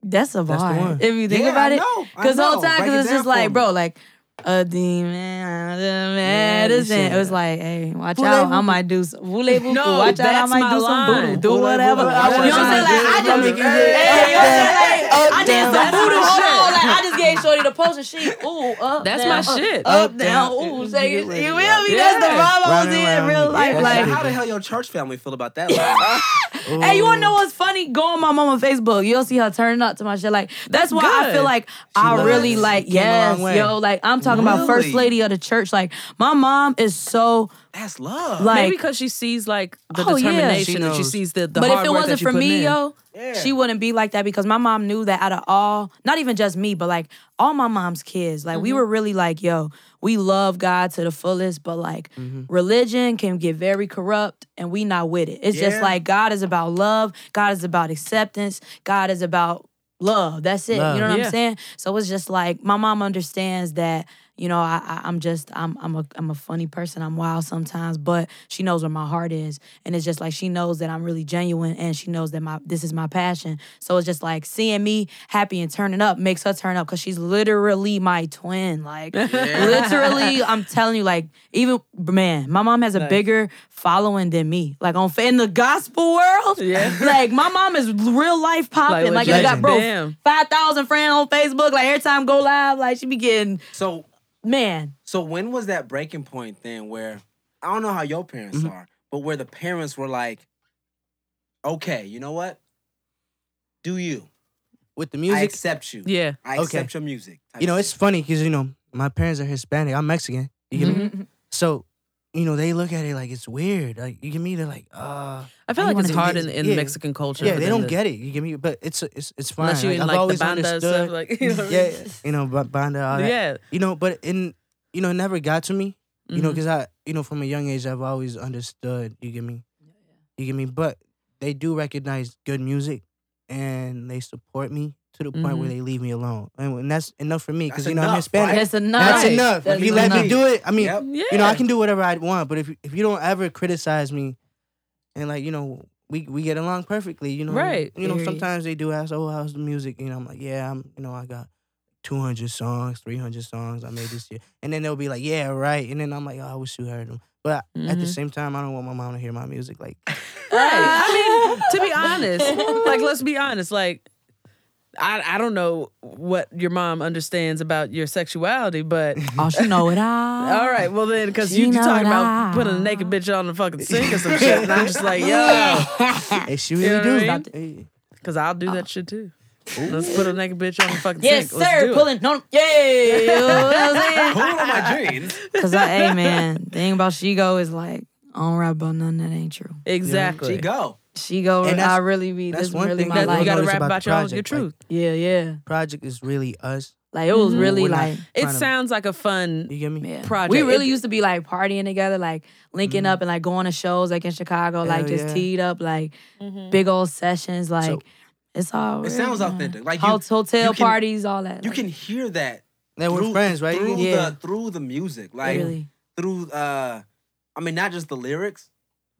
[SPEAKER 6] that's a bar.
[SPEAKER 3] one.
[SPEAKER 6] If you think
[SPEAKER 4] Yeah,
[SPEAKER 6] about
[SPEAKER 4] I
[SPEAKER 6] it,
[SPEAKER 4] know, I
[SPEAKER 6] because the whole
[SPEAKER 4] know.
[SPEAKER 6] time,
[SPEAKER 4] Break
[SPEAKER 6] because
[SPEAKER 4] it
[SPEAKER 6] it's just
[SPEAKER 4] down for
[SPEAKER 6] like,
[SPEAKER 4] me.
[SPEAKER 6] bro, like a demon off the
[SPEAKER 3] you
[SPEAKER 6] medicine.
[SPEAKER 3] said
[SPEAKER 6] it was like, hey, watch
[SPEAKER 3] Voulez-vous?
[SPEAKER 6] out, I might do some. Voulez vous?
[SPEAKER 2] No,
[SPEAKER 6] watch out, I
[SPEAKER 2] that's
[SPEAKER 6] might
[SPEAKER 2] my
[SPEAKER 6] do some
[SPEAKER 2] line.
[SPEAKER 6] voodoo. Do
[SPEAKER 3] Voulez-vous?
[SPEAKER 6] whatever. You know
[SPEAKER 3] I
[SPEAKER 6] what I'm
[SPEAKER 3] want
[SPEAKER 6] saying?
[SPEAKER 3] to
[SPEAKER 6] Like,
[SPEAKER 3] do
[SPEAKER 6] I
[SPEAKER 3] voodoo.
[SPEAKER 6] just.
[SPEAKER 3] Make you hear it.
[SPEAKER 6] Hey, you know what I'm saying? Like,
[SPEAKER 3] Up,
[SPEAKER 6] I did
[SPEAKER 3] down.
[SPEAKER 6] some voodoo.
[SPEAKER 2] my
[SPEAKER 6] Hold
[SPEAKER 2] shit.
[SPEAKER 6] on, like I just gave Shorty the post and she, ooh, up,
[SPEAKER 2] That's
[SPEAKER 6] down,
[SPEAKER 2] my
[SPEAKER 6] up,
[SPEAKER 2] shit.
[SPEAKER 6] Up, down,
[SPEAKER 3] Up, down.
[SPEAKER 6] ooh,
[SPEAKER 3] You
[SPEAKER 6] say
[SPEAKER 3] get
[SPEAKER 6] it.
[SPEAKER 3] what it
[SPEAKER 6] You feel
[SPEAKER 3] is.
[SPEAKER 6] me? That's the
[SPEAKER 2] Yeah.
[SPEAKER 6] vibe I
[SPEAKER 3] Round
[SPEAKER 6] was
[SPEAKER 3] and
[SPEAKER 6] in in
[SPEAKER 3] round.
[SPEAKER 6] real life.
[SPEAKER 3] Yeah.
[SPEAKER 6] Like,
[SPEAKER 4] how the hell your church family feel about that? Like,
[SPEAKER 6] Hey, you wanna know what's funny? Go on my mama Facebook. You'll see her turning up to my shit. Like that's why I
[SPEAKER 2] good.
[SPEAKER 6] feel like I
[SPEAKER 3] loves
[SPEAKER 6] really
[SPEAKER 3] it.
[SPEAKER 6] like
[SPEAKER 3] Came a long
[SPEAKER 6] yes,
[SPEAKER 3] way.
[SPEAKER 6] yo. Like I'm talking about first
[SPEAKER 4] Really?
[SPEAKER 6] lady of the church. Like my mom is so
[SPEAKER 4] that's love.
[SPEAKER 6] like.
[SPEAKER 2] Maybe because she sees like the
[SPEAKER 6] Oh, yeah.
[SPEAKER 2] determination
[SPEAKER 3] She
[SPEAKER 2] and she
[SPEAKER 3] knows.
[SPEAKER 2] sees the the
[SPEAKER 6] but if
[SPEAKER 2] hard
[SPEAKER 6] it
[SPEAKER 2] work
[SPEAKER 6] wasn't
[SPEAKER 2] that you
[SPEAKER 6] for
[SPEAKER 2] put
[SPEAKER 6] me,
[SPEAKER 2] in.
[SPEAKER 6] yo,
[SPEAKER 4] Yeah.
[SPEAKER 6] she wouldn't be like that because my mom knew that out of all, not even just me, but like all my mom's kids, like we
[SPEAKER 2] Mm-hmm.
[SPEAKER 6] were really like, yo, we love God to the fullest, but like
[SPEAKER 4] Mm-hmm.
[SPEAKER 6] religion can get very corrupt and we not with it. It's just
[SPEAKER 4] Yeah.
[SPEAKER 6] like God is about love, God is about acceptance, God is about love. That's it.
[SPEAKER 3] Love.
[SPEAKER 6] You know what
[SPEAKER 2] Yeah.
[SPEAKER 6] I'm saying? So it's just like my mom understands that. You know, I, I I'm just I'm I'm a I'm a funny person. I'm wild sometimes, but she knows where my heart is, and it's just like she knows that I'm really genuine, and she knows that my this is my passion. So it's just like seeing me happy and turning up makes her turn up because she's literally my twin. Like literally, I'm telling you, like even man, my mom has a bigger following than me. Like on in the gospel world,
[SPEAKER 2] Yeah.
[SPEAKER 6] Like my mom is real life popping.
[SPEAKER 2] Like,
[SPEAKER 6] Like, I
[SPEAKER 2] legend.
[SPEAKER 6] got bro
[SPEAKER 2] Damn.
[SPEAKER 6] five thousand friends on Facebook. Like every time go live, like she be getting
[SPEAKER 4] so,
[SPEAKER 6] man.
[SPEAKER 4] so when was that breaking point then? Where I don't know how your parents
[SPEAKER 3] Mm-hmm.
[SPEAKER 4] are, but where the parents were like, okay, you know what? Do you?
[SPEAKER 3] With the
[SPEAKER 4] I
[SPEAKER 3] music,
[SPEAKER 4] accept you.
[SPEAKER 2] yeah,
[SPEAKER 4] I
[SPEAKER 3] Okay.
[SPEAKER 4] accept your music. type
[SPEAKER 3] you know,
[SPEAKER 4] shit.
[SPEAKER 2] Mm-hmm.
[SPEAKER 3] it's funny because you know my parents are Hispanic. I'm Mexican. You get me? So you know, they look at it like it's weird. Like you get me? They're like, uh,
[SPEAKER 2] I feel
[SPEAKER 3] How you
[SPEAKER 2] like it's
[SPEAKER 3] wanna do
[SPEAKER 2] hard
[SPEAKER 3] this?
[SPEAKER 2] in, in
[SPEAKER 3] Yeah.
[SPEAKER 2] Mexican culture.
[SPEAKER 3] yeah,
[SPEAKER 2] for
[SPEAKER 3] they
[SPEAKER 2] them
[SPEAKER 3] don't
[SPEAKER 2] to-
[SPEAKER 3] get it. You get me? But it's it's it's fine.
[SPEAKER 2] unless you
[SPEAKER 3] Like,
[SPEAKER 2] in
[SPEAKER 3] I've
[SPEAKER 2] like the
[SPEAKER 3] always
[SPEAKER 2] banda and
[SPEAKER 3] understood.
[SPEAKER 2] stuff. Like you know what I
[SPEAKER 3] yeah,
[SPEAKER 2] mean?
[SPEAKER 3] you know, ba- banda, all that.
[SPEAKER 2] yeah.
[SPEAKER 3] You know, but in you know, it never got to me. You know,
[SPEAKER 2] Mhm.
[SPEAKER 3] because I, you know, from a young age, I've always understood. You get me? You get me? But they do recognize good music, and they support me to the point where
[SPEAKER 2] Mhm.
[SPEAKER 3] they leave me alone, and, and that's enough for me because
[SPEAKER 4] That's
[SPEAKER 3] you know I'm
[SPEAKER 4] enough,
[SPEAKER 3] Hispanic.
[SPEAKER 4] right?
[SPEAKER 6] That's enough.
[SPEAKER 3] That's
[SPEAKER 2] Right.
[SPEAKER 3] enough.
[SPEAKER 6] That's
[SPEAKER 3] if you let
[SPEAKER 6] enough.
[SPEAKER 3] me do it, I mean,
[SPEAKER 4] Yep.
[SPEAKER 2] yeah.
[SPEAKER 3] you know, I can do whatever I want. But if if you don't ever criticize me, and like you know, we we get along perfectly. You know,
[SPEAKER 2] Right.
[SPEAKER 3] You know,
[SPEAKER 6] Period.
[SPEAKER 3] sometimes they do ask, "Oh, how's the music?" You know, I'm like, "Yeah, I'm. You know, I got 200 songs, 300 songs I made this year." And then they'll be like, "Yeah, right." And then I'm like, "Oh, I wish you heard them." But at
[SPEAKER 2] Mm-hmm.
[SPEAKER 3] the
[SPEAKER 6] Mhm.
[SPEAKER 3] same time, I don't want my mom to hear my music. Like,
[SPEAKER 2] Right. I mean, to be honest, like let's be honest, like I I don't know what your mom understands about your sexuality, but
[SPEAKER 6] Oh, she know it all.
[SPEAKER 2] all right, well then, because you, you
[SPEAKER 6] She know
[SPEAKER 2] talking
[SPEAKER 6] it
[SPEAKER 2] about
[SPEAKER 6] all.
[SPEAKER 2] putting a naked bitch on the fucking sink or some shit, and I'm just like, yo,
[SPEAKER 3] hey, she
[SPEAKER 2] know
[SPEAKER 3] really
[SPEAKER 2] what I mean?
[SPEAKER 3] do.
[SPEAKER 6] Stop
[SPEAKER 3] Hey,
[SPEAKER 2] because I'll do that shit too. Let's put a naked bitch on the fucking
[SPEAKER 6] Yes,
[SPEAKER 2] sink. Let's do
[SPEAKER 6] sir.
[SPEAKER 2] it.
[SPEAKER 6] Pulling. No. Yeah.
[SPEAKER 4] Pulling on my jeans.
[SPEAKER 6] Because, hey, man, thing about she go is like, I don't rap about nothing that ain't true.
[SPEAKER 2] Exactly.
[SPEAKER 4] She go.
[SPEAKER 6] She go,
[SPEAKER 3] And that's-
[SPEAKER 6] I really be,
[SPEAKER 3] that's
[SPEAKER 6] this
[SPEAKER 3] one
[SPEAKER 6] really
[SPEAKER 3] thing
[SPEAKER 6] my
[SPEAKER 3] that-
[SPEAKER 2] That-
[SPEAKER 6] life.
[SPEAKER 2] you gotta
[SPEAKER 3] Notice
[SPEAKER 2] rap
[SPEAKER 3] about
[SPEAKER 2] about
[SPEAKER 3] the
[SPEAKER 2] your, own- your
[SPEAKER 3] project,
[SPEAKER 2] truth.
[SPEAKER 6] yeah, yeah.
[SPEAKER 3] Project is really us.
[SPEAKER 6] Like, it was
[SPEAKER 2] Mhm.
[SPEAKER 6] really
[SPEAKER 3] We're not
[SPEAKER 6] like,
[SPEAKER 2] it
[SPEAKER 3] trying to-
[SPEAKER 2] sounds like a fun
[SPEAKER 3] You get me?
[SPEAKER 6] yeah.
[SPEAKER 2] project.
[SPEAKER 6] We really
[SPEAKER 2] It-
[SPEAKER 6] used to be like partying together, like linking
[SPEAKER 4] Mm-hmm.
[SPEAKER 6] up and like going to shows, like in Chicago, like
[SPEAKER 3] Hell
[SPEAKER 6] just
[SPEAKER 3] yeah.
[SPEAKER 6] teed up, like big old sessions, like it's all.
[SPEAKER 4] It
[SPEAKER 6] real,
[SPEAKER 4] sounds
[SPEAKER 6] man.
[SPEAKER 4] authentic. Like, you-
[SPEAKER 6] Hot- hotel
[SPEAKER 4] you can-
[SPEAKER 6] parties, all that.
[SPEAKER 4] You
[SPEAKER 6] like,
[SPEAKER 4] can hear that
[SPEAKER 3] Then we're friends, right?
[SPEAKER 4] Through
[SPEAKER 6] Yeah.
[SPEAKER 4] the through the music, like
[SPEAKER 6] really.
[SPEAKER 4] through uh, I mean not just the lyrics,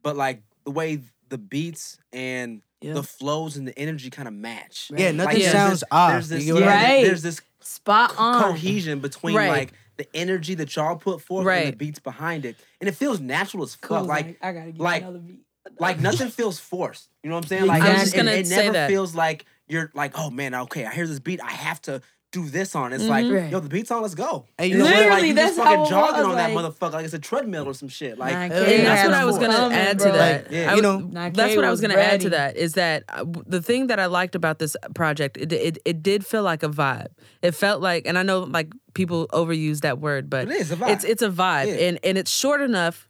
[SPEAKER 4] but like the way the beats and
[SPEAKER 6] Yeah.
[SPEAKER 4] the flows and the energy kind of match.
[SPEAKER 3] Yeah,
[SPEAKER 6] Right.
[SPEAKER 3] nothing
[SPEAKER 2] Yeah.
[SPEAKER 3] sounds
[SPEAKER 4] there's
[SPEAKER 3] off.
[SPEAKER 4] There's this,
[SPEAKER 3] you get what I
[SPEAKER 6] yeah.
[SPEAKER 3] mean?
[SPEAKER 6] Right.
[SPEAKER 4] there's this
[SPEAKER 6] Spot
[SPEAKER 4] co-
[SPEAKER 6] on.
[SPEAKER 4] cohesion between
[SPEAKER 2] Right.
[SPEAKER 4] like the energy that y'all put forth and
[SPEAKER 2] Right.
[SPEAKER 4] the beats behind it, and it feels natural as fuck.
[SPEAKER 6] Cool,
[SPEAKER 4] Like
[SPEAKER 6] I gotta get
[SPEAKER 4] like-
[SPEAKER 6] another beat.
[SPEAKER 4] like nothing feels forced. You know what I'm saying? Like
[SPEAKER 6] I was
[SPEAKER 4] it-
[SPEAKER 6] just
[SPEAKER 4] it-
[SPEAKER 2] gonna
[SPEAKER 4] it,
[SPEAKER 2] say
[SPEAKER 4] never
[SPEAKER 2] that.
[SPEAKER 4] feels like you're like, oh man, okay, I hear this beat, I have to do this on. It's
[SPEAKER 2] Mhm.
[SPEAKER 4] like,
[SPEAKER 6] Right.
[SPEAKER 4] yo, the beat's on, let's go.
[SPEAKER 3] Hey, you
[SPEAKER 4] It's
[SPEAKER 3] know what?
[SPEAKER 4] like,
[SPEAKER 6] Literally,
[SPEAKER 4] you
[SPEAKER 6] that's
[SPEAKER 4] just
[SPEAKER 6] how
[SPEAKER 4] fucking
[SPEAKER 6] it
[SPEAKER 4] jogging
[SPEAKER 6] was,
[SPEAKER 4] on that
[SPEAKER 6] like-
[SPEAKER 4] motherfucker like it's a treadmill or some shit. Like
[SPEAKER 6] Nah,
[SPEAKER 4] it
[SPEAKER 3] hell
[SPEAKER 6] K
[SPEAKER 2] And
[SPEAKER 3] yeah.
[SPEAKER 2] that's what
[SPEAKER 6] was
[SPEAKER 2] I was gonna
[SPEAKER 6] coming,
[SPEAKER 2] add to
[SPEAKER 6] bro.
[SPEAKER 2] that.
[SPEAKER 4] Like, yeah.
[SPEAKER 2] I
[SPEAKER 3] You
[SPEAKER 2] was-
[SPEAKER 3] know-
[SPEAKER 6] Nah,
[SPEAKER 2] that's
[SPEAKER 6] K
[SPEAKER 2] what I was gonna add
[SPEAKER 6] ready.
[SPEAKER 2] to that is that uh, w- the thing that I liked about this project, it, it it did feel like a vibe. It felt like, and I know like people overuse that word, but
[SPEAKER 4] It is a vibe.
[SPEAKER 2] It's it's a vibe,
[SPEAKER 4] Yeah.
[SPEAKER 2] and and it's short enough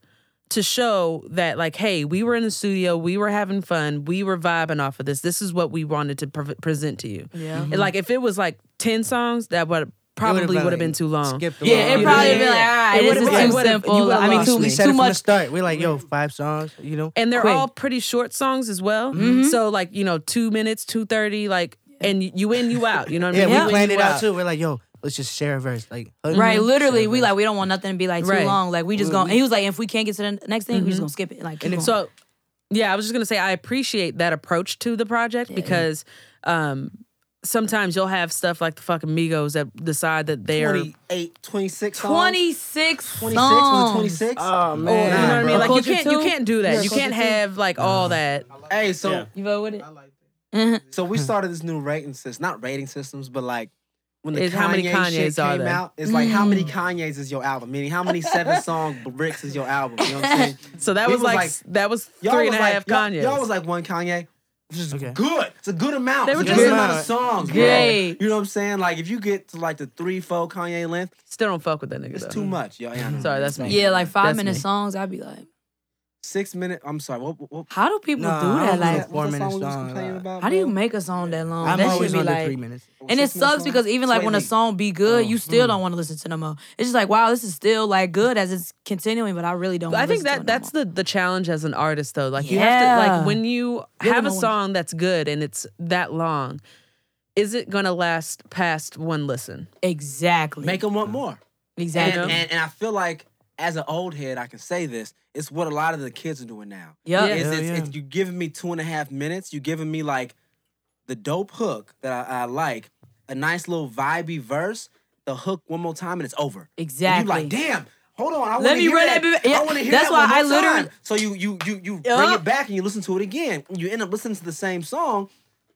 [SPEAKER 2] to show that like, hey, we were in the studio, we were having fun, we were vibing off of this. This is what we wanted to pre- present to you.
[SPEAKER 6] Yeah.
[SPEAKER 2] And, like if it was like ten songs, that would probably
[SPEAKER 3] been
[SPEAKER 2] would have been
[SPEAKER 3] like,
[SPEAKER 2] too long.
[SPEAKER 3] skip the
[SPEAKER 6] Yeah,
[SPEAKER 3] line.
[SPEAKER 6] it
[SPEAKER 2] Yeah,
[SPEAKER 6] probably
[SPEAKER 2] yeah,
[SPEAKER 6] be like, all
[SPEAKER 2] yeah.
[SPEAKER 6] right,
[SPEAKER 2] It
[SPEAKER 6] this
[SPEAKER 2] would've
[SPEAKER 6] is
[SPEAKER 2] been-
[SPEAKER 6] too
[SPEAKER 2] would've- you
[SPEAKER 6] simple.
[SPEAKER 2] would've
[SPEAKER 6] I mean,
[SPEAKER 2] lost
[SPEAKER 6] too,
[SPEAKER 3] we said
[SPEAKER 6] too
[SPEAKER 3] it from the
[SPEAKER 6] much. Mm-hmm.
[SPEAKER 3] start. We're like, yo, five songs, you know.
[SPEAKER 2] and they're
[SPEAKER 6] Quick.
[SPEAKER 2] all pretty short songs as well. So like you know, two minutes, two thirty, like, and you in, you out. You know what I
[SPEAKER 3] Yeah,
[SPEAKER 2] mean? You
[SPEAKER 3] we
[SPEAKER 2] in,
[SPEAKER 3] planned
[SPEAKER 2] you
[SPEAKER 3] it out too. We're like, yo, let's just share a verse. Like, hook,
[SPEAKER 6] Right,
[SPEAKER 3] share a
[SPEAKER 6] literally, we
[SPEAKER 3] verse.
[SPEAKER 6] like we don't want nothing to be like too
[SPEAKER 2] Right.
[SPEAKER 6] long. Like we just going. And he was like, if we can't get to the next thing, we
[SPEAKER 4] Mm-hmm.
[SPEAKER 6] just gonna skip it. Like, keep going.
[SPEAKER 2] So yeah, I was just gonna say I appreciate that approach to the project because um sometimes you'll have stuff like the fucking Migos that decide that they're
[SPEAKER 4] 28, 26 songs.
[SPEAKER 6] 26
[SPEAKER 4] 26 was it
[SPEAKER 6] songs.
[SPEAKER 4] 26?
[SPEAKER 3] Oh
[SPEAKER 2] you
[SPEAKER 3] man,
[SPEAKER 2] know what I mean?
[SPEAKER 6] bro.
[SPEAKER 2] Like you
[SPEAKER 6] Culture
[SPEAKER 2] can't you
[SPEAKER 6] too?
[SPEAKER 2] can't do that.
[SPEAKER 6] Yeah,
[SPEAKER 2] you
[SPEAKER 6] culture
[SPEAKER 2] can't
[SPEAKER 6] too.
[SPEAKER 2] have like all that.
[SPEAKER 4] hey, so
[SPEAKER 5] Yeah.
[SPEAKER 6] You vote with it?
[SPEAKER 4] so
[SPEAKER 2] Hmm.
[SPEAKER 4] we started this new rating system, not rating systems, but like when the
[SPEAKER 2] Is
[SPEAKER 4] Kanye
[SPEAKER 2] how many
[SPEAKER 4] shit
[SPEAKER 2] Kanyes are
[SPEAKER 4] came
[SPEAKER 2] there?
[SPEAKER 4] out, it's like how
[SPEAKER 6] Mm.
[SPEAKER 4] many Kanyes is your album? Meaning how many seven song bricks is your album? You know what I'm saying?
[SPEAKER 2] So that
[SPEAKER 4] We
[SPEAKER 2] was,
[SPEAKER 4] was
[SPEAKER 2] like,
[SPEAKER 4] like-
[SPEAKER 2] s- that was
[SPEAKER 4] Y'all
[SPEAKER 2] three
[SPEAKER 4] was
[SPEAKER 2] and a
[SPEAKER 4] like,
[SPEAKER 2] half
[SPEAKER 4] y'all-
[SPEAKER 2] Kanye.
[SPEAKER 4] Y'all was like one Kanye, which is
[SPEAKER 3] Okay.
[SPEAKER 4] good. It's a good amount.
[SPEAKER 2] They were
[SPEAKER 4] it's a
[SPEAKER 2] just
[SPEAKER 4] good
[SPEAKER 2] like-
[SPEAKER 4] amount of songs, bro.
[SPEAKER 6] Great.
[SPEAKER 4] You know what I'm saying? Like if you get to like the three, four Kanye length,
[SPEAKER 2] Still don't fuck with that nigga.
[SPEAKER 4] it's
[SPEAKER 2] though.
[SPEAKER 4] too much. Y'all, y'all know.
[SPEAKER 2] Mm-hmm. Sorry, that's me.
[SPEAKER 6] Yeah, like five
[SPEAKER 2] That's
[SPEAKER 6] minute
[SPEAKER 2] me.
[SPEAKER 6] songs. I'd be like,
[SPEAKER 4] Six minute. I'm sorry. What? what, what
[SPEAKER 6] how do people
[SPEAKER 3] Nah, I
[SPEAKER 6] do that?
[SPEAKER 3] don't do
[SPEAKER 6] Like,
[SPEAKER 3] that. Four
[SPEAKER 4] minutes
[SPEAKER 3] minute
[SPEAKER 4] song we was
[SPEAKER 3] song,
[SPEAKER 4] complaining
[SPEAKER 3] uh,
[SPEAKER 4] about,
[SPEAKER 6] how do you
[SPEAKER 4] bro?
[SPEAKER 6] make a song that long?
[SPEAKER 3] I'm
[SPEAKER 6] that
[SPEAKER 3] always
[SPEAKER 6] should be
[SPEAKER 3] under
[SPEAKER 6] like,
[SPEAKER 3] three minutes.
[SPEAKER 6] and it
[SPEAKER 4] Six minute
[SPEAKER 6] sucks
[SPEAKER 4] song?
[SPEAKER 6] because even
[SPEAKER 4] It's
[SPEAKER 6] like
[SPEAKER 4] way
[SPEAKER 6] when a
[SPEAKER 4] late.
[SPEAKER 6] song be good, you still don't want to listen to no more. It's just like, wow, this is still like good as it's continuing, but I really don't.
[SPEAKER 2] I
[SPEAKER 6] wanna
[SPEAKER 2] think
[SPEAKER 6] listen to
[SPEAKER 2] that
[SPEAKER 6] it no
[SPEAKER 2] that's
[SPEAKER 6] more.
[SPEAKER 2] the the challenge as an artist though. Like you have to
[SPEAKER 6] Yeah.
[SPEAKER 2] like when you
[SPEAKER 6] You're
[SPEAKER 2] have a
[SPEAKER 6] gonna win.
[SPEAKER 2] song that's good and it's that long, is it gonna last past one listen?
[SPEAKER 6] exactly
[SPEAKER 4] Make them want more.
[SPEAKER 6] exactly.
[SPEAKER 4] And, and and I feel like as an old head, I can say this. It's what a lot of the kids are doing now.
[SPEAKER 6] Yup.
[SPEAKER 2] Yeah.
[SPEAKER 4] Is
[SPEAKER 3] Hell
[SPEAKER 4] it's,
[SPEAKER 3] yeah.
[SPEAKER 4] it's you giving me two and a half minutes. You giving me like the dope hook that I, I like, a nice little vibey verse, the hook one more time, and it's over.
[SPEAKER 6] Exactly.
[SPEAKER 4] And you like, damn. Hold on, I want
[SPEAKER 6] Let
[SPEAKER 4] to
[SPEAKER 6] me
[SPEAKER 4] hear
[SPEAKER 6] run
[SPEAKER 4] that.
[SPEAKER 6] that bit- yeah,
[SPEAKER 4] I want to hear
[SPEAKER 6] that's
[SPEAKER 4] that
[SPEAKER 6] why
[SPEAKER 4] one more
[SPEAKER 6] I literally-
[SPEAKER 4] time. So you you you you bring
[SPEAKER 6] Yup.
[SPEAKER 4] it back and you listen to it again. You end up listening to the same song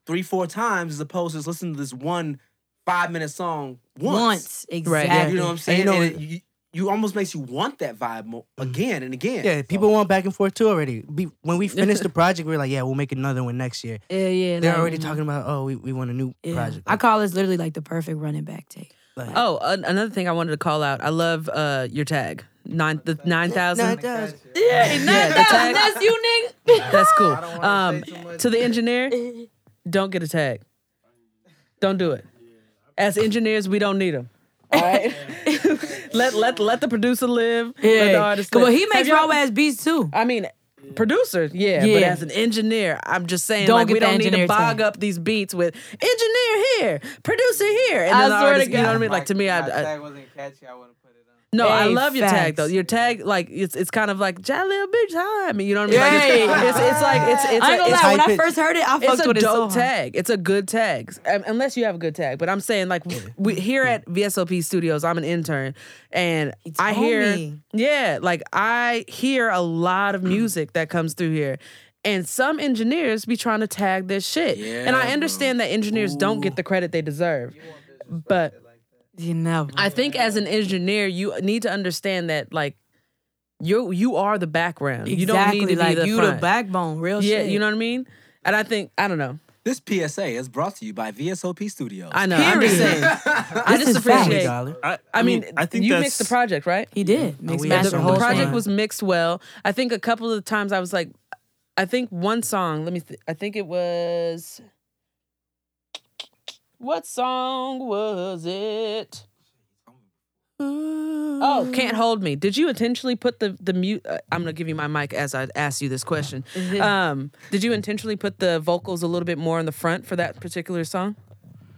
[SPEAKER 4] three four times as opposed to just listening to this one five minute song once.
[SPEAKER 6] once exactly.
[SPEAKER 2] Right.
[SPEAKER 4] You know what I'm saying?
[SPEAKER 3] And you know
[SPEAKER 4] And it- Mm-hmm. you, you almost makes you want that vibe mo- again and again.
[SPEAKER 3] Yeah, people want back and forth too already. Be, when we finished the project, we are like, yeah, we'll make another one next year.
[SPEAKER 6] Yeah, yeah.
[SPEAKER 3] They're
[SPEAKER 6] like,
[SPEAKER 3] already
[SPEAKER 6] mm,
[SPEAKER 3] talking about, oh, we, we want a new
[SPEAKER 6] yeah.
[SPEAKER 3] project.
[SPEAKER 6] I call this literally like the perfect running back take.
[SPEAKER 3] Like,
[SPEAKER 2] Oh, an- another thing I wanted to call out. I love uh, your tag. Nine the nine
[SPEAKER 3] Nine
[SPEAKER 2] thousand.
[SPEAKER 3] thousand.
[SPEAKER 2] Yeah, nine
[SPEAKER 6] That's,
[SPEAKER 2] thousand.
[SPEAKER 6] that's you, nigga.
[SPEAKER 2] That's cool.
[SPEAKER 7] I don't wanna
[SPEAKER 2] Um,
[SPEAKER 7] say too much.
[SPEAKER 2] to the engineer, don't get a tag. Don't do it. As engineers, we don't need them. All right. let let let the producer live. Let the
[SPEAKER 6] Yeah,
[SPEAKER 2] artist
[SPEAKER 6] but
[SPEAKER 2] live.
[SPEAKER 6] he makes
[SPEAKER 2] Have
[SPEAKER 6] raw
[SPEAKER 2] y'all-
[SPEAKER 6] ass beats too.
[SPEAKER 2] I mean, producers, yeah, but
[SPEAKER 6] Yeah.
[SPEAKER 2] as an engineer, I'm just saying,
[SPEAKER 6] Don't
[SPEAKER 2] like,
[SPEAKER 6] get
[SPEAKER 2] we
[SPEAKER 6] the
[SPEAKER 2] don't need to
[SPEAKER 6] engineer
[SPEAKER 2] bog
[SPEAKER 6] tag.
[SPEAKER 2] up these beats with engineer here, producer here, and
[SPEAKER 6] I
[SPEAKER 2] then the
[SPEAKER 6] swear to
[SPEAKER 2] artist, you know
[SPEAKER 6] God.
[SPEAKER 2] what I mean? Like to me,
[SPEAKER 7] My
[SPEAKER 2] I, I
[SPEAKER 7] tag wasn't catchy. I wouldn't put it on.
[SPEAKER 2] no, I
[SPEAKER 6] Hey,
[SPEAKER 2] love your tag
[SPEAKER 6] facts.
[SPEAKER 2] though. Your tag, like, it's it's kind of like Jaleel Bitch Time, you know what I mean? Like, it's,
[SPEAKER 6] Yay.
[SPEAKER 2] it's it's like it's it's
[SPEAKER 6] I ain't
[SPEAKER 2] a,
[SPEAKER 6] gonna
[SPEAKER 2] it's
[SPEAKER 6] lie. When
[SPEAKER 3] high
[SPEAKER 6] I
[SPEAKER 3] pitched.
[SPEAKER 6] first heard it, I
[SPEAKER 2] it's
[SPEAKER 6] fucked
[SPEAKER 2] a
[SPEAKER 6] with it so
[SPEAKER 2] dope
[SPEAKER 6] hard.
[SPEAKER 2] tag. It's a good tag, um, unless you have a good tag. But I'm saying, like, we, here at VSOP Studios, I'm an intern, and I
[SPEAKER 6] told
[SPEAKER 2] hear,
[SPEAKER 6] me.
[SPEAKER 2] yeah, like I hear a lot of music that comes through here, and some engineers be trying to tag this shit, and
[SPEAKER 4] Yeah,
[SPEAKER 2] I understand that engineers don't get the credit they deserve, but.
[SPEAKER 6] You never.
[SPEAKER 2] I think as an engineer, you need to understand that like you you are the background. You don't need to be
[SPEAKER 6] like
[SPEAKER 2] the
[SPEAKER 6] you
[SPEAKER 2] front.
[SPEAKER 6] the backbone, real
[SPEAKER 2] Yeah,
[SPEAKER 6] shit.
[SPEAKER 2] you know what I mean. And I think I don't know.
[SPEAKER 4] This PSA is brought to you by VSOP Studios.
[SPEAKER 2] I know. I'm just
[SPEAKER 6] Period.
[SPEAKER 2] saying. I
[SPEAKER 6] This
[SPEAKER 2] just
[SPEAKER 6] is facts.
[SPEAKER 2] appreciate.
[SPEAKER 3] Dollar.
[SPEAKER 5] I,
[SPEAKER 2] I mean,
[SPEAKER 5] I think
[SPEAKER 2] you
[SPEAKER 5] that's,
[SPEAKER 2] mixed the project, right?
[SPEAKER 6] He
[SPEAKER 8] Oh,
[SPEAKER 6] did. Mix
[SPEAKER 3] we
[SPEAKER 6] master
[SPEAKER 3] had
[SPEAKER 2] the,
[SPEAKER 3] some
[SPEAKER 6] whole
[SPEAKER 2] the project
[SPEAKER 6] thing.
[SPEAKER 2] was mixed well. I think a couple of times I was like, I think one song. Let me. Th- I think it was. What song was it? Oh, can't hold me. Did you intentionally put the the mute? Uh, I'm gonna give you my mic as I ask you this question. Um, did you intentionally put the vocals a little bit more in the front for that particular song?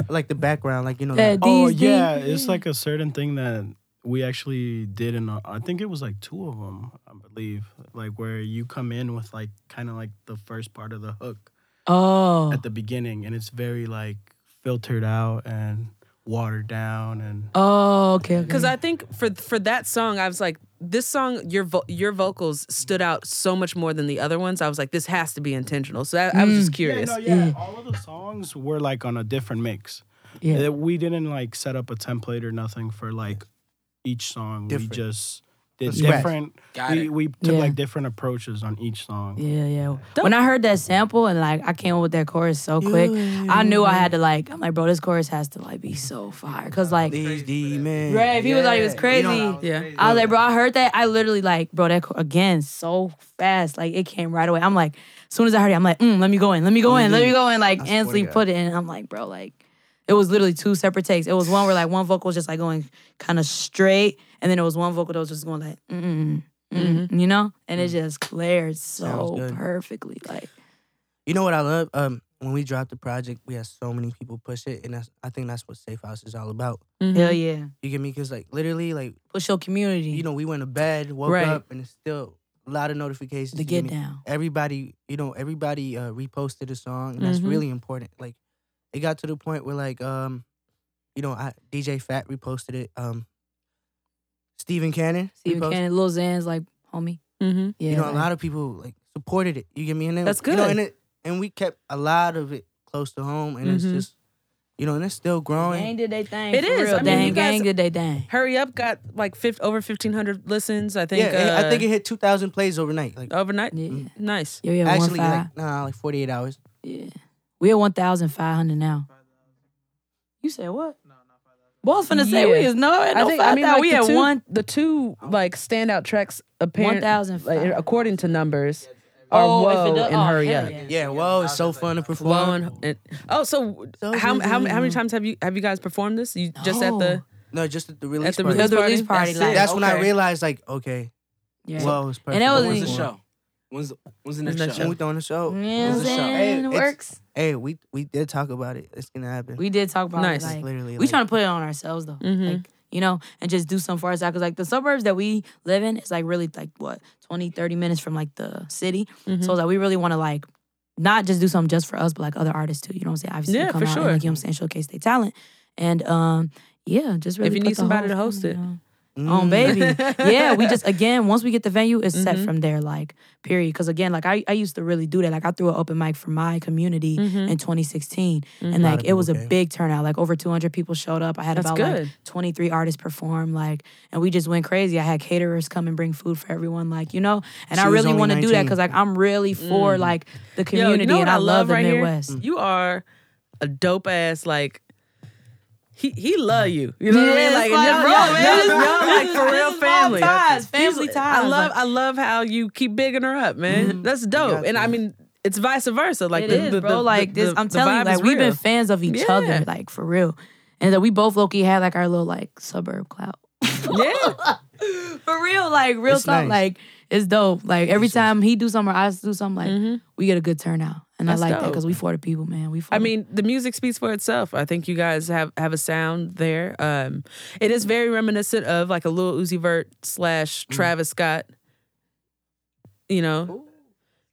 [SPEAKER 3] Like the background, like you know.
[SPEAKER 6] Yeah,
[SPEAKER 3] like-
[SPEAKER 8] Oh
[SPEAKER 6] these
[SPEAKER 8] yeah,
[SPEAKER 6] things.
[SPEAKER 8] it's like a certain thing that we actually did in. A, I think it was like two of them, I believe. Like where you come in with like kind of like the first part of the hook
[SPEAKER 6] Oh.
[SPEAKER 8] at the beginning, and it's very like filtered out and watered down, and
[SPEAKER 6] Oh, okay.
[SPEAKER 2] Because I think for for that song, I was like, this song, your vo- your vocals stood out so much more than the other ones. I was like, this has to be intentional. So I, I was just
[SPEAKER 8] yeah,
[SPEAKER 2] curious.
[SPEAKER 8] no, yeah,
[SPEAKER 6] Mm.
[SPEAKER 8] all of the songs were like on a different mix.
[SPEAKER 6] Yeah.
[SPEAKER 8] Uh, We didn't like set up a template or nothing for like each song.
[SPEAKER 3] Different.
[SPEAKER 8] We just did
[SPEAKER 3] Scratch.
[SPEAKER 8] different.
[SPEAKER 4] Got
[SPEAKER 8] we,
[SPEAKER 4] it.
[SPEAKER 8] we took
[SPEAKER 6] Yeah.
[SPEAKER 8] like different approaches on each song.
[SPEAKER 6] Yeah, yeah. When I heard that sample and like I came up with that chorus so quick, I knew I had to like I'm like, bro, this chorus has to like be so fire. Cause like
[SPEAKER 3] These demons.
[SPEAKER 6] Right, people thought he was
[SPEAKER 3] Yeah, you know,
[SPEAKER 6] crazy.
[SPEAKER 3] that was
[SPEAKER 2] Yeah.
[SPEAKER 6] I was like, bro, I heard that. I literally like, bro, that co- again so fast. Like it came right away. I'm like, as soon as I heard it, I'm like, mm, let me go in, let me go in, let me go in. Like Ansley put it in. I'm like, bro, like it was literally two separate takes. It was one where like one vocal was just like going kind of straight, and then it was one vocal that was just going like, mm, mm, mm, you know, and it just cleared
[SPEAKER 3] Sounds
[SPEAKER 6] so
[SPEAKER 3] good.
[SPEAKER 6] perfectly. Like,
[SPEAKER 3] You know what I love? Um, when we dropped the project, we had so many people push it, and that's I think that's what Safe House is all about.
[SPEAKER 2] Mhm.
[SPEAKER 6] hell yeah,
[SPEAKER 3] You get me? Because like literally, like
[SPEAKER 6] push your community,
[SPEAKER 3] you
[SPEAKER 6] you know,
[SPEAKER 3] know, we went to bed, woke
[SPEAKER 2] Right.
[SPEAKER 3] up, and it's still a lot of notifications.
[SPEAKER 6] the
[SPEAKER 3] you get
[SPEAKER 6] get
[SPEAKER 3] me?
[SPEAKER 6] down.
[SPEAKER 3] Everybody, you know, everybody uh, reposted a song, and that's
[SPEAKER 2] Mhm.
[SPEAKER 3] really important. Like, it got to the point where like, um, you know, I, DJ Fat reposted it. Um, Stephen Cannon,
[SPEAKER 6] Stephen
[SPEAKER 3] reposted-
[SPEAKER 6] Cannon, Lil Xan's like homie.
[SPEAKER 2] Mhm.
[SPEAKER 6] Yeah,
[SPEAKER 3] you know,
[SPEAKER 6] like-
[SPEAKER 3] a lot of people like supported it. You get me? And then,
[SPEAKER 2] That's
[SPEAKER 3] You know,
[SPEAKER 2] good.
[SPEAKER 3] and it, and we kept a lot of it close to home, and
[SPEAKER 6] Mm-hmm.
[SPEAKER 2] Mhm.
[SPEAKER 3] it's just, you know, and it's still
[SPEAKER 6] Gang
[SPEAKER 3] growing.
[SPEAKER 6] did they thing.
[SPEAKER 2] It
[SPEAKER 6] for
[SPEAKER 2] is.
[SPEAKER 6] Real.
[SPEAKER 2] I mean,
[SPEAKER 6] dang,
[SPEAKER 2] you guys-
[SPEAKER 6] gang did they thing.
[SPEAKER 2] Hurry up got like fif- over fifteen hundred listens. I think.
[SPEAKER 3] yeah, and I
[SPEAKER 2] uh,
[SPEAKER 3] think it hit two thousand plays overnight. Like
[SPEAKER 2] overnight.
[SPEAKER 6] Yeah.
[SPEAKER 2] Nice.
[SPEAKER 6] Yo, yeah,
[SPEAKER 3] actually,
[SPEAKER 6] one five.
[SPEAKER 3] like nah, like forty eight hours.
[SPEAKER 6] yeah. We at 1,500 now. You said what? Boss finna say we
[SPEAKER 2] Yeah.
[SPEAKER 6] is no, ain't
[SPEAKER 2] I
[SPEAKER 6] no
[SPEAKER 2] think I
[SPEAKER 6] 5,000.
[SPEAKER 2] mean like
[SPEAKER 6] we
[SPEAKER 2] the
[SPEAKER 6] at
[SPEAKER 2] two,
[SPEAKER 6] one.
[SPEAKER 2] the two like standout tracks apparent
[SPEAKER 6] 1,005.
[SPEAKER 2] like, according to numbers are
[SPEAKER 6] Oh, if it
[SPEAKER 2] whoa
[SPEAKER 6] does-
[SPEAKER 2] and
[SPEAKER 6] oh,
[SPEAKER 2] hurry
[SPEAKER 6] hell
[SPEAKER 2] up.
[SPEAKER 6] yeah.
[SPEAKER 3] Yeah, whoa, it's so fun to perform.
[SPEAKER 2] Whoa and, and oh so,
[SPEAKER 3] So
[SPEAKER 2] how,
[SPEAKER 3] good,
[SPEAKER 2] how how
[SPEAKER 3] yeah.
[SPEAKER 2] many times have you have you guys performed this? You just at the
[SPEAKER 6] No.
[SPEAKER 3] no, just at the release.
[SPEAKER 2] at the
[SPEAKER 3] party.
[SPEAKER 2] release
[SPEAKER 6] At the
[SPEAKER 2] party.
[SPEAKER 6] release party,
[SPEAKER 2] That's
[SPEAKER 6] like-
[SPEAKER 2] it.
[SPEAKER 3] That's when I
[SPEAKER 2] Okay.
[SPEAKER 3] realized, like, okay,
[SPEAKER 6] Yeah.
[SPEAKER 3] whoa, it's
[SPEAKER 6] And
[SPEAKER 3] perfect.
[SPEAKER 6] that was-
[SPEAKER 4] when's the
[SPEAKER 6] Yeah.
[SPEAKER 4] show? When's the, when's the next
[SPEAKER 2] When's the
[SPEAKER 4] show?
[SPEAKER 3] When we throwing the show.
[SPEAKER 6] You know what
[SPEAKER 4] It
[SPEAKER 6] I'm
[SPEAKER 4] was a show.
[SPEAKER 3] Hey,
[SPEAKER 6] saying? It
[SPEAKER 3] it's-
[SPEAKER 6] works.
[SPEAKER 3] Hey, we we did talk about it. It's gonna happen.
[SPEAKER 6] We did talk about
[SPEAKER 2] Nice.
[SPEAKER 6] it. Like,
[SPEAKER 3] literally,
[SPEAKER 6] we
[SPEAKER 3] like,
[SPEAKER 6] trying to put it on ourselves, though.
[SPEAKER 2] Mhm.
[SPEAKER 6] Like, you know, and just do something for ourselves. Because, like, the suburbs that we live in is, like, really, like, what, 20, 30 minutes from, like, the city. So,
[SPEAKER 2] Mm-hmm.
[SPEAKER 6] like, we really want to, like, not just do something just for us, but like other artists too. You know what I'm saying? Obviously,
[SPEAKER 2] Yeah,
[SPEAKER 6] come
[SPEAKER 2] for
[SPEAKER 6] out
[SPEAKER 2] sure.
[SPEAKER 6] and, like you know what I'm saying, showcase their talent. And um, yeah, just really
[SPEAKER 2] you
[SPEAKER 6] put
[SPEAKER 2] need
[SPEAKER 6] the
[SPEAKER 2] somebody to
[SPEAKER 6] whole
[SPEAKER 2] host
[SPEAKER 6] thing
[SPEAKER 2] it.
[SPEAKER 6] on.
[SPEAKER 3] Mm.
[SPEAKER 6] Oh baby, yeah. We just again once we get the venue, it's
[SPEAKER 2] Mm-hmm.
[SPEAKER 6] set from there. Like period. Because again, like I, I used to really do that. Like I threw an open mic for my community
[SPEAKER 2] Mm-hmm.
[SPEAKER 6] in 2016, and like it was a big turnout. Like over 200 people showed up. I had
[SPEAKER 2] That's
[SPEAKER 6] about
[SPEAKER 2] good.
[SPEAKER 6] like 23 artists perform. Like and we just went crazy. I had caterers come and bring food for everyone. Like you know, and
[SPEAKER 3] She
[SPEAKER 6] I
[SPEAKER 3] was
[SPEAKER 6] really
[SPEAKER 3] only
[SPEAKER 6] want to do that
[SPEAKER 3] 19.
[SPEAKER 6] because like I'm really for like the
[SPEAKER 2] Yo, you know
[SPEAKER 6] community,
[SPEAKER 2] what
[SPEAKER 6] and I, love, the
[SPEAKER 2] right here?
[SPEAKER 6] Midwest.
[SPEAKER 2] You are a dope ass like he he love you. You know what I mean?
[SPEAKER 6] Yeah,
[SPEAKER 2] Like,
[SPEAKER 6] it's
[SPEAKER 2] and
[SPEAKER 6] like,
[SPEAKER 2] y'all,
[SPEAKER 6] yo,
[SPEAKER 2] y'all-
[SPEAKER 6] this is-
[SPEAKER 2] y'all, like for
[SPEAKER 6] this
[SPEAKER 2] real
[SPEAKER 6] is my
[SPEAKER 2] family.
[SPEAKER 6] ties,
[SPEAKER 2] He's-
[SPEAKER 6] family
[SPEAKER 2] I
[SPEAKER 6] ties,
[SPEAKER 2] love
[SPEAKER 6] like-
[SPEAKER 2] I love how you keep bigging her up, man. That's dope. And I mean, it's vice versa. Like
[SPEAKER 6] Mm-hmm. It
[SPEAKER 2] the,
[SPEAKER 6] is,
[SPEAKER 2] the-
[SPEAKER 6] bro.
[SPEAKER 2] the-
[SPEAKER 6] like
[SPEAKER 2] the-
[SPEAKER 6] this, I'm
[SPEAKER 2] the
[SPEAKER 6] telling you,
[SPEAKER 2] vibe
[SPEAKER 6] like
[SPEAKER 2] is
[SPEAKER 6] we've been
[SPEAKER 2] real.
[SPEAKER 6] fans of each
[SPEAKER 2] Yeah.
[SPEAKER 6] other, like for real. And that we both Loki had like our little like suburb clout.
[SPEAKER 2] yeah.
[SPEAKER 6] For real, like real
[SPEAKER 3] It's
[SPEAKER 6] stuff.
[SPEAKER 3] nice.
[SPEAKER 6] Like it's dope. Like every time he do something or I do something, like
[SPEAKER 2] Mhm.
[SPEAKER 6] we get a good turnout. And
[SPEAKER 2] That's
[SPEAKER 6] I like that
[SPEAKER 2] dope.
[SPEAKER 6] because we for the people, man. We for
[SPEAKER 2] I
[SPEAKER 6] the-
[SPEAKER 2] mean, the music speaks for itself. I think you guys have have a sound there. Um, it is very reminiscent of like a little Uzi Vert slash Travis Scott. You know,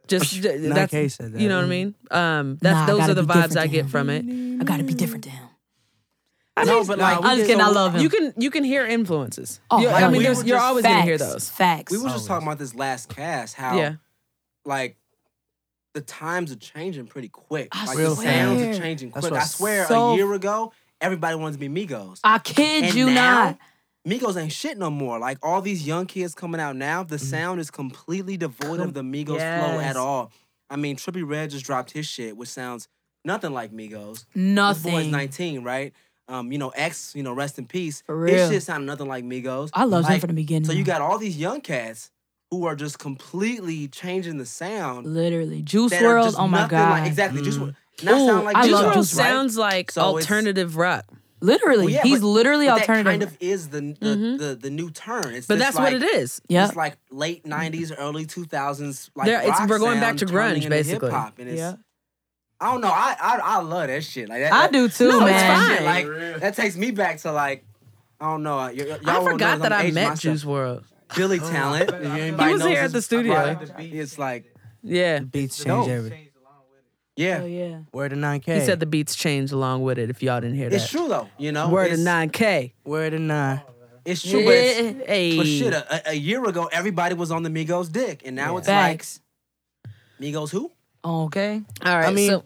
[SPEAKER 2] just j-
[SPEAKER 3] Nah,
[SPEAKER 2] that's
[SPEAKER 3] Kay said that.
[SPEAKER 2] you know what I mean. Um, that's
[SPEAKER 6] Nah, I
[SPEAKER 2] those
[SPEAKER 6] gotta
[SPEAKER 2] are the
[SPEAKER 6] be
[SPEAKER 2] vibes
[SPEAKER 6] different
[SPEAKER 2] I
[SPEAKER 6] than
[SPEAKER 2] get
[SPEAKER 6] him.
[SPEAKER 2] from it.
[SPEAKER 6] I gotta be different to him.
[SPEAKER 2] I
[SPEAKER 4] No,
[SPEAKER 2] mean,
[SPEAKER 4] but
[SPEAKER 2] like,
[SPEAKER 4] like
[SPEAKER 6] I'm just kidding, I love him.
[SPEAKER 2] you can you can hear influences.
[SPEAKER 6] Oh,
[SPEAKER 2] You- I
[SPEAKER 6] hell
[SPEAKER 2] mean,
[SPEAKER 4] we
[SPEAKER 2] there's,
[SPEAKER 4] were
[SPEAKER 2] you're
[SPEAKER 4] just-
[SPEAKER 2] always
[SPEAKER 6] facts,
[SPEAKER 2] gonna hear those.
[SPEAKER 6] Facts.
[SPEAKER 4] We were just talking about this last cast, how
[SPEAKER 2] Yeah.
[SPEAKER 4] like the times are changing pretty quick.
[SPEAKER 6] I
[SPEAKER 4] like the
[SPEAKER 3] swear.
[SPEAKER 4] sounds are changing
[SPEAKER 3] That's
[SPEAKER 4] quick.
[SPEAKER 3] what
[SPEAKER 4] I swear
[SPEAKER 6] so-
[SPEAKER 4] a year ago, everybody wanted to be Migos.
[SPEAKER 6] I kid
[SPEAKER 4] And
[SPEAKER 6] you
[SPEAKER 4] now,
[SPEAKER 6] not.
[SPEAKER 4] Migos ain't shit no more. Like all these young kids coming out now, the sound is completely devoid of the Migos flow
[SPEAKER 2] Yes.
[SPEAKER 4] at all. I mean, Trippy Red just dropped his shit, which sounds nothing like Migos. This boy's
[SPEAKER 6] Nothing.
[SPEAKER 4] 19, right? Um, you know, X, you know, rest in peace.
[SPEAKER 6] For
[SPEAKER 4] His
[SPEAKER 6] real.
[SPEAKER 4] shit sounded nothing like Migos.
[SPEAKER 6] I loved him
[SPEAKER 4] Like,
[SPEAKER 6] from the beginning.
[SPEAKER 4] So you got all these young cats who are just completely changing the sound.
[SPEAKER 6] literally Juice
[SPEAKER 4] that are
[SPEAKER 6] World.
[SPEAKER 4] just
[SPEAKER 6] Oh my
[SPEAKER 4] nothing like-
[SPEAKER 6] god.
[SPEAKER 4] exactly. Just
[SPEAKER 8] Mm.
[SPEAKER 4] not sound like
[SPEAKER 6] I
[SPEAKER 4] Juice
[SPEAKER 2] Juice
[SPEAKER 6] love
[SPEAKER 2] WRLD
[SPEAKER 4] WRLD,
[SPEAKER 6] Juice WRLD.
[SPEAKER 2] sounds like
[SPEAKER 4] So it's-
[SPEAKER 2] alternative rock,
[SPEAKER 6] Literally,
[SPEAKER 4] Well, yeah,
[SPEAKER 6] he's
[SPEAKER 4] but-
[SPEAKER 6] literally
[SPEAKER 4] But
[SPEAKER 6] alternative. Mm-hmm.
[SPEAKER 4] That kind of is the the, the, the new turn. It's
[SPEAKER 2] but
[SPEAKER 4] this,
[SPEAKER 2] that's what
[SPEAKER 4] like,
[SPEAKER 2] it is.
[SPEAKER 6] yeah.
[SPEAKER 4] It's like late '90s, early 2000s. Like
[SPEAKER 2] There- it's-
[SPEAKER 4] rock
[SPEAKER 2] we're going back
[SPEAKER 4] sound
[SPEAKER 2] to
[SPEAKER 4] turning
[SPEAKER 2] grunge,
[SPEAKER 4] into
[SPEAKER 2] basically.
[SPEAKER 4] hip-hop, and it's,
[SPEAKER 6] Yeah.
[SPEAKER 4] I don't know. I, I I love that shit. Like that,
[SPEAKER 6] I
[SPEAKER 4] that-
[SPEAKER 6] do too,
[SPEAKER 2] No, it's
[SPEAKER 6] man.
[SPEAKER 2] fine.
[SPEAKER 4] Shit, like that takes me back to like. I don't know. Y- y- y'all
[SPEAKER 2] I
[SPEAKER 4] won't
[SPEAKER 2] forgot
[SPEAKER 4] know
[SPEAKER 2] that
[SPEAKER 4] I'm
[SPEAKER 2] I
[SPEAKER 4] aging
[SPEAKER 2] met
[SPEAKER 4] myself.
[SPEAKER 2] Juice World.
[SPEAKER 4] Billy Talent. if anybody
[SPEAKER 2] He was
[SPEAKER 4] knows
[SPEAKER 2] here at
[SPEAKER 4] this-
[SPEAKER 2] the studio.
[SPEAKER 4] It's like
[SPEAKER 2] Yeah.
[SPEAKER 3] Beats change
[SPEAKER 4] Dope.
[SPEAKER 3] everything.
[SPEAKER 4] yeah,
[SPEAKER 6] Oh yeah.
[SPEAKER 3] Word of 9K.
[SPEAKER 2] He said the beats changed along with it. If y'all didn't hear that,
[SPEAKER 4] it's true though. You know,
[SPEAKER 2] Word
[SPEAKER 4] it's,
[SPEAKER 2] of nine K.
[SPEAKER 3] Word of 9.
[SPEAKER 4] It's true, but, it's,
[SPEAKER 2] Hey.
[SPEAKER 4] but shit, uh, a, a- a year ago everybody was on the Migos dick, and now it's
[SPEAKER 6] Facts.
[SPEAKER 4] like Migos who?
[SPEAKER 6] Oh, okay.
[SPEAKER 2] All right.
[SPEAKER 3] I mean-
[SPEAKER 2] so,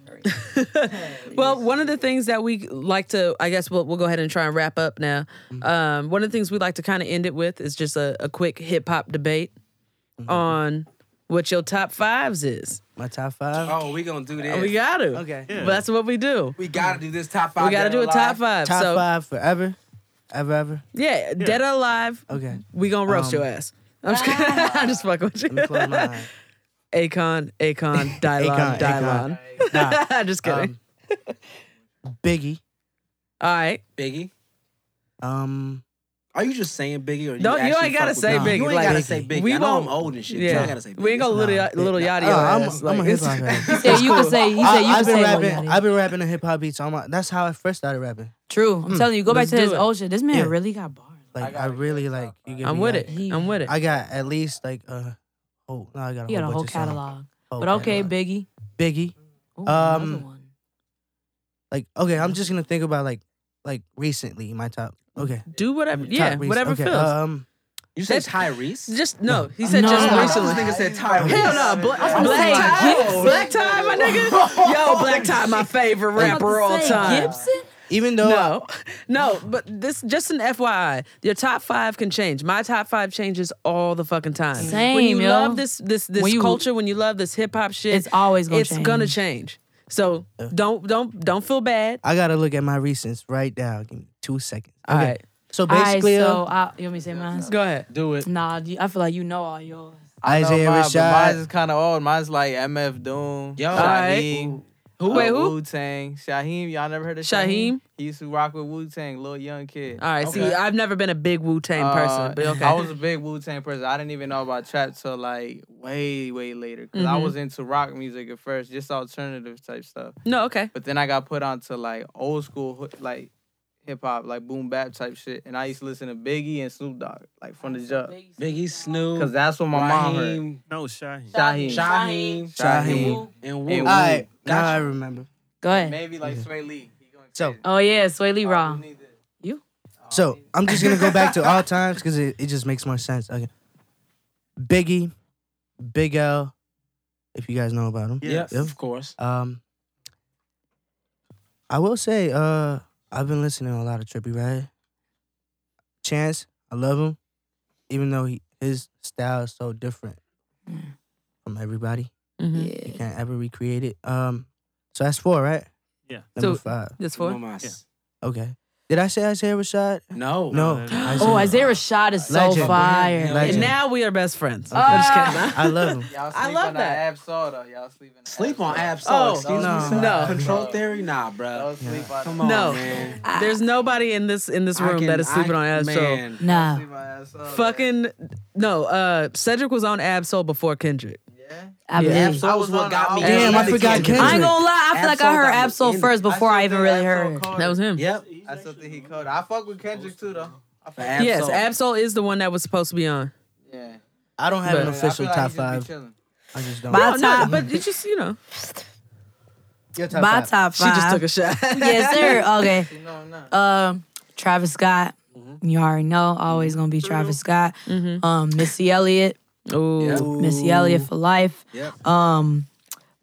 [SPEAKER 2] well, one of the things that we like to, I guess we'll, we'll go ahead and try and wrap up now. Um, one of the things we like to kind of end it with is just a, a quick hip hop debate on what your top fives is.
[SPEAKER 3] My top five.
[SPEAKER 4] Oh, we gonna do this.
[SPEAKER 2] We got to.
[SPEAKER 3] Okay.
[SPEAKER 5] Yeah.
[SPEAKER 2] That's what we do.
[SPEAKER 4] we gotta do this top five.
[SPEAKER 2] We got to
[SPEAKER 4] Dead
[SPEAKER 2] do
[SPEAKER 4] or
[SPEAKER 2] a top
[SPEAKER 4] Alive.
[SPEAKER 2] five.
[SPEAKER 3] Top
[SPEAKER 2] so,
[SPEAKER 3] five forever. Ever, ever.
[SPEAKER 2] Yeah, dead or alive,
[SPEAKER 3] Okay.
[SPEAKER 2] we going to roast
[SPEAKER 3] Um,
[SPEAKER 2] your ass. I'm just, I'm just fucking with you.
[SPEAKER 3] Let me close my eyes.
[SPEAKER 2] Akon, Akon, Dylon,
[SPEAKER 3] Akon,
[SPEAKER 2] Dylon.
[SPEAKER 3] Akon. Nah,
[SPEAKER 2] just kidding.
[SPEAKER 3] um, Biggie.
[SPEAKER 2] All right.
[SPEAKER 4] Biggie.
[SPEAKER 3] Um,
[SPEAKER 4] Are you just saying Biggie or you
[SPEAKER 2] Don't- you
[SPEAKER 4] actually
[SPEAKER 2] ain't gotta
[SPEAKER 4] fuck with
[SPEAKER 2] say
[SPEAKER 4] Biggie? You
[SPEAKER 2] Biggie,
[SPEAKER 4] ain't
[SPEAKER 2] like-
[SPEAKER 4] gotta say Biggie.
[SPEAKER 2] We
[SPEAKER 4] I know I'm
[SPEAKER 2] won't-
[SPEAKER 4] old and shit. but You
[SPEAKER 2] Yeah.
[SPEAKER 4] ain't gotta say Biggie.
[SPEAKER 2] we ain't gonna little,
[SPEAKER 3] Nah,
[SPEAKER 2] little
[SPEAKER 3] Big-
[SPEAKER 2] yachty.
[SPEAKER 3] Oh, I'm,
[SPEAKER 2] ass.
[SPEAKER 3] I'm a
[SPEAKER 2] like,
[SPEAKER 3] hip
[SPEAKER 2] it's-
[SPEAKER 3] hop rapper.
[SPEAKER 6] He said you can say. He said you can
[SPEAKER 3] I've been
[SPEAKER 6] say.
[SPEAKER 3] rapping.
[SPEAKER 6] Lil Yachty.
[SPEAKER 3] I've been rapping a hip hop beats. All my, that's how I first started rapping.
[SPEAKER 6] True. I'm telling you. Go back
[SPEAKER 2] Let's
[SPEAKER 6] to
[SPEAKER 2] do
[SPEAKER 6] his
[SPEAKER 2] it.
[SPEAKER 6] old shit. This man
[SPEAKER 3] Yeah.
[SPEAKER 6] really got bars.
[SPEAKER 3] Like I, really like. You get
[SPEAKER 2] I'm
[SPEAKER 3] me?
[SPEAKER 2] with
[SPEAKER 3] Like,
[SPEAKER 2] it. I'm with it.
[SPEAKER 3] I got at least like uh oh no I got a
[SPEAKER 6] He got a
[SPEAKER 3] whole,
[SPEAKER 6] whole
[SPEAKER 3] bunch of songs.
[SPEAKER 6] catalog.
[SPEAKER 3] Whole
[SPEAKER 6] But okay,
[SPEAKER 3] catalog.
[SPEAKER 6] Biggie.
[SPEAKER 3] Biggie.
[SPEAKER 6] Ooh,
[SPEAKER 3] Um,
[SPEAKER 6] another one.
[SPEAKER 3] Like okay, I'm just gonna think about like like recently my top. Okay.
[SPEAKER 2] Do whatever.
[SPEAKER 3] Top
[SPEAKER 2] Yeah,
[SPEAKER 3] recent-
[SPEAKER 2] whatever
[SPEAKER 3] okay,
[SPEAKER 2] feels.
[SPEAKER 3] Um,
[SPEAKER 4] You said
[SPEAKER 2] That-
[SPEAKER 4] Tyrese?
[SPEAKER 2] just no. He said
[SPEAKER 6] No,
[SPEAKER 2] just
[SPEAKER 6] no, no.
[SPEAKER 4] This
[SPEAKER 2] recently.
[SPEAKER 4] nigga said Tyrese.
[SPEAKER 2] Hell no, bla-
[SPEAKER 6] gonna
[SPEAKER 2] black
[SPEAKER 6] say
[SPEAKER 2] tie,
[SPEAKER 6] Gibson.
[SPEAKER 2] black tie, my nigga. Yo, black tie, my favorite
[SPEAKER 6] I'm about to
[SPEAKER 2] rapper all
[SPEAKER 6] say
[SPEAKER 2] time.
[SPEAKER 6] Gibson.
[SPEAKER 3] even though
[SPEAKER 2] No, no, but this just an FYI. Your top five can change. My top five changes all the fucking time. when
[SPEAKER 6] Same,
[SPEAKER 2] you
[SPEAKER 6] yo.
[SPEAKER 2] love this this this
[SPEAKER 6] When you-
[SPEAKER 2] culture, when you love this hip hop shit,
[SPEAKER 6] It's always gonna
[SPEAKER 2] it's
[SPEAKER 6] change.
[SPEAKER 2] gonna change. So don't don't don't feel bad.
[SPEAKER 3] I gotta look at my recents right now. Give me two seconds.
[SPEAKER 2] All right.
[SPEAKER 3] So
[SPEAKER 6] All right,
[SPEAKER 3] basically,
[SPEAKER 6] so
[SPEAKER 3] uh,
[SPEAKER 6] I, you want me to say mine?
[SPEAKER 2] Go ahead.
[SPEAKER 7] Do it.
[SPEAKER 6] Nah, you- I feel like you know all yours.
[SPEAKER 3] Isaiah
[SPEAKER 7] Mine's is
[SPEAKER 3] Rashad.
[SPEAKER 7] kind of old. Mine's like MF Doom. Yo, Shaheem.
[SPEAKER 2] Who? Wait, who?
[SPEAKER 7] Wu Tang. Shaheem. Y'all never heard of Shaheem?
[SPEAKER 2] Shaheem?
[SPEAKER 7] He used to rock with Wu Tang, little young kid.
[SPEAKER 2] All right. See,
[SPEAKER 7] Okay.
[SPEAKER 2] I've never been a big Wu Tang
[SPEAKER 7] Uh,
[SPEAKER 2] person, but okay.
[SPEAKER 7] I was a big Wu Tang person. I didn't even know about trap till like way, way later. because I
[SPEAKER 2] Mhm.
[SPEAKER 7] was into rock music at first, just alternative type stuff.
[SPEAKER 2] no, okay.
[SPEAKER 7] But then I got put onto like old school, hoo- like hip hop, like boom bap type shit. And I used to listen to Biggie and Snoop Dogg, like from the jump.
[SPEAKER 4] Biggie
[SPEAKER 7] Because
[SPEAKER 4] Snoop.
[SPEAKER 7] that's what my mom heard.
[SPEAKER 4] Raheem,
[SPEAKER 5] No, Shaheem.
[SPEAKER 7] Shaheem.
[SPEAKER 4] Shaheem,
[SPEAKER 3] Shaheem.
[SPEAKER 4] and
[SPEAKER 7] And Wu.
[SPEAKER 4] Wu.
[SPEAKER 3] All right.
[SPEAKER 4] Gotcha.
[SPEAKER 3] Now I remember.
[SPEAKER 6] Go ahead.
[SPEAKER 7] Maybe like Sway Lee. He gonna
[SPEAKER 3] So-
[SPEAKER 7] kill
[SPEAKER 6] Oh yeah, Sway Lee
[SPEAKER 7] you.
[SPEAKER 6] Raw.
[SPEAKER 7] You need this.
[SPEAKER 3] So I'm just gonna go back to all times because it, it just makes more sense. Okay. Biggie, Big L, if you guys know about him.
[SPEAKER 4] Yep,
[SPEAKER 3] Yep.
[SPEAKER 4] of course.
[SPEAKER 3] Um, I will say, uh, I've been listening to a lot of Trippy Red. Chance, I love him, even though he, his style is so different from everybody.
[SPEAKER 2] Mhm.
[SPEAKER 3] You
[SPEAKER 6] Yeah.
[SPEAKER 3] can't ever recreate it. Um, so that's four, right?
[SPEAKER 5] Yeah.
[SPEAKER 3] Number
[SPEAKER 2] So-
[SPEAKER 3] five.
[SPEAKER 2] That's four.
[SPEAKER 4] Nomas.
[SPEAKER 5] Yeah.
[SPEAKER 3] Okay. Did I say Isaiah Rashad?
[SPEAKER 4] No.
[SPEAKER 3] No.
[SPEAKER 5] no, no.
[SPEAKER 6] Oh, Isaiah Rashad is so
[SPEAKER 3] Legend.
[SPEAKER 6] fire.
[SPEAKER 4] Legend.
[SPEAKER 2] And now we are best friends.
[SPEAKER 6] Ah.
[SPEAKER 2] I'm just kidding.
[SPEAKER 3] I love him.
[SPEAKER 7] Y'all
[SPEAKER 2] I
[SPEAKER 7] sleep
[SPEAKER 2] love
[SPEAKER 7] on
[SPEAKER 2] that.
[SPEAKER 7] that. Absaw though. Y'all sleep on
[SPEAKER 4] Sleep on Absol.
[SPEAKER 2] Oh,
[SPEAKER 4] excuse
[SPEAKER 3] no.
[SPEAKER 4] me. sir.
[SPEAKER 2] No.
[SPEAKER 4] Control theory? Nah,
[SPEAKER 7] Don't
[SPEAKER 4] bro.
[SPEAKER 7] sleep on
[SPEAKER 4] Come on,
[SPEAKER 2] No.
[SPEAKER 4] man.
[SPEAKER 2] There's nobody in this in this
[SPEAKER 4] I
[SPEAKER 2] room
[SPEAKER 4] can-
[SPEAKER 2] that is sleeping
[SPEAKER 4] I-
[SPEAKER 2] on Absol.
[SPEAKER 4] man.
[SPEAKER 6] Nah,
[SPEAKER 7] Sleep on Absol.
[SPEAKER 2] Fucking no, uh Cedric was on Absol before Kendrick.
[SPEAKER 7] Yeah.
[SPEAKER 6] I
[SPEAKER 2] Yeah.
[SPEAKER 6] believe.
[SPEAKER 4] Absol was what got me.
[SPEAKER 3] Damn,
[SPEAKER 4] into
[SPEAKER 3] I forgot
[SPEAKER 4] Kendrick.
[SPEAKER 3] Kendrick.
[SPEAKER 6] I ain't gonna lie. I feel like I
[SPEAKER 4] Absol
[SPEAKER 6] heard
[SPEAKER 4] got me
[SPEAKER 6] Absol
[SPEAKER 4] in-
[SPEAKER 6] first before I, even really heard.
[SPEAKER 2] That was him.
[SPEAKER 4] Yep.
[SPEAKER 7] I still think he coded. I fuck with Kendrick too though. I fuck
[SPEAKER 4] Yeah.
[SPEAKER 7] with-
[SPEAKER 2] Yes,
[SPEAKER 4] Absol.
[SPEAKER 2] Absol is the one that was supposed to be on.
[SPEAKER 7] Yeah.
[SPEAKER 3] I don't have
[SPEAKER 2] But-
[SPEAKER 3] an
[SPEAKER 7] I feel
[SPEAKER 3] official
[SPEAKER 7] like he
[SPEAKER 3] top
[SPEAKER 7] just be
[SPEAKER 3] five.
[SPEAKER 7] chilling.
[SPEAKER 3] I just don't.
[SPEAKER 6] My
[SPEAKER 2] Oh, No, no,
[SPEAKER 6] top,
[SPEAKER 2] but it's just you know,
[SPEAKER 3] Your top
[SPEAKER 6] my
[SPEAKER 3] five.
[SPEAKER 6] top
[SPEAKER 2] she
[SPEAKER 6] five.
[SPEAKER 2] just took a shot.
[SPEAKER 6] yes, sir. Okay.
[SPEAKER 7] You know I'm not.
[SPEAKER 6] Um, Travis Scott. You already know. Always gonna be Travis Scott. Um, Missy Elliott.
[SPEAKER 2] Ooh.
[SPEAKER 6] Missy Elliott for life.
[SPEAKER 4] Yep.
[SPEAKER 6] Um,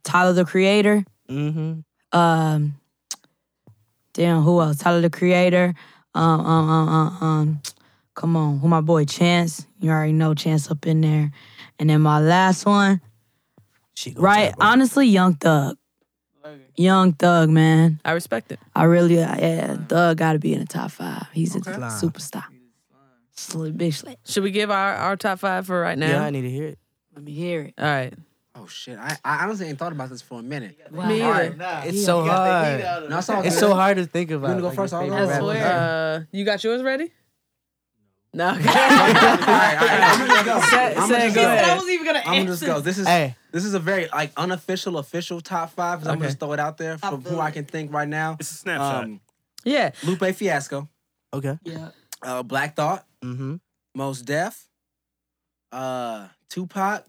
[SPEAKER 6] Tyler the Creator.
[SPEAKER 3] Mm-hmm.
[SPEAKER 6] Um, damn, who else? Tyler the Creator. Um, um, um, um, um, come on, who my boy Chance? You already know Chance up in there. And then my last one,
[SPEAKER 3] She go
[SPEAKER 6] right?
[SPEAKER 3] top, bro.
[SPEAKER 6] Honestly, Young Thug. Young Thug, man.
[SPEAKER 2] I respect it.
[SPEAKER 6] I really, uh, yeah, Thug got to be in the top five. He's a superstar. Slick, big slick.
[SPEAKER 2] Should we give our, our top five for right now?
[SPEAKER 3] Yeah, I need to hear it.
[SPEAKER 6] Let me hear it.
[SPEAKER 2] All right.
[SPEAKER 4] Oh shit. I, I honestly ain't thought about this for a minute.
[SPEAKER 6] Wow.
[SPEAKER 2] Me either.
[SPEAKER 3] It's so hard.
[SPEAKER 4] No, it's all
[SPEAKER 3] It's
[SPEAKER 4] good.
[SPEAKER 3] so hard to think about.
[SPEAKER 4] wanna go
[SPEAKER 3] like,
[SPEAKER 4] first?
[SPEAKER 3] your
[SPEAKER 4] I'll go
[SPEAKER 3] favorite
[SPEAKER 2] I
[SPEAKER 4] first.
[SPEAKER 3] rapper.
[SPEAKER 2] swear. Uh, you got yours ready? No. Okay.
[SPEAKER 4] all right, all right. I'm gonna go.
[SPEAKER 2] Say- say
[SPEAKER 4] I'm gonna
[SPEAKER 2] it,
[SPEAKER 4] just
[SPEAKER 2] go
[SPEAKER 4] go.
[SPEAKER 2] ahead.
[SPEAKER 6] wasn't even gonna
[SPEAKER 4] I'm gonna just go. This is
[SPEAKER 3] Uh, Hey,
[SPEAKER 4] this is a very like unofficial, official top five. 'cause I'm gonna just throw it out there from who I can think right now.
[SPEAKER 5] It's a snapshot.
[SPEAKER 7] Uh,
[SPEAKER 4] Um,
[SPEAKER 2] Yeah.
[SPEAKER 4] Lupe Fiasco,
[SPEAKER 3] okay.
[SPEAKER 6] Yeah.
[SPEAKER 4] uh, Black Thought,
[SPEAKER 3] Mm-hmm.
[SPEAKER 4] Most Def, uh, Tupac,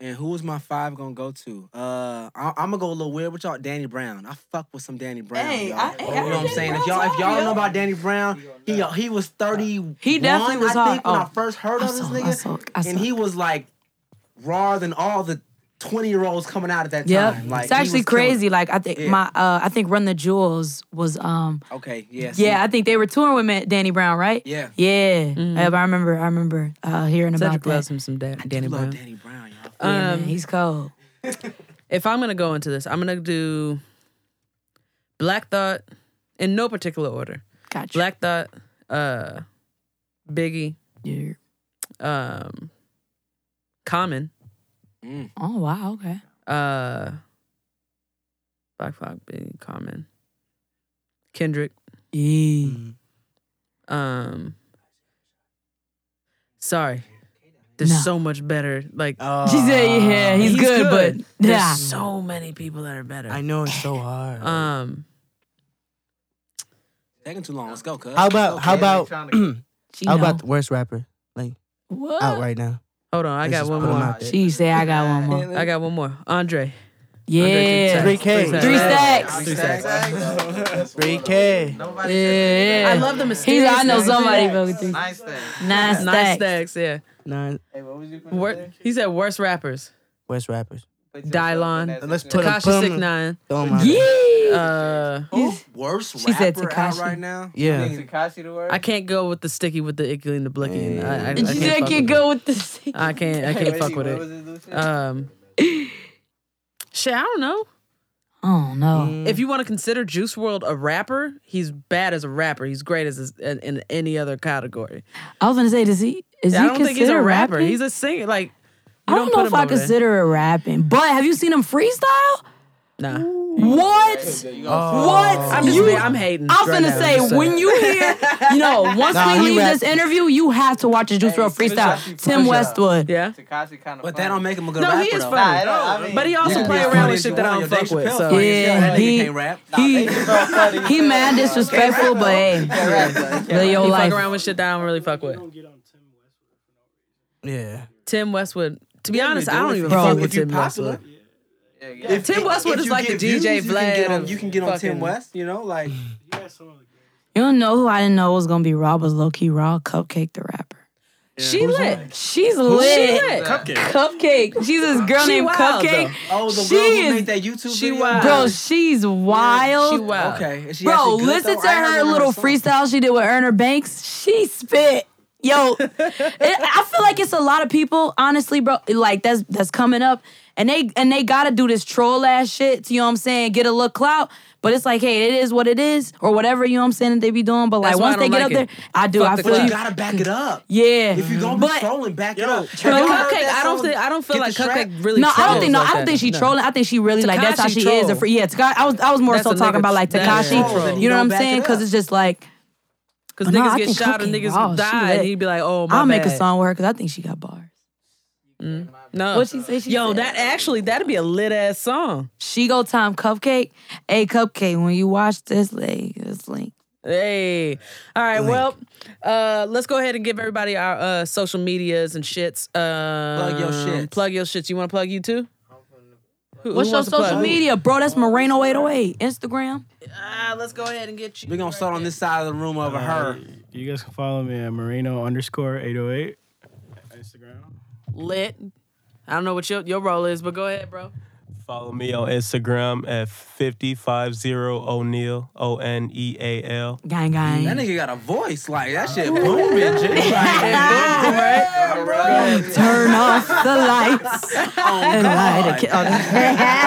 [SPEAKER 4] and who was my five gonna go to? Uh, I- am gonna go a little weird with y'all. Danny Brown. I fuck with some Danny Brown.
[SPEAKER 6] Hey,
[SPEAKER 4] y'all.
[SPEAKER 6] I- hey,
[SPEAKER 4] you
[SPEAKER 6] I
[SPEAKER 4] know what I'm
[SPEAKER 6] Danny
[SPEAKER 4] saying? If
[SPEAKER 6] Brown's
[SPEAKER 4] y'all if y'all
[SPEAKER 6] hard,
[SPEAKER 4] don't
[SPEAKER 6] yo.
[SPEAKER 4] know about Danny Brown, he he was 30.
[SPEAKER 6] He definitely was
[SPEAKER 4] I
[SPEAKER 6] hard.
[SPEAKER 4] think, when
[SPEAKER 6] Oh.
[SPEAKER 4] I first heard
[SPEAKER 6] I
[SPEAKER 4] of this
[SPEAKER 6] saw- I
[SPEAKER 4] nigga,
[SPEAKER 6] saw- I
[SPEAKER 4] and
[SPEAKER 6] saw.
[SPEAKER 4] he was like rawer than all the 20 year olds coming out at that
[SPEAKER 6] Yep.
[SPEAKER 4] time. Like
[SPEAKER 6] it's
[SPEAKER 4] he
[SPEAKER 6] actually
[SPEAKER 4] was killing
[SPEAKER 6] crazy. Like I think
[SPEAKER 4] Yeah.
[SPEAKER 6] my uh I think Run the Jewels was um
[SPEAKER 4] it. Okay. Yeah. see,
[SPEAKER 6] yeah, I think they were touring with Ma- Danny Brown, right?
[SPEAKER 4] Yeah.
[SPEAKER 6] Yeah.
[SPEAKER 2] Mm-hmm.
[SPEAKER 6] Yep, I remember I remember uh hearing
[SPEAKER 2] Cedric
[SPEAKER 6] about that.
[SPEAKER 2] loves him some da- Danny Brown.
[SPEAKER 4] Love Danny Brown, y'all.
[SPEAKER 6] Yeah, man,
[SPEAKER 2] Um,
[SPEAKER 6] he's cold.
[SPEAKER 2] if I'm gonna go into this, I'm gonna do Black Thought in no particular order.
[SPEAKER 6] Gotcha.
[SPEAKER 2] Black Thought, uh, Biggie,
[SPEAKER 6] Yeah.
[SPEAKER 2] um, Common,
[SPEAKER 6] Oh wow, okay.
[SPEAKER 2] uh, Black Thought, Biggie, Common, Kendrick,
[SPEAKER 6] Yeah.
[SPEAKER 4] Mm-hmm.
[SPEAKER 2] um, sorry, there's
[SPEAKER 6] No.
[SPEAKER 2] so much better. Like
[SPEAKER 3] Oh, Uh,
[SPEAKER 6] She said, yeah, he's,
[SPEAKER 2] he's
[SPEAKER 6] good,
[SPEAKER 2] good.
[SPEAKER 6] but
[SPEAKER 2] there's
[SPEAKER 6] yeah.
[SPEAKER 2] so many people that are better.
[SPEAKER 3] I know it's so hard.
[SPEAKER 2] um,
[SPEAKER 4] Taking too long. Let's go, cuz.
[SPEAKER 3] how about how about
[SPEAKER 7] electronic.
[SPEAKER 6] She
[SPEAKER 3] how
[SPEAKER 6] know.
[SPEAKER 3] about the worst rapper
[SPEAKER 6] what?
[SPEAKER 3] out right now?
[SPEAKER 2] hold on, Uh, I
[SPEAKER 3] Let's
[SPEAKER 2] got
[SPEAKER 3] just
[SPEAKER 2] one
[SPEAKER 3] put 'em
[SPEAKER 2] more.
[SPEAKER 3] out there.
[SPEAKER 6] She say I got one more.
[SPEAKER 2] I got one more. Andre.
[SPEAKER 6] Yeah.
[SPEAKER 2] Andre
[SPEAKER 3] Three
[SPEAKER 2] can say it.
[SPEAKER 3] K.
[SPEAKER 6] Three stacks.
[SPEAKER 2] Three stacks.
[SPEAKER 3] Three K.
[SPEAKER 7] Nobody
[SPEAKER 6] Yeah.
[SPEAKER 2] I love the
[SPEAKER 6] He's
[SPEAKER 2] mysterious.
[SPEAKER 6] I know
[SPEAKER 2] names.
[SPEAKER 6] somebody fuck with three.
[SPEAKER 7] Nine stacks.
[SPEAKER 6] Nine
[SPEAKER 2] Nice
[SPEAKER 6] stacks.
[SPEAKER 2] stacks, yeah.
[SPEAKER 3] Nine
[SPEAKER 7] Hey, what was you put up
[SPEAKER 2] Wor-
[SPEAKER 7] there?
[SPEAKER 2] he said worst rappers.
[SPEAKER 3] worst rappers.
[SPEAKER 7] Put yourself in
[SPEAKER 2] Dylon.
[SPEAKER 7] that
[SPEAKER 3] Let's
[SPEAKER 7] situation.
[SPEAKER 3] put
[SPEAKER 2] Takashi
[SPEAKER 3] boom.
[SPEAKER 2] Six Nine.
[SPEAKER 3] Throw 'em out there.
[SPEAKER 6] Yeah.
[SPEAKER 2] Uh,
[SPEAKER 4] Who? Worst
[SPEAKER 6] She said
[SPEAKER 4] rapper out
[SPEAKER 6] Tekashi.
[SPEAKER 4] right now?
[SPEAKER 3] Yeah.
[SPEAKER 4] I think-
[SPEAKER 7] Tekashi the word.
[SPEAKER 2] I can't go with the sticky with the icky and the blicky. And I, I,
[SPEAKER 6] And
[SPEAKER 2] I can't
[SPEAKER 6] she said I
[SPEAKER 2] fuck
[SPEAKER 6] can't
[SPEAKER 2] with it.
[SPEAKER 6] go with this.
[SPEAKER 2] I can't. I can't fuck with it. Um, shit, I don't know.
[SPEAKER 6] Oh no.
[SPEAKER 2] If you want to consider Juice World a rapper, he's bad as a rapper. He's great as a, in, in any other category.
[SPEAKER 6] I was gonna say, does he is
[SPEAKER 2] I
[SPEAKER 6] he
[SPEAKER 2] don't think he's a
[SPEAKER 6] considered
[SPEAKER 2] rapper.
[SPEAKER 6] rapping?
[SPEAKER 2] He's a singer. Like
[SPEAKER 6] I don't,
[SPEAKER 2] don't put
[SPEAKER 6] know if
[SPEAKER 2] him
[SPEAKER 6] I
[SPEAKER 2] over there.
[SPEAKER 6] consider it rapping, but have you seen him freestyle?
[SPEAKER 2] nah.
[SPEAKER 6] What? What?
[SPEAKER 2] I'm just
[SPEAKER 6] you,
[SPEAKER 2] being- I'm hating.
[SPEAKER 6] I was
[SPEAKER 2] right
[SPEAKER 6] gonna
[SPEAKER 2] now, I'm
[SPEAKER 6] say
[SPEAKER 2] just saying.
[SPEAKER 6] when you hear, you know, once
[SPEAKER 3] Nah,
[SPEAKER 6] we
[SPEAKER 3] he
[SPEAKER 6] leave
[SPEAKER 3] rap.
[SPEAKER 6] this interview, you have to watch the Juice WRLD freestyle. Tim Westwood.
[SPEAKER 2] yeah.
[SPEAKER 7] Tekashi kind of.
[SPEAKER 4] But that don't make him a good
[SPEAKER 2] No,
[SPEAKER 4] rapper.
[SPEAKER 2] he is
[SPEAKER 4] though.
[SPEAKER 2] funny.
[SPEAKER 7] Nah, it don't. I mean,
[SPEAKER 2] But he also
[SPEAKER 4] You can
[SPEAKER 2] play
[SPEAKER 4] be as
[SPEAKER 2] around
[SPEAKER 4] funny
[SPEAKER 2] with
[SPEAKER 4] as
[SPEAKER 2] shit
[SPEAKER 4] you
[SPEAKER 2] that I
[SPEAKER 4] want.
[SPEAKER 2] don't
[SPEAKER 4] Yo,
[SPEAKER 2] fuck
[SPEAKER 4] Dave
[SPEAKER 2] with.
[SPEAKER 4] Chappelle
[SPEAKER 2] So
[SPEAKER 4] funny as hell.
[SPEAKER 6] Yeah,
[SPEAKER 4] that nigga
[SPEAKER 6] he-
[SPEAKER 4] can't rap.
[SPEAKER 6] He he mad disrespectful, but hey,
[SPEAKER 7] disrespectful.
[SPEAKER 6] live your
[SPEAKER 2] he
[SPEAKER 6] life.
[SPEAKER 2] fuck around with shit that I don't really fuck with.
[SPEAKER 3] Yeah.
[SPEAKER 2] Tim Westwood. To be honest,
[SPEAKER 4] dude,
[SPEAKER 2] I don't
[SPEAKER 4] if
[SPEAKER 2] even
[SPEAKER 4] you-
[SPEAKER 2] fuck
[SPEAKER 4] if
[SPEAKER 2] with
[SPEAKER 4] you
[SPEAKER 2] Tim
[SPEAKER 4] popular,
[SPEAKER 2] Westwood.
[SPEAKER 7] If
[SPEAKER 2] Tim Westwood
[SPEAKER 4] if
[SPEAKER 2] is
[SPEAKER 4] you
[SPEAKER 2] like the
[SPEAKER 4] get
[SPEAKER 2] DJ
[SPEAKER 4] views, you can get
[SPEAKER 2] Vlad.
[SPEAKER 4] on-
[SPEAKER 2] of
[SPEAKER 4] You can get on Tim
[SPEAKER 2] fucking-
[SPEAKER 4] West, you know, like
[SPEAKER 6] You don't know who I didn't know was gonna be Rob was low key Raw Cupcake the rapper.
[SPEAKER 2] She lit.
[SPEAKER 6] She's
[SPEAKER 2] She
[SPEAKER 6] lit.
[SPEAKER 2] lit.
[SPEAKER 5] Cupcake.
[SPEAKER 6] Cupcake. She's this girl
[SPEAKER 2] She
[SPEAKER 6] named
[SPEAKER 2] wild,
[SPEAKER 6] Cupcake.
[SPEAKER 4] oh, the
[SPEAKER 6] She
[SPEAKER 4] girl who
[SPEAKER 6] is-
[SPEAKER 4] made that YouTube
[SPEAKER 2] she
[SPEAKER 4] video.
[SPEAKER 2] wild.
[SPEAKER 6] Bro, she's wild.
[SPEAKER 2] She wild.
[SPEAKER 4] Okay, is she
[SPEAKER 6] Bro,
[SPEAKER 4] actually good,
[SPEAKER 6] listen
[SPEAKER 4] though?
[SPEAKER 6] to
[SPEAKER 4] I haven't
[SPEAKER 6] her
[SPEAKER 4] heard
[SPEAKER 6] little
[SPEAKER 4] song.
[SPEAKER 6] freestyle she did with Erna Banks. She spit. Yo, it, I feel like it's a lot of people, honestly, bro. Like that's that's coming up, and they and they gotta do this troll ass shit. You know what I'm saying? Get a little clout, but it's like, hey, it is what it is, or whatever. You know what I'm saying? That they be doing, but like
[SPEAKER 2] That's why I
[SPEAKER 6] once they
[SPEAKER 2] don't
[SPEAKER 6] get
[SPEAKER 2] like
[SPEAKER 6] up
[SPEAKER 2] it.
[SPEAKER 6] there, I do.
[SPEAKER 2] Fuck
[SPEAKER 6] I
[SPEAKER 2] the
[SPEAKER 6] feel
[SPEAKER 2] clout.
[SPEAKER 4] You
[SPEAKER 6] you.
[SPEAKER 4] gotta back it up.
[SPEAKER 6] Yeah.
[SPEAKER 4] If you're gonna be
[SPEAKER 6] But-
[SPEAKER 4] trolling, back it
[SPEAKER 5] Yo,
[SPEAKER 4] up.
[SPEAKER 5] check
[SPEAKER 4] Have
[SPEAKER 2] But
[SPEAKER 4] y'all heard
[SPEAKER 2] Cupcake,
[SPEAKER 4] that
[SPEAKER 2] I don't
[SPEAKER 4] song,
[SPEAKER 2] think I don't feel
[SPEAKER 4] Get
[SPEAKER 2] like
[SPEAKER 4] the Strap?
[SPEAKER 2] Cupcake really.
[SPEAKER 6] no, I don't
[SPEAKER 2] trolls
[SPEAKER 6] think. No,
[SPEAKER 2] like
[SPEAKER 6] I don't
[SPEAKER 2] that.
[SPEAKER 6] think she trolling. I think she really like that's how
[SPEAKER 2] Tekashi
[SPEAKER 6] she is. A
[SPEAKER 2] troll.
[SPEAKER 6] free, yeah, Tekashi, I was I was more
[SPEAKER 2] That's
[SPEAKER 6] so
[SPEAKER 2] a
[SPEAKER 6] talking
[SPEAKER 2] nigga-
[SPEAKER 6] about like
[SPEAKER 2] that is
[SPEAKER 6] Takashi.
[SPEAKER 2] troll. Then
[SPEAKER 6] You
[SPEAKER 4] you
[SPEAKER 6] know what I'm
[SPEAKER 4] don't back it
[SPEAKER 6] saying? Because
[SPEAKER 4] up.
[SPEAKER 6] it's just like
[SPEAKER 2] Because
[SPEAKER 6] But no,
[SPEAKER 2] niggas
[SPEAKER 6] I
[SPEAKER 2] get
[SPEAKER 6] think
[SPEAKER 2] shot and
[SPEAKER 6] Cupcake-
[SPEAKER 2] niggas
[SPEAKER 6] wow, she
[SPEAKER 2] die, and
[SPEAKER 6] lit.
[SPEAKER 2] he'd be like, "Oh my
[SPEAKER 6] I'll make a
[SPEAKER 2] bad.
[SPEAKER 6] song with her because I think she got bars.
[SPEAKER 2] No,
[SPEAKER 6] What she say? She
[SPEAKER 2] yo,
[SPEAKER 6] said- "Oh,
[SPEAKER 2] that actually that'd be a lit ass song.
[SPEAKER 6] She go time cupcake. Hey cupcake, when you watch this, like it's like
[SPEAKER 2] Hey, all right, well, uh, let's go ahead and give everybody our uh, social medias and shits. Um,
[SPEAKER 4] your shits.
[SPEAKER 2] Plug your shits. You want to plug you too? Who- who
[SPEAKER 6] What's your
[SPEAKER 2] wants to plug?
[SPEAKER 6] social media, bro? That's Moreno eight oh eight. Instagram.
[SPEAKER 2] Ah, let's go ahead and get you.
[SPEAKER 4] We're gonna start on this side of the room over her.
[SPEAKER 8] You guys can follow me at Marino underscore 808 Instagram.
[SPEAKER 2] lit. I don't know what your your role is, but go ahead, bro.
[SPEAKER 9] Follow me on Instagram at 550 O'Neal, O N E A L.
[SPEAKER 6] Gang
[SPEAKER 4] That
[SPEAKER 6] gang.
[SPEAKER 4] nigga got a voice like that shit booming, G. Like, yeah, bro.
[SPEAKER 6] Turn off the lights
[SPEAKER 2] Oh,
[SPEAKER 6] and light a ki-
[SPEAKER 2] All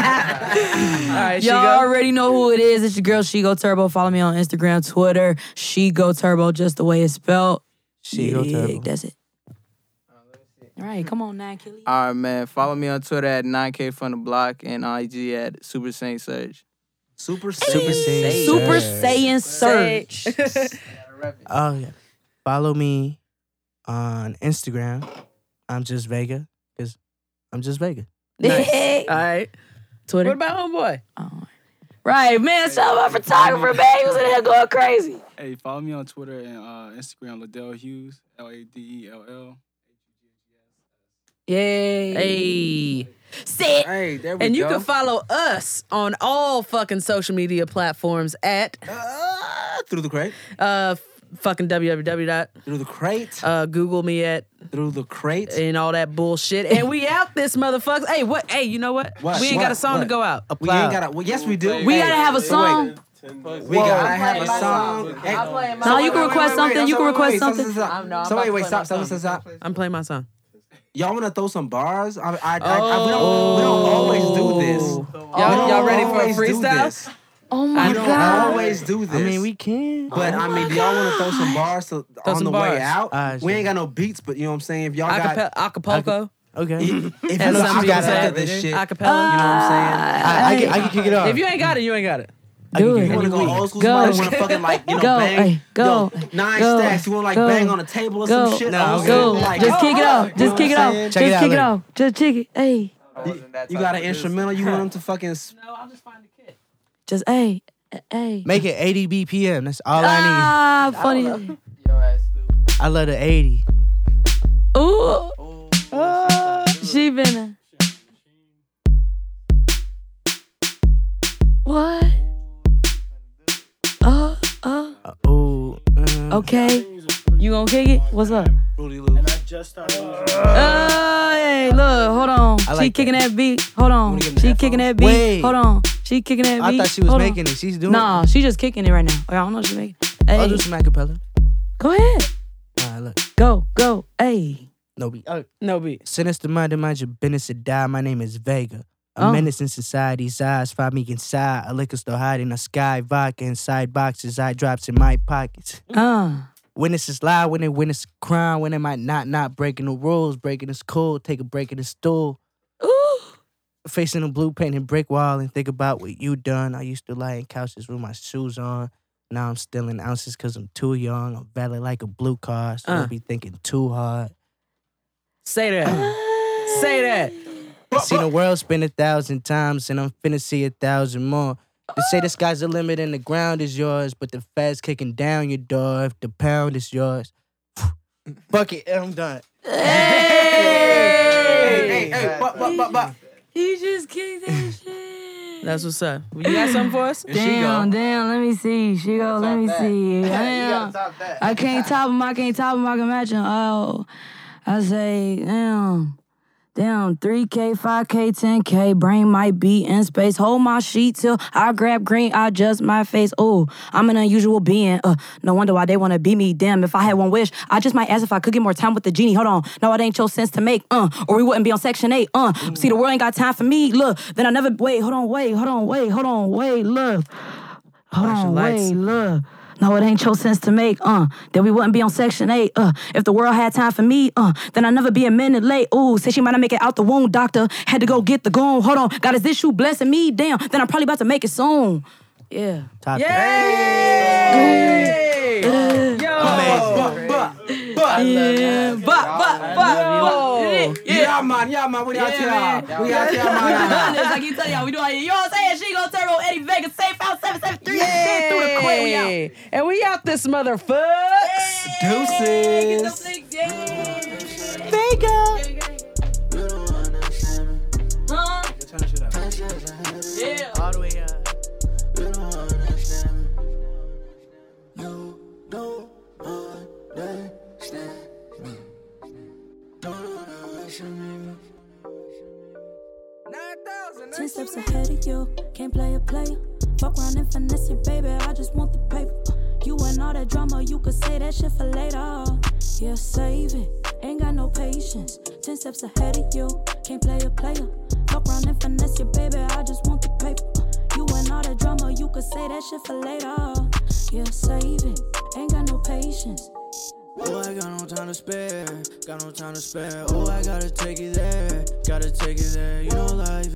[SPEAKER 2] right,
[SPEAKER 6] Y'all
[SPEAKER 2] Shigo.
[SPEAKER 6] already know who it is. It's your girl She Go Turbo. Follow me on Instagram, Twitter. She Go Turbo, just the way it's spelled.
[SPEAKER 3] She go
[SPEAKER 6] Yeah,
[SPEAKER 3] terrible.
[SPEAKER 6] That's it. All right, come on now, Kelly.
[SPEAKER 4] Uh,
[SPEAKER 7] All right, man. Follow me on Twitter at 9K from the block and IG at Super Saint Surge.
[SPEAKER 4] Super
[SPEAKER 3] Super Saiyan.
[SPEAKER 6] Super
[SPEAKER 3] Surge.
[SPEAKER 6] Saiyan Surge.
[SPEAKER 3] Oh yeah. Follow me on Instagram. I'm just Vega because I'm just Vega.
[SPEAKER 2] Nice. All right. What
[SPEAKER 6] Twitter.
[SPEAKER 2] about homeboy?
[SPEAKER 6] Oh, Right, man. Shout out my photographer, man. He was in here going crazy.
[SPEAKER 10] Hey, follow me on Twitter and uh, Instagram, Liddell Hughes, L A D E L L.
[SPEAKER 6] Yay.
[SPEAKER 2] Hey.
[SPEAKER 6] Sit.
[SPEAKER 4] Hey, there we
[SPEAKER 2] And you
[SPEAKER 4] go.
[SPEAKER 2] can follow us on all fucking social media platforms at
[SPEAKER 4] Ah, through the crate,
[SPEAKER 2] uh fucking www dot
[SPEAKER 4] through the crate,
[SPEAKER 2] uh Google me at
[SPEAKER 4] through the crate.
[SPEAKER 2] and all that bullshit. And we out this motherfucker. Hey, what? Hey, you know what?
[SPEAKER 4] What?
[SPEAKER 2] We ain't got a
[SPEAKER 4] What?
[SPEAKER 2] song to
[SPEAKER 4] What?
[SPEAKER 2] go out.
[SPEAKER 4] We ain't got. Well, yes, we do.
[SPEAKER 6] We
[SPEAKER 4] Hey,
[SPEAKER 6] gotta have a song.
[SPEAKER 4] We gotta have a song. Hey,
[SPEAKER 6] No, you can request something. You can request something.
[SPEAKER 4] So wait, wait, stop, stop, stop, stop.
[SPEAKER 2] I'm playing my song.
[SPEAKER 4] Y'all want to throw some bars? I, I, I, I, we, don't, we don't always do this.
[SPEAKER 2] Oh.
[SPEAKER 4] We
[SPEAKER 2] Y'all,
[SPEAKER 4] don't
[SPEAKER 2] y'all ready for a
[SPEAKER 4] always do
[SPEAKER 2] freestyle?
[SPEAKER 4] this.
[SPEAKER 6] Oh
[SPEAKER 4] We
[SPEAKER 6] my
[SPEAKER 4] don't
[SPEAKER 6] God.
[SPEAKER 4] always do this.
[SPEAKER 3] I mean, we can.
[SPEAKER 4] But I mean, do y'all want to throw some bars to, on
[SPEAKER 2] some
[SPEAKER 4] the
[SPEAKER 2] bars.
[SPEAKER 4] way out?
[SPEAKER 3] All right,
[SPEAKER 4] we
[SPEAKER 3] sure.
[SPEAKER 4] ain't got no beats, but you know what I'm saying. If y'all got,
[SPEAKER 2] Acapella, acapulco,
[SPEAKER 3] Okay. you know
[SPEAKER 4] if you
[SPEAKER 2] as
[SPEAKER 4] look,
[SPEAKER 2] some
[SPEAKER 4] I
[SPEAKER 2] people
[SPEAKER 4] got
[SPEAKER 2] say.
[SPEAKER 4] of this shit. Ah. you
[SPEAKER 2] Acapella.
[SPEAKER 4] know what I'm saying.
[SPEAKER 3] I, I, can, I can kick it off.
[SPEAKER 2] if you ain't got it, you ain't got it.
[SPEAKER 6] Uh, Do
[SPEAKER 4] You want to
[SPEAKER 6] it.
[SPEAKER 4] go old school?
[SPEAKER 6] Go.
[SPEAKER 4] Somebody want to fucking like you know
[SPEAKER 6] Go,
[SPEAKER 4] bang?
[SPEAKER 6] hey, go,
[SPEAKER 4] yo, nine
[SPEAKER 6] go,
[SPEAKER 4] stacks. You want to like
[SPEAKER 6] go,
[SPEAKER 4] bang on a table or some
[SPEAKER 6] Go.
[SPEAKER 4] shit?
[SPEAKER 3] Nah,
[SPEAKER 4] Old
[SPEAKER 3] okay.
[SPEAKER 6] Go.
[SPEAKER 4] school, like,
[SPEAKER 6] Just
[SPEAKER 4] oh,
[SPEAKER 6] kick it
[SPEAKER 4] oh,
[SPEAKER 6] off.
[SPEAKER 4] you know
[SPEAKER 6] Just
[SPEAKER 4] what
[SPEAKER 6] kick
[SPEAKER 4] I'm
[SPEAKER 6] it off.
[SPEAKER 4] saying?
[SPEAKER 6] Just
[SPEAKER 3] Check it out
[SPEAKER 6] kick it
[SPEAKER 3] later.
[SPEAKER 6] off. Just kick it. Hey.
[SPEAKER 4] oh, You got an instrumental. You want them to fucking s-
[SPEAKER 6] Just hey. eh, Hey.
[SPEAKER 3] Make it 80 BPM. That's all I
[SPEAKER 6] Ah, funny.
[SPEAKER 3] need. I love the 80.
[SPEAKER 6] Ooh.
[SPEAKER 3] Oh.
[SPEAKER 6] She been. What? Uh, uh,
[SPEAKER 3] Uh, oh. Uh,
[SPEAKER 6] okay. You gonna kick it? What's up?
[SPEAKER 8] And I just started.
[SPEAKER 6] Oh, hey, look, hold on.
[SPEAKER 3] Uh. I
[SPEAKER 6] she
[SPEAKER 3] like
[SPEAKER 6] kicking that. beat. Hold on.
[SPEAKER 4] give 'em the
[SPEAKER 6] She kicking that beat.
[SPEAKER 3] Wait.
[SPEAKER 6] Hold on. She kicking that
[SPEAKER 3] I
[SPEAKER 6] beat.
[SPEAKER 3] thought she was
[SPEAKER 6] Hold on.
[SPEAKER 3] making it. She's doing
[SPEAKER 6] Nah,
[SPEAKER 3] it.
[SPEAKER 6] she just kicking it right now. I don't know if she making it.
[SPEAKER 3] I'll
[SPEAKER 6] Hey,
[SPEAKER 3] do some acapella.
[SPEAKER 6] go ahead.
[SPEAKER 3] Nah, look.
[SPEAKER 6] Go, go. Hey.
[SPEAKER 3] No beat. Oh.
[SPEAKER 2] No beat.
[SPEAKER 3] Sinister mind and mind your business to die. My name is Vega. A
[SPEAKER 6] Oh.
[SPEAKER 3] menace in society's eyes. Find me inside. A liquor store hiding a sky. Vodka inside boxes. Eye drops in my pockets.
[SPEAKER 6] Uh.
[SPEAKER 3] Witnesses lie when they witness a crime. When they might not, not breaking the rules. Breaking the school. Take a break in the stool.
[SPEAKER 6] Ooh.
[SPEAKER 3] facing a blue painted brick wall and think about what you done. I used to lie in couches with my shoes on. Now I'm stealing ounces because I'm too young. I'm valid like a blue car, so
[SPEAKER 2] Uh.
[SPEAKER 3] don't be thinking too hard.
[SPEAKER 2] Say that. Say that.
[SPEAKER 3] Seen the world spin a thousand times, and I'm finna see a thousand more. They say the sky's the limit and the ground is yours, but the fast kicking down your door if the pound is yours. Fuck it, I'm done.
[SPEAKER 4] Hey, hey, hey, but, but, but, but.
[SPEAKER 6] He just kicked that shit.
[SPEAKER 2] That's what's up. You got something for us?
[SPEAKER 6] Damn, damn, let me see. She go, let me see. Damn.
[SPEAKER 7] Stop that.
[SPEAKER 6] I can't top him, I can't top him, I can match him. Oh, I say, damn. Down 3K, 5K, 10K, brain might be in space. Hold my sheet till I grab green, I adjust my face. Oh, I'm an unusual being. Uh, no wonder why they wanna be me. Damn, if I had one wish, I just might ask if I could get more time with the genie. Hold on, no, it ain't your sense to make. Uh, or we wouldn't be on section eight. Uh, see, the world ain't got time for me. Look, then I never wait. Hold on, wait, hold on, wait, hold on, wait. Look, hold
[SPEAKER 2] Flashing
[SPEAKER 6] on,
[SPEAKER 2] lights.
[SPEAKER 6] wait, look. No, it ain't your sense to make, uh, then we wouldn't be on Section 8, uh, if the world had time for me, uh, then I'd never be a minute late, ooh, say she might not make it out the womb, doctor, had to go get the goon, hold on, God, is this shoe blessing me, damn, then I'm probably about to make it soon, yeah.
[SPEAKER 3] Top
[SPEAKER 2] Yay!
[SPEAKER 3] that.
[SPEAKER 2] Yo!
[SPEAKER 4] But, but, but.
[SPEAKER 2] Yeah, but, but, but, but.
[SPEAKER 4] Yeah, man, yeah, man, we out here. We out here, man.
[SPEAKER 6] It's like you tell y'all, we do all you know what I'm saying? She go turbo Eddie Vegas, safe out 773, yeah. through the quit, we out.
[SPEAKER 2] Yay! And we out this motherfucks.
[SPEAKER 6] Get
[SPEAKER 4] Deuces.
[SPEAKER 6] them things, yeah. Huh? Yeah.
[SPEAKER 3] All the way up.
[SPEAKER 1] Ten steps ahead of you, can't play a player. Fuck around and finesse it, baby. I just want the paper. You and all that drama, you could say that shit for later. Yeah, save it. Ain't got no patience. Ten steps ahead of you, can't play a player. Fuck around and finesse it, baby. I just want the paper. You and all that drama, you could say that shit for later. Yeah, save it. Ain't got no patience.
[SPEAKER 11] Oh, I got no time to spare, got no time to spare. Oh, I gotta take it there, gotta take it there. You know life.